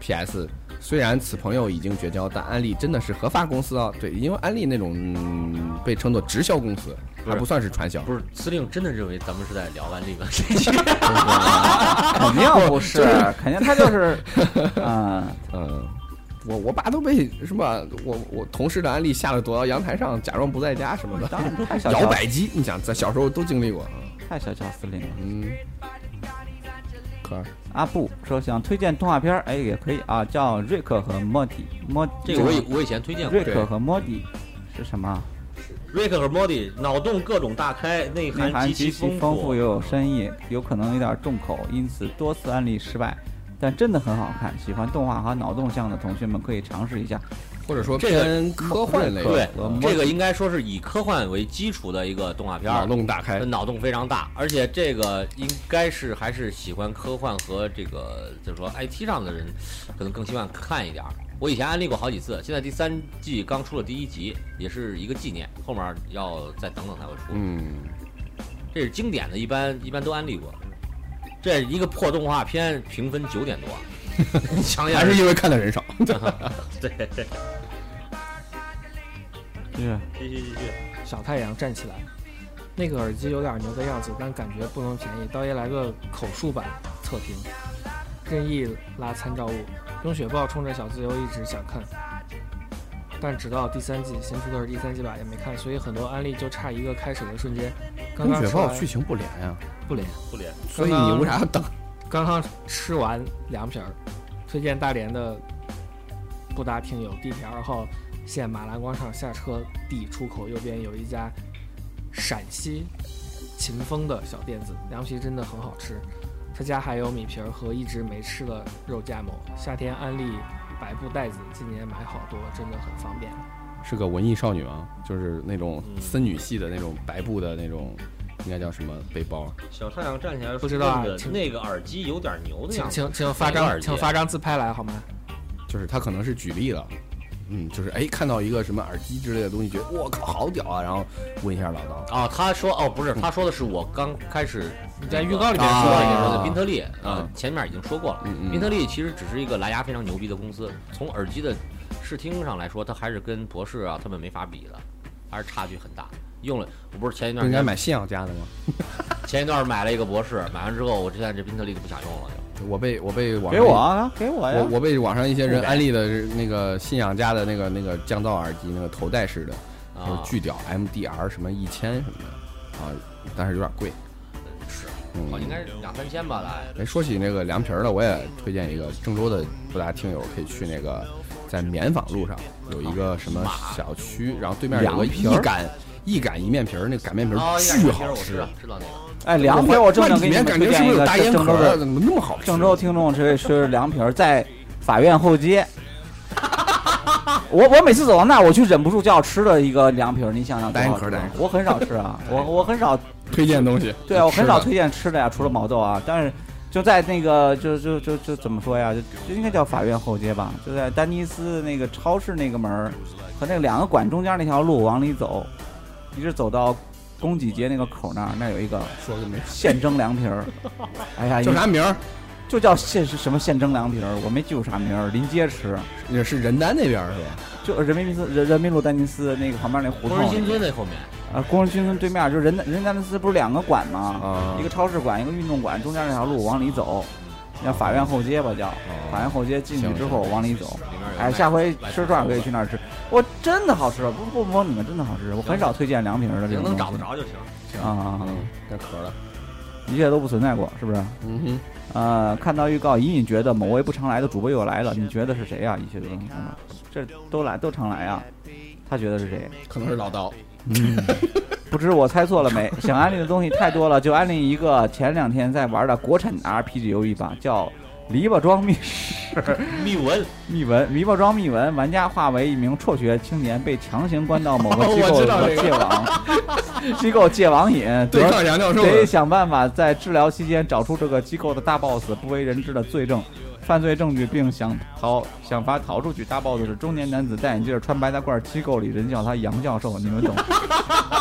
Speaker 1: P.S. 虽然此朋友已经绝交，但安利真的是合法公司哦。对，因为安利那种、嗯、被称作直销公司，还不算是传销。
Speaker 3: 不是，司令真的认为咱们是在聊安 利吗？这期
Speaker 4: 肯定不是，肯定 他就是，嗯，
Speaker 1: 嗯，我我爸都被什么我我同事的安利吓得躲到阳台上，假装不在家什么的。
Speaker 4: 当然太小
Speaker 1: 摇
Speaker 4: 瞧
Speaker 1: 摆机，你想在小时候都经历过，啊
Speaker 4: 太小瞧司令了。
Speaker 1: 嗯，可爱
Speaker 4: 阿布说想推荐动画片儿，哎，也可以啊，叫瑞克和莫蒂，莫
Speaker 3: 这个我以我以前推荐过
Speaker 4: 瑞，克和莫蒂是什么？
Speaker 5: Rick 和 Morty 脑洞各种大开，内
Speaker 4: 内
Speaker 5: 涵
Speaker 4: 涵
Speaker 5: 极其
Speaker 4: 极其
Speaker 5: 丰
Speaker 4: 丰富又有深意，有可能有点重口，因此多次案例失败，但真的很好看。喜欢动画和脑洞向的同学们可以尝试一下。
Speaker 1: 或者说
Speaker 3: 这个
Speaker 1: 偏科幻类
Speaker 3: 对
Speaker 1: 的，
Speaker 3: 这个应该说是以科幻为基础的一个动画片儿
Speaker 1: 脑，洞大
Speaker 2: 哎
Speaker 1: 开，
Speaker 3: 呃脑洞非常大，而且这个应该是还是喜欢科幻和这个就是说 IT 上的人，可能更希望看一点儿。我以前安利过好几次，现在第三季刚出了第一集，也是一个纪念，后面要再等等才会出。
Speaker 1: 嗯，
Speaker 3: 这是经典的，一般一般都安利过。这一个破动画片评分九点多，你想想
Speaker 1: 还是因为看的人少。
Speaker 5: 对，继
Speaker 4: 是
Speaker 5: 续继续。
Speaker 2: 小太阳站起来，那个耳机有点牛的样子，但感觉不能便宜。刀爷来个口述版测评，任意拉参照物。冰雪豹冲着小自由一直想看，但直到第三季新出的是第三季吧，也没看，所以很多安利就差一个开始的瞬间。刚刚
Speaker 1: 雪
Speaker 2: 吃
Speaker 1: 豹
Speaker 2: 完
Speaker 1: 剧情不连呀，
Speaker 2: 不连，
Speaker 5: 不连，
Speaker 1: 所以你为啥要等？
Speaker 2: 刚刚吃完凉皮儿，推荐大连的布达听友，地铁二号线马兰广场下车 D 出口右边有一家陕西秦风的小店子，凉皮真的很好吃。他家还有米皮儿和一直没吃的肉夹馍。夏天安利白布袋子，今年买好多，真的很方便。
Speaker 1: 是个文艺少女啊，就是那种森女系的那种白布的那种，应该叫什么背包？啊
Speaker 5: 小太阳站起来，
Speaker 2: 不知道啊
Speaker 5: 那个
Speaker 2: 请
Speaker 5: 那个耳机有点牛的
Speaker 2: 请
Speaker 5: 样子。
Speaker 2: 请请发
Speaker 5: 哪个耳
Speaker 2: 张
Speaker 5: 机
Speaker 2: 请发张自拍来好吗？
Speaker 1: 就是他可能是举例了。嗯，就是哎，看到一个什么耳机之类的东西，觉得我靠好屌啊，然后问一下老刀，
Speaker 3: 啊、他说哦，不是，他说的是我刚开始
Speaker 2: 你在预告里
Speaker 3: 说
Speaker 2: 面
Speaker 1: 啊
Speaker 2: 说
Speaker 3: 了，
Speaker 2: 了一
Speaker 3: 也
Speaker 2: 个
Speaker 3: 说
Speaker 1: 啊
Speaker 3: 的宾特利
Speaker 1: 啊
Speaker 3: 啊，前面已经说过了。
Speaker 1: 嗯嗯
Speaker 3: 宾特利其实只是一个蓝牙非常牛逼的公司，从耳机的视听上来说，它还是跟博士啊他们没法比的，还是差距很大。用了，我不是前一
Speaker 1: 不
Speaker 3: 段
Speaker 1: 应
Speaker 3: 时
Speaker 1: 该
Speaker 3: 间
Speaker 1: 买信仰家的吗？
Speaker 3: 前一段买了一个博士，买完之后，我现在这宾特利就不想用了，就
Speaker 1: 我被我被网
Speaker 4: 给
Speaker 1: 上
Speaker 4: 我啊，给
Speaker 3: 哎
Speaker 4: 我呀
Speaker 1: 我！我被网上一些人安利的是那个信仰家的那个那个降噪耳机，那个头戴式的，就是
Speaker 3: 啊，
Speaker 1: 巨屌 MDR 什么一千什么的啊，但是有点贵。
Speaker 3: 是，哦
Speaker 1: 嗯
Speaker 3: 好，应该是两三千吧，来。
Speaker 1: 哎，说起那个凉皮儿了，我也推荐一个郑州的布达听友可以去那个在棉纺路上有一个什么小区，然后对面有个
Speaker 4: 凉皮
Speaker 1: 一
Speaker 4: 儿
Speaker 1: 擀一擀一面皮儿，那擀面皮
Speaker 3: 哦
Speaker 1: 儿，
Speaker 3: 一
Speaker 1: 巨
Speaker 3: 点儿
Speaker 1: 好
Speaker 3: 我知
Speaker 1: 吃
Speaker 3: 道。知道那个，
Speaker 4: 哎，凉皮儿我正想
Speaker 1: 里
Speaker 4: 给你
Speaker 1: 面
Speaker 4: 们
Speaker 1: 感
Speaker 4: 推
Speaker 1: 觉是
Speaker 4: 荐
Speaker 1: 不
Speaker 4: 一
Speaker 1: 是有
Speaker 4: 个
Speaker 1: 大烟
Speaker 4: 郑
Speaker 1: 壳儿？
Speaker 4: 州
Speaker 1: 啊
Speaker 4: 的
Speaker 1: 怎么那么好吃？
Speaker 4: 郑州听众可以吃凉皮儿，在法院 后街。我我每次走到那儿，我就忍不住叫吃的一个凉皮儿，你想想多好
Speaker 1: 单一
Speaker 4: 吃
Speaker 1: 壳儿单
Speaker 4: 啊
Speaker 1: 一！
Speaker 4: 我很少吃 啊，我我很少，
Speaker 1: 推荐东西，
Speaker 4: 对啊，我很少
Speaker 1: 吃的
Speaker 4: 推荐吃的呀，除了毛豆啊。但是就在那个就就就就怎么说呀，就就应该叫法院后街吧，就在丹尼斯那个超市那个门儿和那两个馆中间那条路往里走，一直走到供给街那个口那儿，那儿有一个
Speaker 1: 说的没
Speaker 4: 现蒸凉皮 儿。哎呀，
Speaker 1: 叫啥名儿？
Speaker 4: 就叫现是什么现蒸凉皮儿，我没记住啥名儿，临街吃，
Speaker 1: 也是仁丹那边儿是吧？
Speaker 4: 就人民路人人民路丹尼斯那个旁边那胡
Speaker 3: 工人
Speaker 4: 同
Speaker 3: 新，村那后面，
Speaker 4: 啊，工人新村对面就是人人丹尼斯不是两个馆吗？
Speaker 1: 啊
Speaker 4: 一个超市馆，一个运动馆，中间那条路往里走，叫法院后街吧叫，
Speaker 1: 哦
Speaker 4: 法院后街进去之后往里走，
Speaker 3: 里面有
Speaker 4: 哎，
Speaker 3: 卖
Speaker 4: 下回吃串可以去那儿吃，我真的好吃，不不蒙你们，真的好吃，我很少推荐凉皮儿的这
Speaker 5: 行，
Speaker 4: 种
Speaker 5: 能找
Speaker 4: 东
Speaker 5: 得
Speaker 4: 西
Speaker 5: 着就行。
Speaker 4: 啊啊，啊啊
Speaker 1: 嗯带壳儿的，
Speaker 4: 一切都不存在过，是不是？
Speaker 1: 嗯哼，
Speaker 4: 呃，看到预告，隐隐觉得某位不常来的主播又来了，你觉得是谁呀、啊一切都能看到，这都来都常来啊，他觉得是谁？
Speaker 1: 可能是老刀，
Speaker 4: 不知我猜错了 没？想安利的东西太多了，就安利一个前两天在玩的国产 RPG 游戏吧，叫《篱笆庄密室》。
Speaker 5: 密文，
Speaker 4: 密文，篱笆庄密文，玩家化为一名辍学青年，被强行关到某个机
Speaker 1: 我
Speaker 4: 构
Speaker 1: 知道
Speaker 4: 的
Speaker 1: 这个
Speaker 4: 戒网，机构戒网 瘾，
Speaker 1: 对
Speaker 4: 得
Speaker 1: 抗杨教授的
Speaker 4: 得想办法在治疗期间找出这个机构的大 boss 不为人知的罪证、犯罪证据，并想逃想法逃出去。大 boss 是中年男子，戴眼镜，穿白大褂，机构里人叫他杨教授，你们懂？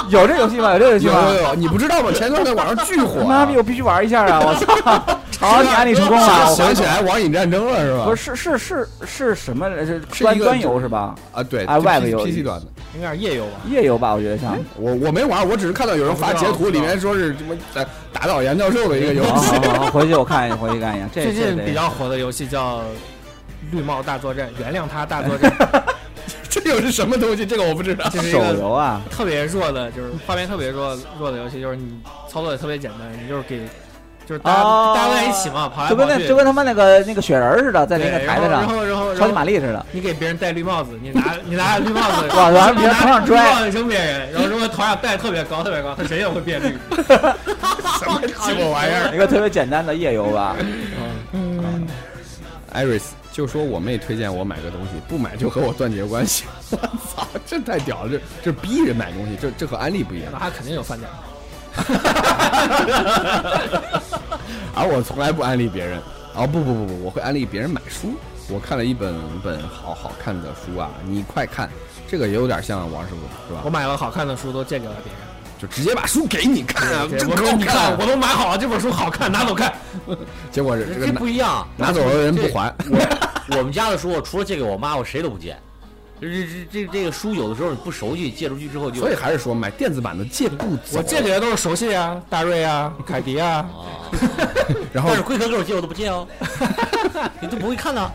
Speaker 4: 有这游戏吗？有这游戏
Speaker 1: 有
Speaker 4: 吗？
Speaker 1: 有有，你不知道吗？前段在网上巨火
Speaker 4: 他
Speaker 1: 啊，
Speaker 4: 妈逼，我必须玩一下啊！我操！好，你安利成功了，我
Speaker 1: 想起来网瘾战争了是吧？
Speaker 4: 不是是是是什么？是
Speaker 1: 是
Speaker 4: 端
Speaker 1: 一个
Speaker 4: 端
Speaker 1: 就
Speaker 4: 游
Speaker 1: 是
Speaker 4: 是吧？
Speaker 1: 啊，对，
Speaker 4: 哎
Speaker 1: 就
Speaker 4: 外
Speaker 1: P-
Speaker 4: 边有
Speaker 1: PC 端的，
Speaker 2: 有点夜游吧。
Speaker 4: 夜游吧，我觉得像。
Speaker 1: 我我没玩，我只是看到有人发截图，里面说是什么在打倒杨教授的一个游
Speaker 4: 好
Speaker 1: 戏，
Speaker 4: 好好好，回去我看一下，回去看一下。这
Speaker 2: 最
Speaker 4: 这
Speaker 2: 近
Speaker 4: 得
Speaker 2: 比较火的游戏叫《绿帽大作战》，原谅他大作战，
Speaker 1: 这又是什么东西？这个我不知道。
Speaker 2: 这是一
Speaker 4: 手
Speaker 2: 个
Speaker 4: 游啊，
Speaker 2: 特别弱的，就是画面特别弱弱的游戏，就是你操作也特别简单，你就是给，就是大家、
Speaker 4: 哦
Speaker 2: 大家都在一起嘛，跑来
Speaker 4: 就跟
Speaker 2: 跑
Speaker 4: 那
Speaker 2: 去，
Speaker 4: 就跟他妈那个那个雪人似的，在那
Speaker 2: 对
Speaker 4: 个台子
Speaker 2: 然
Speaker 4: 上，
Speaker 2: 后然后然后
Speaker 4: 超级
Speaker 2: 然后
Speaker 4: 玛丽似的。
Speaker 2: 你给别人戴绿帽子，你拿你拿绿帽 子，
Speaker 4: 往往别人头上拽
Speaker 2: 你拿绿帽子扔别人，然后如果头上戴得特别高特别高，他人也会变绿。
Speaker 1: 什么鸡巴玩意儿？
Speaker 4: 一个特别简单的夜游吧，
Speaker 1: 艾瑞斯就说我妹推荐我买个东西，不买就和我断绝关系。 我操，这太屌了！这这逼人买东西，这这和安利不一样
Speaker 2: 那。他肯定有饭点儿，
Speaker 1: 而我从来不安利别人。哦，不不不不，我会安利别人买书。我看了一本一本好好看的书啊，你快看，这个也有点像王师傅是吧
Speaker 2: 我？买了好看的书都借给了别人，
Speaker 1: 就直接把书给你看啊，
Speaker 2: 对
Speaker 1: 这
Speaker 2: 我
Speaker 1: 够
Speaker 2: 说你
Speaker 1: 看
Speaker 2: 看
Speaker 1: 啊。
Speaker 2: 我都买好了，这本书好看，拿走 看。
Speaker 1: 结果是这个
Speaker 3: 这
Speaker 1: 拿
Speaker 3: 不一样。
Speaker 1: 拿走了人不
Speaker 3: 这
Speaker 1: 还，
Speaker 3: 我们家的书，我除了借给我妈，我谁都不借。这这这这个书有的时候你不熟悉，借出去之后就
Speaker 1: 所以还是说买电子版的借不走。
Speaker 2: 我借给的都是熟悉啊，大瑞啊，凯迪 啊，
Speaker 3: 啊。
Speaker 1: 然后
Speaker 3: 但是龟壳给我借我都 不借哦，你都不会看呢。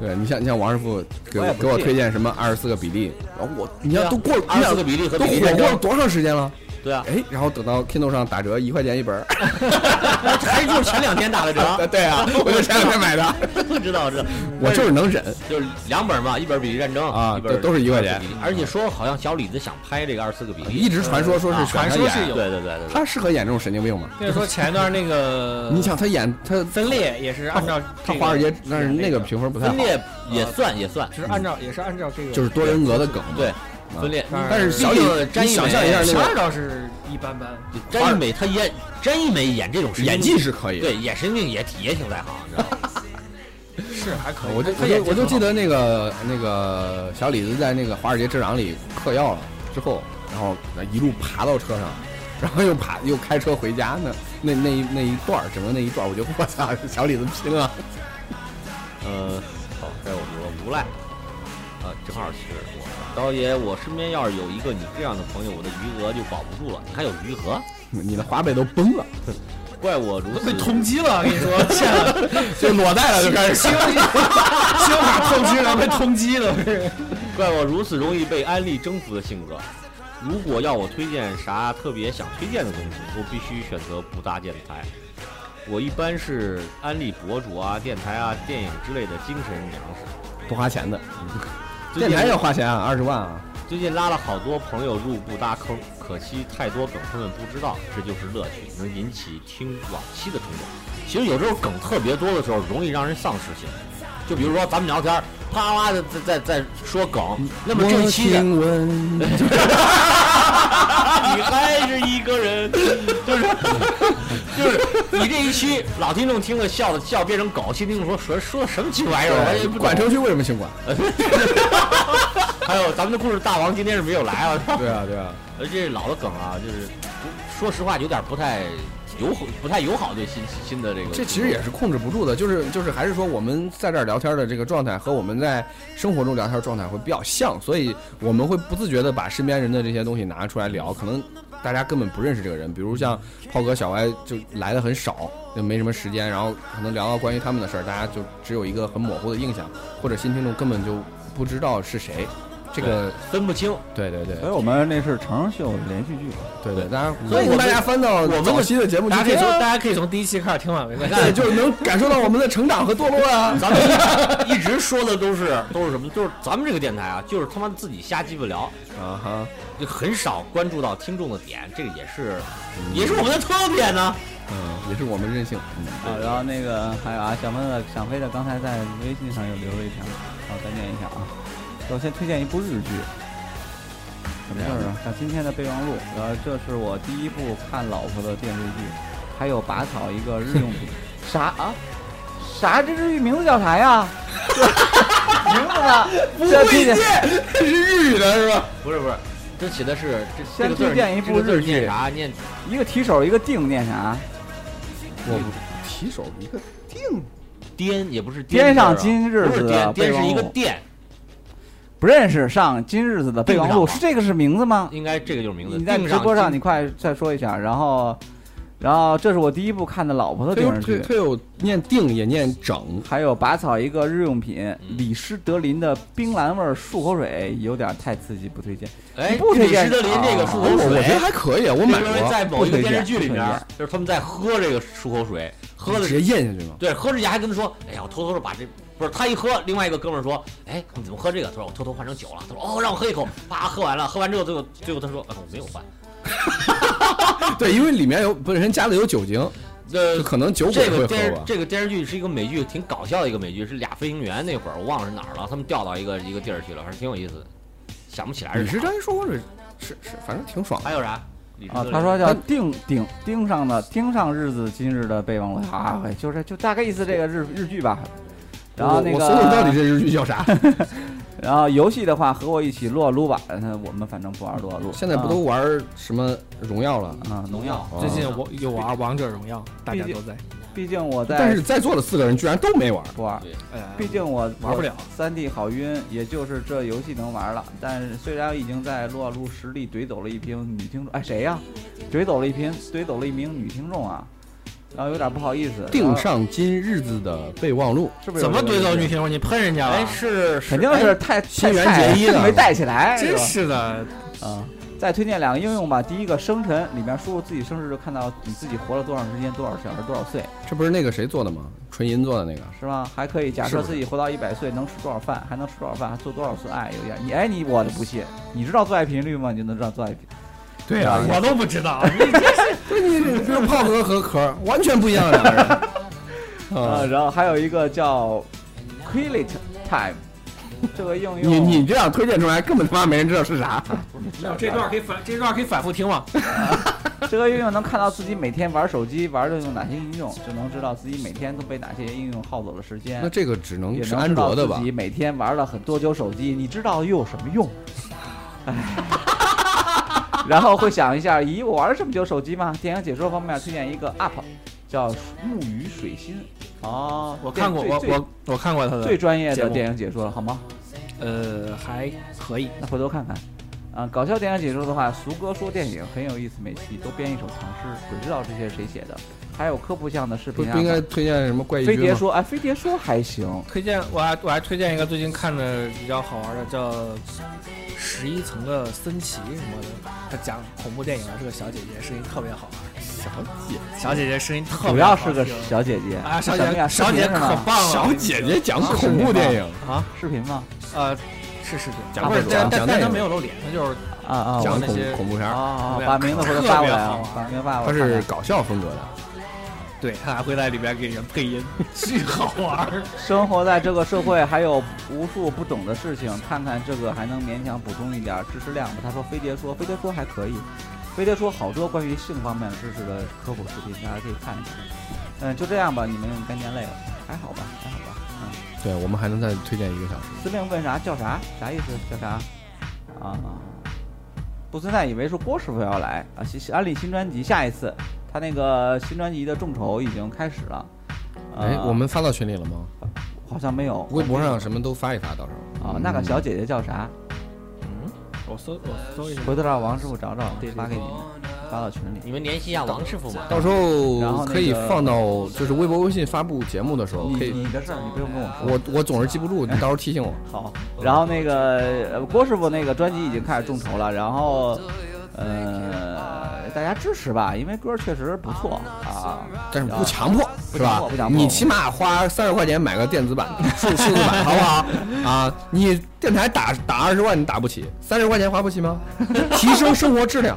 Speaker 1: 对你像你像王师傅给
Speaker 4: 我也
Speaker 1: 我
Speaker 4: 不
Speaker 1: 给我
Speaker 4: 借
Speaker 1: 推荐什么二十四个比例，然哦后我你要都过
Speaker 3: 对啊
Speaker 1: 你想
Speaker 3: 24个比例和
Speaker 1: 都
Speaker 3: 比例
Speaker 1: 火
Speaker 3: 战
Speaker 1: 过
Speaker 3: 争
Speaker 1: 了多长时间了？
Speaker 3: 对啊，
Speaker 1: 哎，然后等到 Kindle 上打折一块钱一本儿，
Speaker 3: 还就是前两天打的折，
Speaker 1: 对啊，我就前两天买的，
Speaker 3: 我知道我知道，
Speaker 1: 我就是能忍。
Speaker 3: 就是两本嘛，一本《比利战争》
Speaker 1: 啊
Speaker 3: 一本
Speaker 1: 都都是一块钱
Speaker 3: 比利而且说好像小李子想拍这个二十四个比利，
Speaker 1: 一直传说说是
Speaker 3: 啊
Speaker 1: 选他
Speaker 2: 传说是
Speaker 1: 演，
Speaker 3: 对对对对对，
Speaker 1: 他适合演这种神经病吗？
Speaker 2: 那个说前一段那个
Speaker 1: 你想他演他
Speaker 2: 分裂也是按照
Speaker 1: 他
Speaker 2: 这
Speaker 1: 华尔
Speaker 2: 个
Speaker 1: 街，但是那个评分不太好啊
Speaker 3: 分，裂也算也算，
Speaker 2: 就是按照也是按照这个
Speaker 1: 就是多人格的梗。
Speaker 3: 对，分裂。
Speaker 2: 嗯
Speaker 1: 但是小李
Speaker 3: 毕竟，詹
Speaker 1: 你
Speaker 3: 一
Speaker 1: 想
Speaker 3: 梅
Speaker 1: 象一下那
Speaker 2: 十二
Speaker 1: 个
Speaker 2: 倒是一般般，
Speaker 3: 詹一美她演詹一美演这种神经病
Speaker 1: 演技是可以的。
Speaker 3: 对演神经病也也挺在行，你知道吗？
Speaker 2: 是还可以。
Speaker 1: 我就
Speaker 2: 他
Speaker 1: 我
Speaker 2: 演
Speaker 1: 就
Speaker 2: 技
Speaker 1: 我就
Speaker 2: 很好
Speaker 1: 记得那个那个小李子在那个华尔街之狼里嗑药了之后，然后一路爬到车上，然后又爬又开车回家呢。那那一那一段儿整个那一段儿，我觉得我操，小李子拼了。
Speaker 3: 呃，好，该我读了，无赖。啊，正好是我。刀爷，我身边要是有一个你这样的朋友，我的余额就保不住了。你还有余额？
Speaker 1: 你的花呗都崩了，
Speaker 3: 怪我如
Speaker 2: 都
Speaker 3: 此
Speaker 2: 被通缉了，我跟你 说，欠了
Speaker 1: 就裸贷了，就开始
Speaker 2: 信用信 用卡透支，然后被通缉了。
Speaker 1: 啊
Speaker 3: 怪我如此容易被安利征服的性格。如果要我推荐啥特别想推荐的东西，我必须选择不搭电台。我一般是安利博主啊、电台啊、电影之类的精神粮食。
Speaker 1: 不花钱的。
Speaker 3: 最
Speaker 1: 电
Speaker 3: 近
Speaker 1: 台要花钱啊，二十万啊，
Speaker 3: 最近拉了好多朋友入布搭坑，可惜太多梗他们不知道，这就是乐趣，能引起听往期的冲动。其实有时候梗特别多的时候，容易让人丧失兴趣。就比如说咱们聊天儿，啪啦的在在在说梗，那么这期的
Speaker 1: 听 闻
Speaker 3: 你还是一个人，就是就是你这一期老听众听了笑的笑变成狗，新听众说说说的什么鸡玩
Speaker 1: 啊
Speaker 3: 意儿，我也不懂
Speaker 1: 管。城区为什么姓 管？
Speaker 3: 还有咱们的故事大王今天是没有来啊，
Speaker 1: 对啊，对啊，
Speaker 3: 而这老的梗啊，就是不说实话有点不太友好，不太友好对新新的这个。
Speaker 1: 这其实也是控制不住的，就是就是还是说我们在这儿聊天的这个状态和我们在生活中聊天状态会比较像，所以我们会不自觉的把身边人的这些东西拿出来聊，可能大家根本不认识这个人，比如像炮哥、小歪就来的很少，就没什么时间，然后可能聊到关于他们的事儿，大家就只有一个很模糊的印象，或者新听众根本就不知道是谁，这个
Speaker 3: 分不清。
Speaker 1: 对对对
Speaker 3: 呃
Speaker 4: 所以哎我们那是成人秀连续剧，
Speaker 1: 对对，大家
Speaker 3: 嗯所
Speaker 1: 欢
Speaker 3: 以
Speaker 1: 迎
Speaker 3: 我们
Speaker 1: 大家翻到我
Speaker 3: 们的
Speaker 1: 早期的节目之
Speaker 2: 大家可以
Speaker 1: 前
Speaker 2: 从
Speaker 1: 啊
Speaker 2: 大家可以从第一期开始听完没关系。
Speaker 3: 嗯
Speaker 1: 对，就能感受到我们的成长和堕落啊。
Speaker 3: 咱们一一直说的都是都是什么？就是咱们这个电台啊，就是他妈自己瞎鸡巴聊，
Speaker 1: 啊哈，
Speaker 3: 就很少关注到听众的点，这个也是
Speaker 4: 嗯
Speaker 3: 也是我们的特点呢、
Speaker 1: 嗯，也是我们任性。嗯
Speaker 4: 啊，然后那个还有啊，想问的想飞的刚才在微信上又留了一条，好，再念一下啊。首先推荐一部日剧，什么事儿啊？像今天的备忘录，呃，这是我第一部看老婆的电视剧，还有拔草一个日用品， 啥啊？啥？这日剧名字叫啥呀？ 名字呢？不
Speaker 1: 推荐，这是日语的是吧？
Speaker 3: 不是不是，这写的是这
Speaker 4: 先
Speaker 3: 这个字儿
Speaker 4: 推荐一
Speaker 3: 这
Speaker 4: 部
Speaker 3: 个字儿
Speaker 4: 日剧
Speaker 3: 念啥？念
Speaker 4: 一个提手，一个定，念啥？啊
Speaker 1: 我提手一个定，
Speaker 3: 颠也不是
Speaker 4: 颠上
Speaker 3: 金
Speaker 4: 今日
Speaker 3: 不是
Speaker 4: 子
Speaker 3: 颠，
Speaker 4: 的备
Speaker 3: 颠
Speaker 4: 忘
Speaker 3: 是一个
Speaker 4: 录，
Speaker 3: 电，
Speaker 4: 不认识上今日子的备忘
Speaker 3: 定
Speaker 4: 录，
Speaker 3: 上
Speaker 4: 是这个是名字吗？
Speaker 3: 应该这个就是名字。
Speaker 4: 你在
Speaker 3: 定
Speaker 4: 直播上，
Speaker 3: 金
Speaker 4: 你快再说一下。然后，然后这是我第一部看的老婆的
Speaker 1: 他
Speaker 4: 电
Speaker 1: 有
Speaker 4: 视
Speaker 1: 他
Speaker 4: 剧，
Speaker 1: 他有念定也念整，
Speaker 4: 还有拔草一个日用品，
Speaker 3: 嗯
Speaker 4: 李施德林的冰蓝味儿漱口水有点太刺激，不推荐。
Speaker 3: 哎，
Speaker 4: 不推
Speaker 3: 李
Speaker 4: 荐
Speaker 3: 施德林这个
Speaker 4: 啊
Speaker 3: 漱
Speaker 1: 哦我
Speaker 3: 口
Speaker 1: 我觉得
Speaker 3: 水，
Speaker 1: 还可以，我买
Speaker 3: 因为
Speaker 1: 过，
Speaker 3: 在某一个
Speaker 4: 不推荐
Speaker 3: 电视剧里
Speaker 4: 不推
Speaker 3: 面
Speaker 4: 荐，
Speaker 3: 就是他们在喝这个漱口水，喝的
Speaker 1: 直接咽下去嘛。
Speaker 3: 对，喝之前还跟他说，哎呀，我偷偷的把这不是他一喝，另外一个哥们儿说，哎，你怎么喝这个？他说我偷偷换成酒了。他说哦，让我喝一口，啪，喝完了，喝完之后最后最后他说，啊，我没有换，
Speaker 1: 对，因为里面有不是人加的有酒精，
Speaker 3: 啊呃
Speaker 1: 就。可能酒鬼
Speaker 3: 这
Speaker 1: 会
Speaker 3: 个电
Speaker 1: 喝
Speaker 3: 视
Speaker 1: 吧。
Speaker 3: 这个电视剧是一个美剧，挺搞笑的一个美剧，是俩飞行员那会儿我忘了是哪儿了，他们调到一个一个地儿去了，反正挺有意思的，想不起来是
Speaker 1: 李时
Speaker 3: 啥。
Speaker 1: 珍漱口水是是，反正挺爽的。
Speaker 3: 还有啥？李时
Speaker 4: 啊，
Speaker 3: 珍
Speaker 4: 他说叫
Speaker 1: 但
Speaker 4: 定定盯上的盯上日子今日的备忘录，啊，哎就是就大概意思这个日日剧吧。然后那
Speaker 1: 嗯我我搜搜到底
Speaker 4: 个，
Speaker 1: 这日剧叫 啥？
Speaker 4: 然后游戏的话，和我一起撸啊撸吧。呃我们反正不玩撸啊撸。
Speaker 1: 现在不都玩什么荣耀了？
Speaker 4: 啊农药？
Speaker 1: 啊
Speaker 2: 最近我有玩王者荣耀，大家都在，
Speaker 4: 毕竟我在
Speaker 1: 但是在座的四个人居然都没玩。
Speaker 4: 不玩。
Speaker 2: 呃
Speaker 4: 毕竟我
Speaker 2: 玩不了
Speaker 4: 三 D 好晕，也就是这游戏能玩了。但是虽然已经在撸啊撸实力怼走了一瓶女听众，哎谁呀、怼走了一瓶，怼走了一名女听众啊，然后有点不好意思。
Speaker 1: 定上今日子的备忘录，
Speaker 4: 然后是不是有
Speaker 2: 怎么
Speaker 4: 这个
Speaker 2: 怼走
Speaker 4: 问
Speaker 2: 女
Speaker 4: 题？
Speaker 2: 听众？你喷人家了？
Speaker 3: 哎是
Speaker 4: 肯定是哎太
Speaker 1: 新
Speaker 4: 太
Speaker 1: 垣
Speaker 4: 菜
Speaker 1: 结衣的
Speaker 4: 没带起来，
Speaker 2: 真
Speaker 4: 是
Speaker 2: 是的，
Speaker 4: 吧啊。再推荐两个应用吧，第一个生辰，里面输入自己生日就看到你自己活了多长时间、多少小时、多少岁，
Speaker 1: 这不是那个谁做的吗？纯银做的那个。
Speaker 4: 是吧？还可以假
Speaker 1: 是不
Speaker 4: 设
Speaker 1: 是
Speaker 4: 自己活到一百岁，能吃多少饭，还能吃多少饭，还做多少次爱，有点你哎你我就不信，你知道做爱频率吗？你就能知道做爱频
Speaker 1: 对
Speaker 4: 啊
Speaker 1: 呀、
Speaker 2: 我都不 知道。
Speaker 1: 对你你比如胖哥和壳儿完全不一样两 个人。
Speaker 4: 啊，
Speaker 1: 啊，
Speaker 4: 然后还有一个叫 Quillet Time，这 个应用
Speaker 1: 你你这样推荐出来，根本他妈没人知道是啥。
Speaker 4: 哎
Speaker 2: 这段可以反，这段可以反复听嘛？
Speaker 4: 这个应用能看到自己每天玩手机玩的用哪些应用，就能知道自己每天都被哪些应用耗走了时间
Speaker 1: 那，这个只能
Speaker 4: 也
Speaker 1: 是
Speaker 4: 能
Speaker 1: 安
Speaker 4: 知道
Speaker 1: 卓的
Speaker 4: 自
Speaker 1: 吧
Speaker 4: 己？每天玩了很多久手机，你知道又有什么用？ 哎，然后会想一下，咦，我玩了这么久手机吗？电影解说方面推荐一个 App，叫木鱼水心。哦，
Speaker 2: 我看过，
Speaker 4: 最
Speaker 2: 我
Speaker 4: 最
Speaker 2: 我我看过他的
Speaker 4: 最专业
Speaker 2: 节
Speaker 4: 的
Speaker 2: 目
Speaker 4: 电影解说了，好吗？
Speaker 2: 呃，还可以。
Speaker 4: 那回头看看。啊，搞笑电影解说的话，俗哥说电影很有意思，每期都编一首唐诗，鬼知道这些是谁写的。还有科普项的视
Speaker 1: 不
Speaker 4: 频
Speaker 1: 不
Speaker 4: 啊，
Speaker 1: 应该推荐什么怪异
Speaker 4: 飞碟
Speaker 1: 君吗？
Speaker 4: 说，哎，飞碟说还行，
Speaker 2: 推荐我还我还推荐一个最近看的比较好玩的，叫《十一层的森奇》什么的，他讲恐怖电影的是个小姐姐，声音特别好玩。小姐小姐姐声音特
Speaker 4: 主
Speaker 2: 别
Speaker 4: 要
Speaker 2: 好
Speaker 4: 是
Speaker 2: 听
Speaker 4: 个小姐姐
Speaker 2: 啊，小
Speaker 4: 什么呀
Speaker 2: 姐小姐
Speaker 4: 视频是
Speaker 2: 可
Speaker 4: 吗
Speaker 2: 棒了，
Speaker 1: 小姐姐讲
Speaker 4: 啊
Speaker 1: 恐怖电影，
Speaker 2: 啊，
Speaker 4: 视频吗？
Speaker 2: 呃，
Speaker 6: 是是这
Speaker 1: 讲
Speaker 6: 样，不
Speaker 1: 不是
Speaker 6: 是，但
Speaker 1: 讲
Speaker 6: 但但
Speaker 1: 那
Speaker 6: 他
Speaker 1: 个
Speaker 6: 没有露脸，他就是
Speaker 4: 啊啊，
Speaker 1: 讲
Speaker 6: 那
Speaker 1: 恐
Speaker 6: 些
Speaker 1: 恐怖片
Speaker 4: 啊
Speaker 1: 儿，
Speaker 4: 啊，
Speaker 6: 对
Speaker 4: 把名字回头发过
Speaker 6: 特别
Speaker 4: 来啊
Speaker 6: 好，玩
Speaker 4: 把名字发
Speaker 1: 它
Speaker 4: 过来。
Speaker 1: 是搞笑风格的，
Speaker 6: 对他还会在里边给人配音，巨好玩儿。
Speaker 4: 生活在这个社会，还有无数不懂的事情，看看这个还能勉强补充一点知识量吧。他说飞碟说，飞碟说还可以，飞碟说好多关于性方面知识的科普视频，大家可以看一看。嗯，就这样吧，你们该年累了，还好吧，还好吧。嗯，
Speaker 1: 对我们还能再推荐一个小时。
Speaker 4: 司令问啥叫啥，啥意思？叫啥？啊，不存在以为是郭师傅要来啊，新安利新专辑，下一次他那个新专辑的众筹已经开始了。呃
Speaker 1: 哎，我们发到群里了吗？
Speaker 4: 好像没有
Speaker 1: 微博上什么都发一发，到时候
Speaker 4: 啊，那个小姐姐叫啥？
Speaker 6: 嗯，我搜我搜一下，
Speaker 4: 回头让王师傅找
Speaker 1: 嗯
Speaker 4: 找，发给你们，发到群里。
Speaker 7: 你们联系一下王师傅嘛。
Speaker 1: 到时
Speaker 4: 然
Speaker 1: 候
Speaker 4: 后那个
Speaker 1: 可以放到就是微博、微信发布节目的时候可
Speaker 4: 你
Speaker 1: 以。
Speaker 4: 你的事儿你不用跟我说。
Speaker 1: 我我总是记不住，你到时候提醒我。
Speaker 4: 好，然后那个呃郭师傅那个专辑已经开始众筹了，然后呃大家支持吧，因为歌确实不错啊。
Speaker 1: 但是不强迫是吧
Speaker 4: 不强迫不强？迫
Speaker 1: 你起码花三十块钱买个电子版、 数数字版，好不好？啊，你电台打打二十万你打不起，三十块钱花不起吗？ 提升生活质量，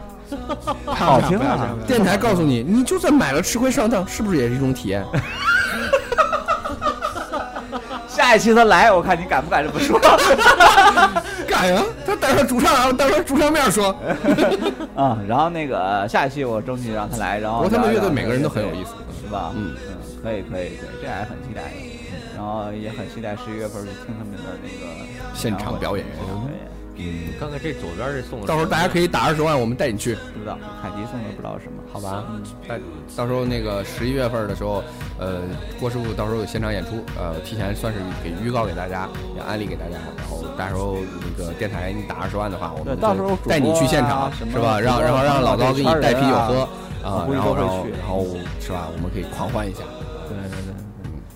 Speaker 4: 好听啊！
Speaker 1: 电台告诉你，你就算买了吃亏上当，是不是也是一种体验？
Speaker 4: 下一期他来，我看你敢不敢这么 说
Speaker 1: 敢呀！他当着主唱啊，当着主唱面说，
Speaker 4: 啊？然后那个下一期我争取让他来，然后
Speaker 1: 不过他们乐队
Speaker 4: 然后
Speaker 1: 每个人都很有意思，
Speaker 4: 是吧？
Speaker 1: 嗯
Speaker 4: 嗯，可以可以可以，这还很期待的。然后也很期待十一月份去听他们的那个
Speaker 1: 现场表演
Speaker 4: 现场表演
Speaker 3: 你看看这左边这送的，
Speaker 1: 到时候大家可以打二十万，我们带你去，
Speaker 4: 不知道凯迪送的不知道什么，
Speaker 1: 好吧？
Speaker 4: 嗯，
Speaker 1: 但哎到时候那个十一月份的时候，呃，郭师傅到时候有现场演出，呃，提前算是给预告给大家，也安利给大家。然后到时候那个电台你打二十万的话，我们
Speaker 4: 对到时候
Speaker 1: 就
Speaker 4: 主播啊
Speaker 1: 带你去现场，
Speaker 4: 什么
Speaker 1: 是吧？让然后让老高给你带啤酒喝啊，
Speaker 4: 我估计
Speaker 1: 然
Speaker 4: 都
Speaker 1: 后
Speaker 4: 会
Speaker 1: 然后
Speaker 4: 去
Speaker 1: 然后是吧？我们可以狂欢一下，
Speaker 4: 对对对。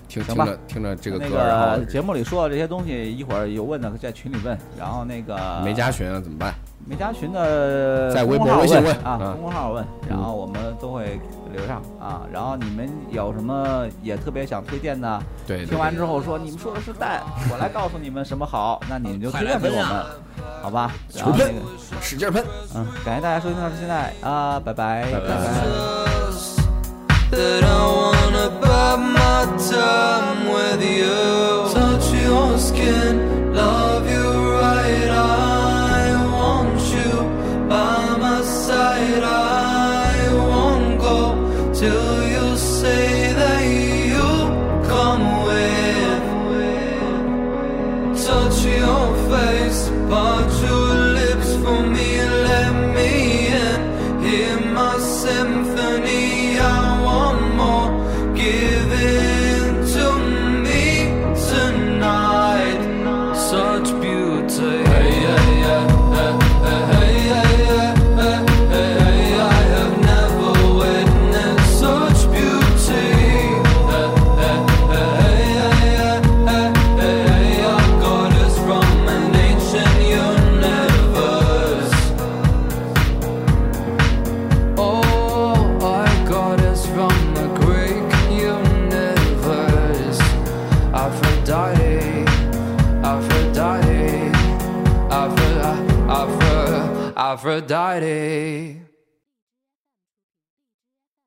Speaker 1: 听听
Speaker 4: 行吧
Speaker 1: 着听着这个
Speaker 4: 嗯那
Speaker 1: 歌，然后
Speaker 4: 个节目里说的这些东西，一会儿有问的在群里问，然后那个
Speaker 1: 没加群啊怎么办？
Speaker 4: 没加群的
Speaker 1: 在微博
Speaker 4: 公众号
Speaker 1: 微信问
Speaker 4: 啊
Speaker 1: 嗯，
Speaker 4: 公众号问，然后我们都会留上啊。然后你们有什么也特别想推荐的，
Speaker 1: 对，对
Speaker 4: 听完
Speaker 1: 对
Speaker 4: 之后说你们说的是蛋，我来告诉你们什么好，那你们就推荐给我
Speaker 7: 快来
Speaker 4: 们，好吧？然后
Speaker 1: 求
Speaker 4: 那
Speaker 1: 喷
Speaker 4: 个，
Speaker 1: 使劲喷。
Speaker 4: 嗯，感谢大家收听到现在啊，拜
Speaker 1: 拜
Speaker 4: 拜拜
Speaker 2: that I wanna bide my time with you. Touch your skin, love you right. I want you by my side. I won't go till you say that you come with touch your face, part your lips for me, let me in. Hear my symphony, I want more. Give it to me tonight. Such beauty. Hey, yeah, yeah, hey, yeah, yeah, hey, hey, hey, I have never witnessed such beauty. Hey, hey, hey, hey, yeah, hey, hey, hey, our God is from an ancient universe. Oh, I got us from the Greek universe. Aphrodite, Aphrodite, Aphrodite, Aphrodite. Aphrodite.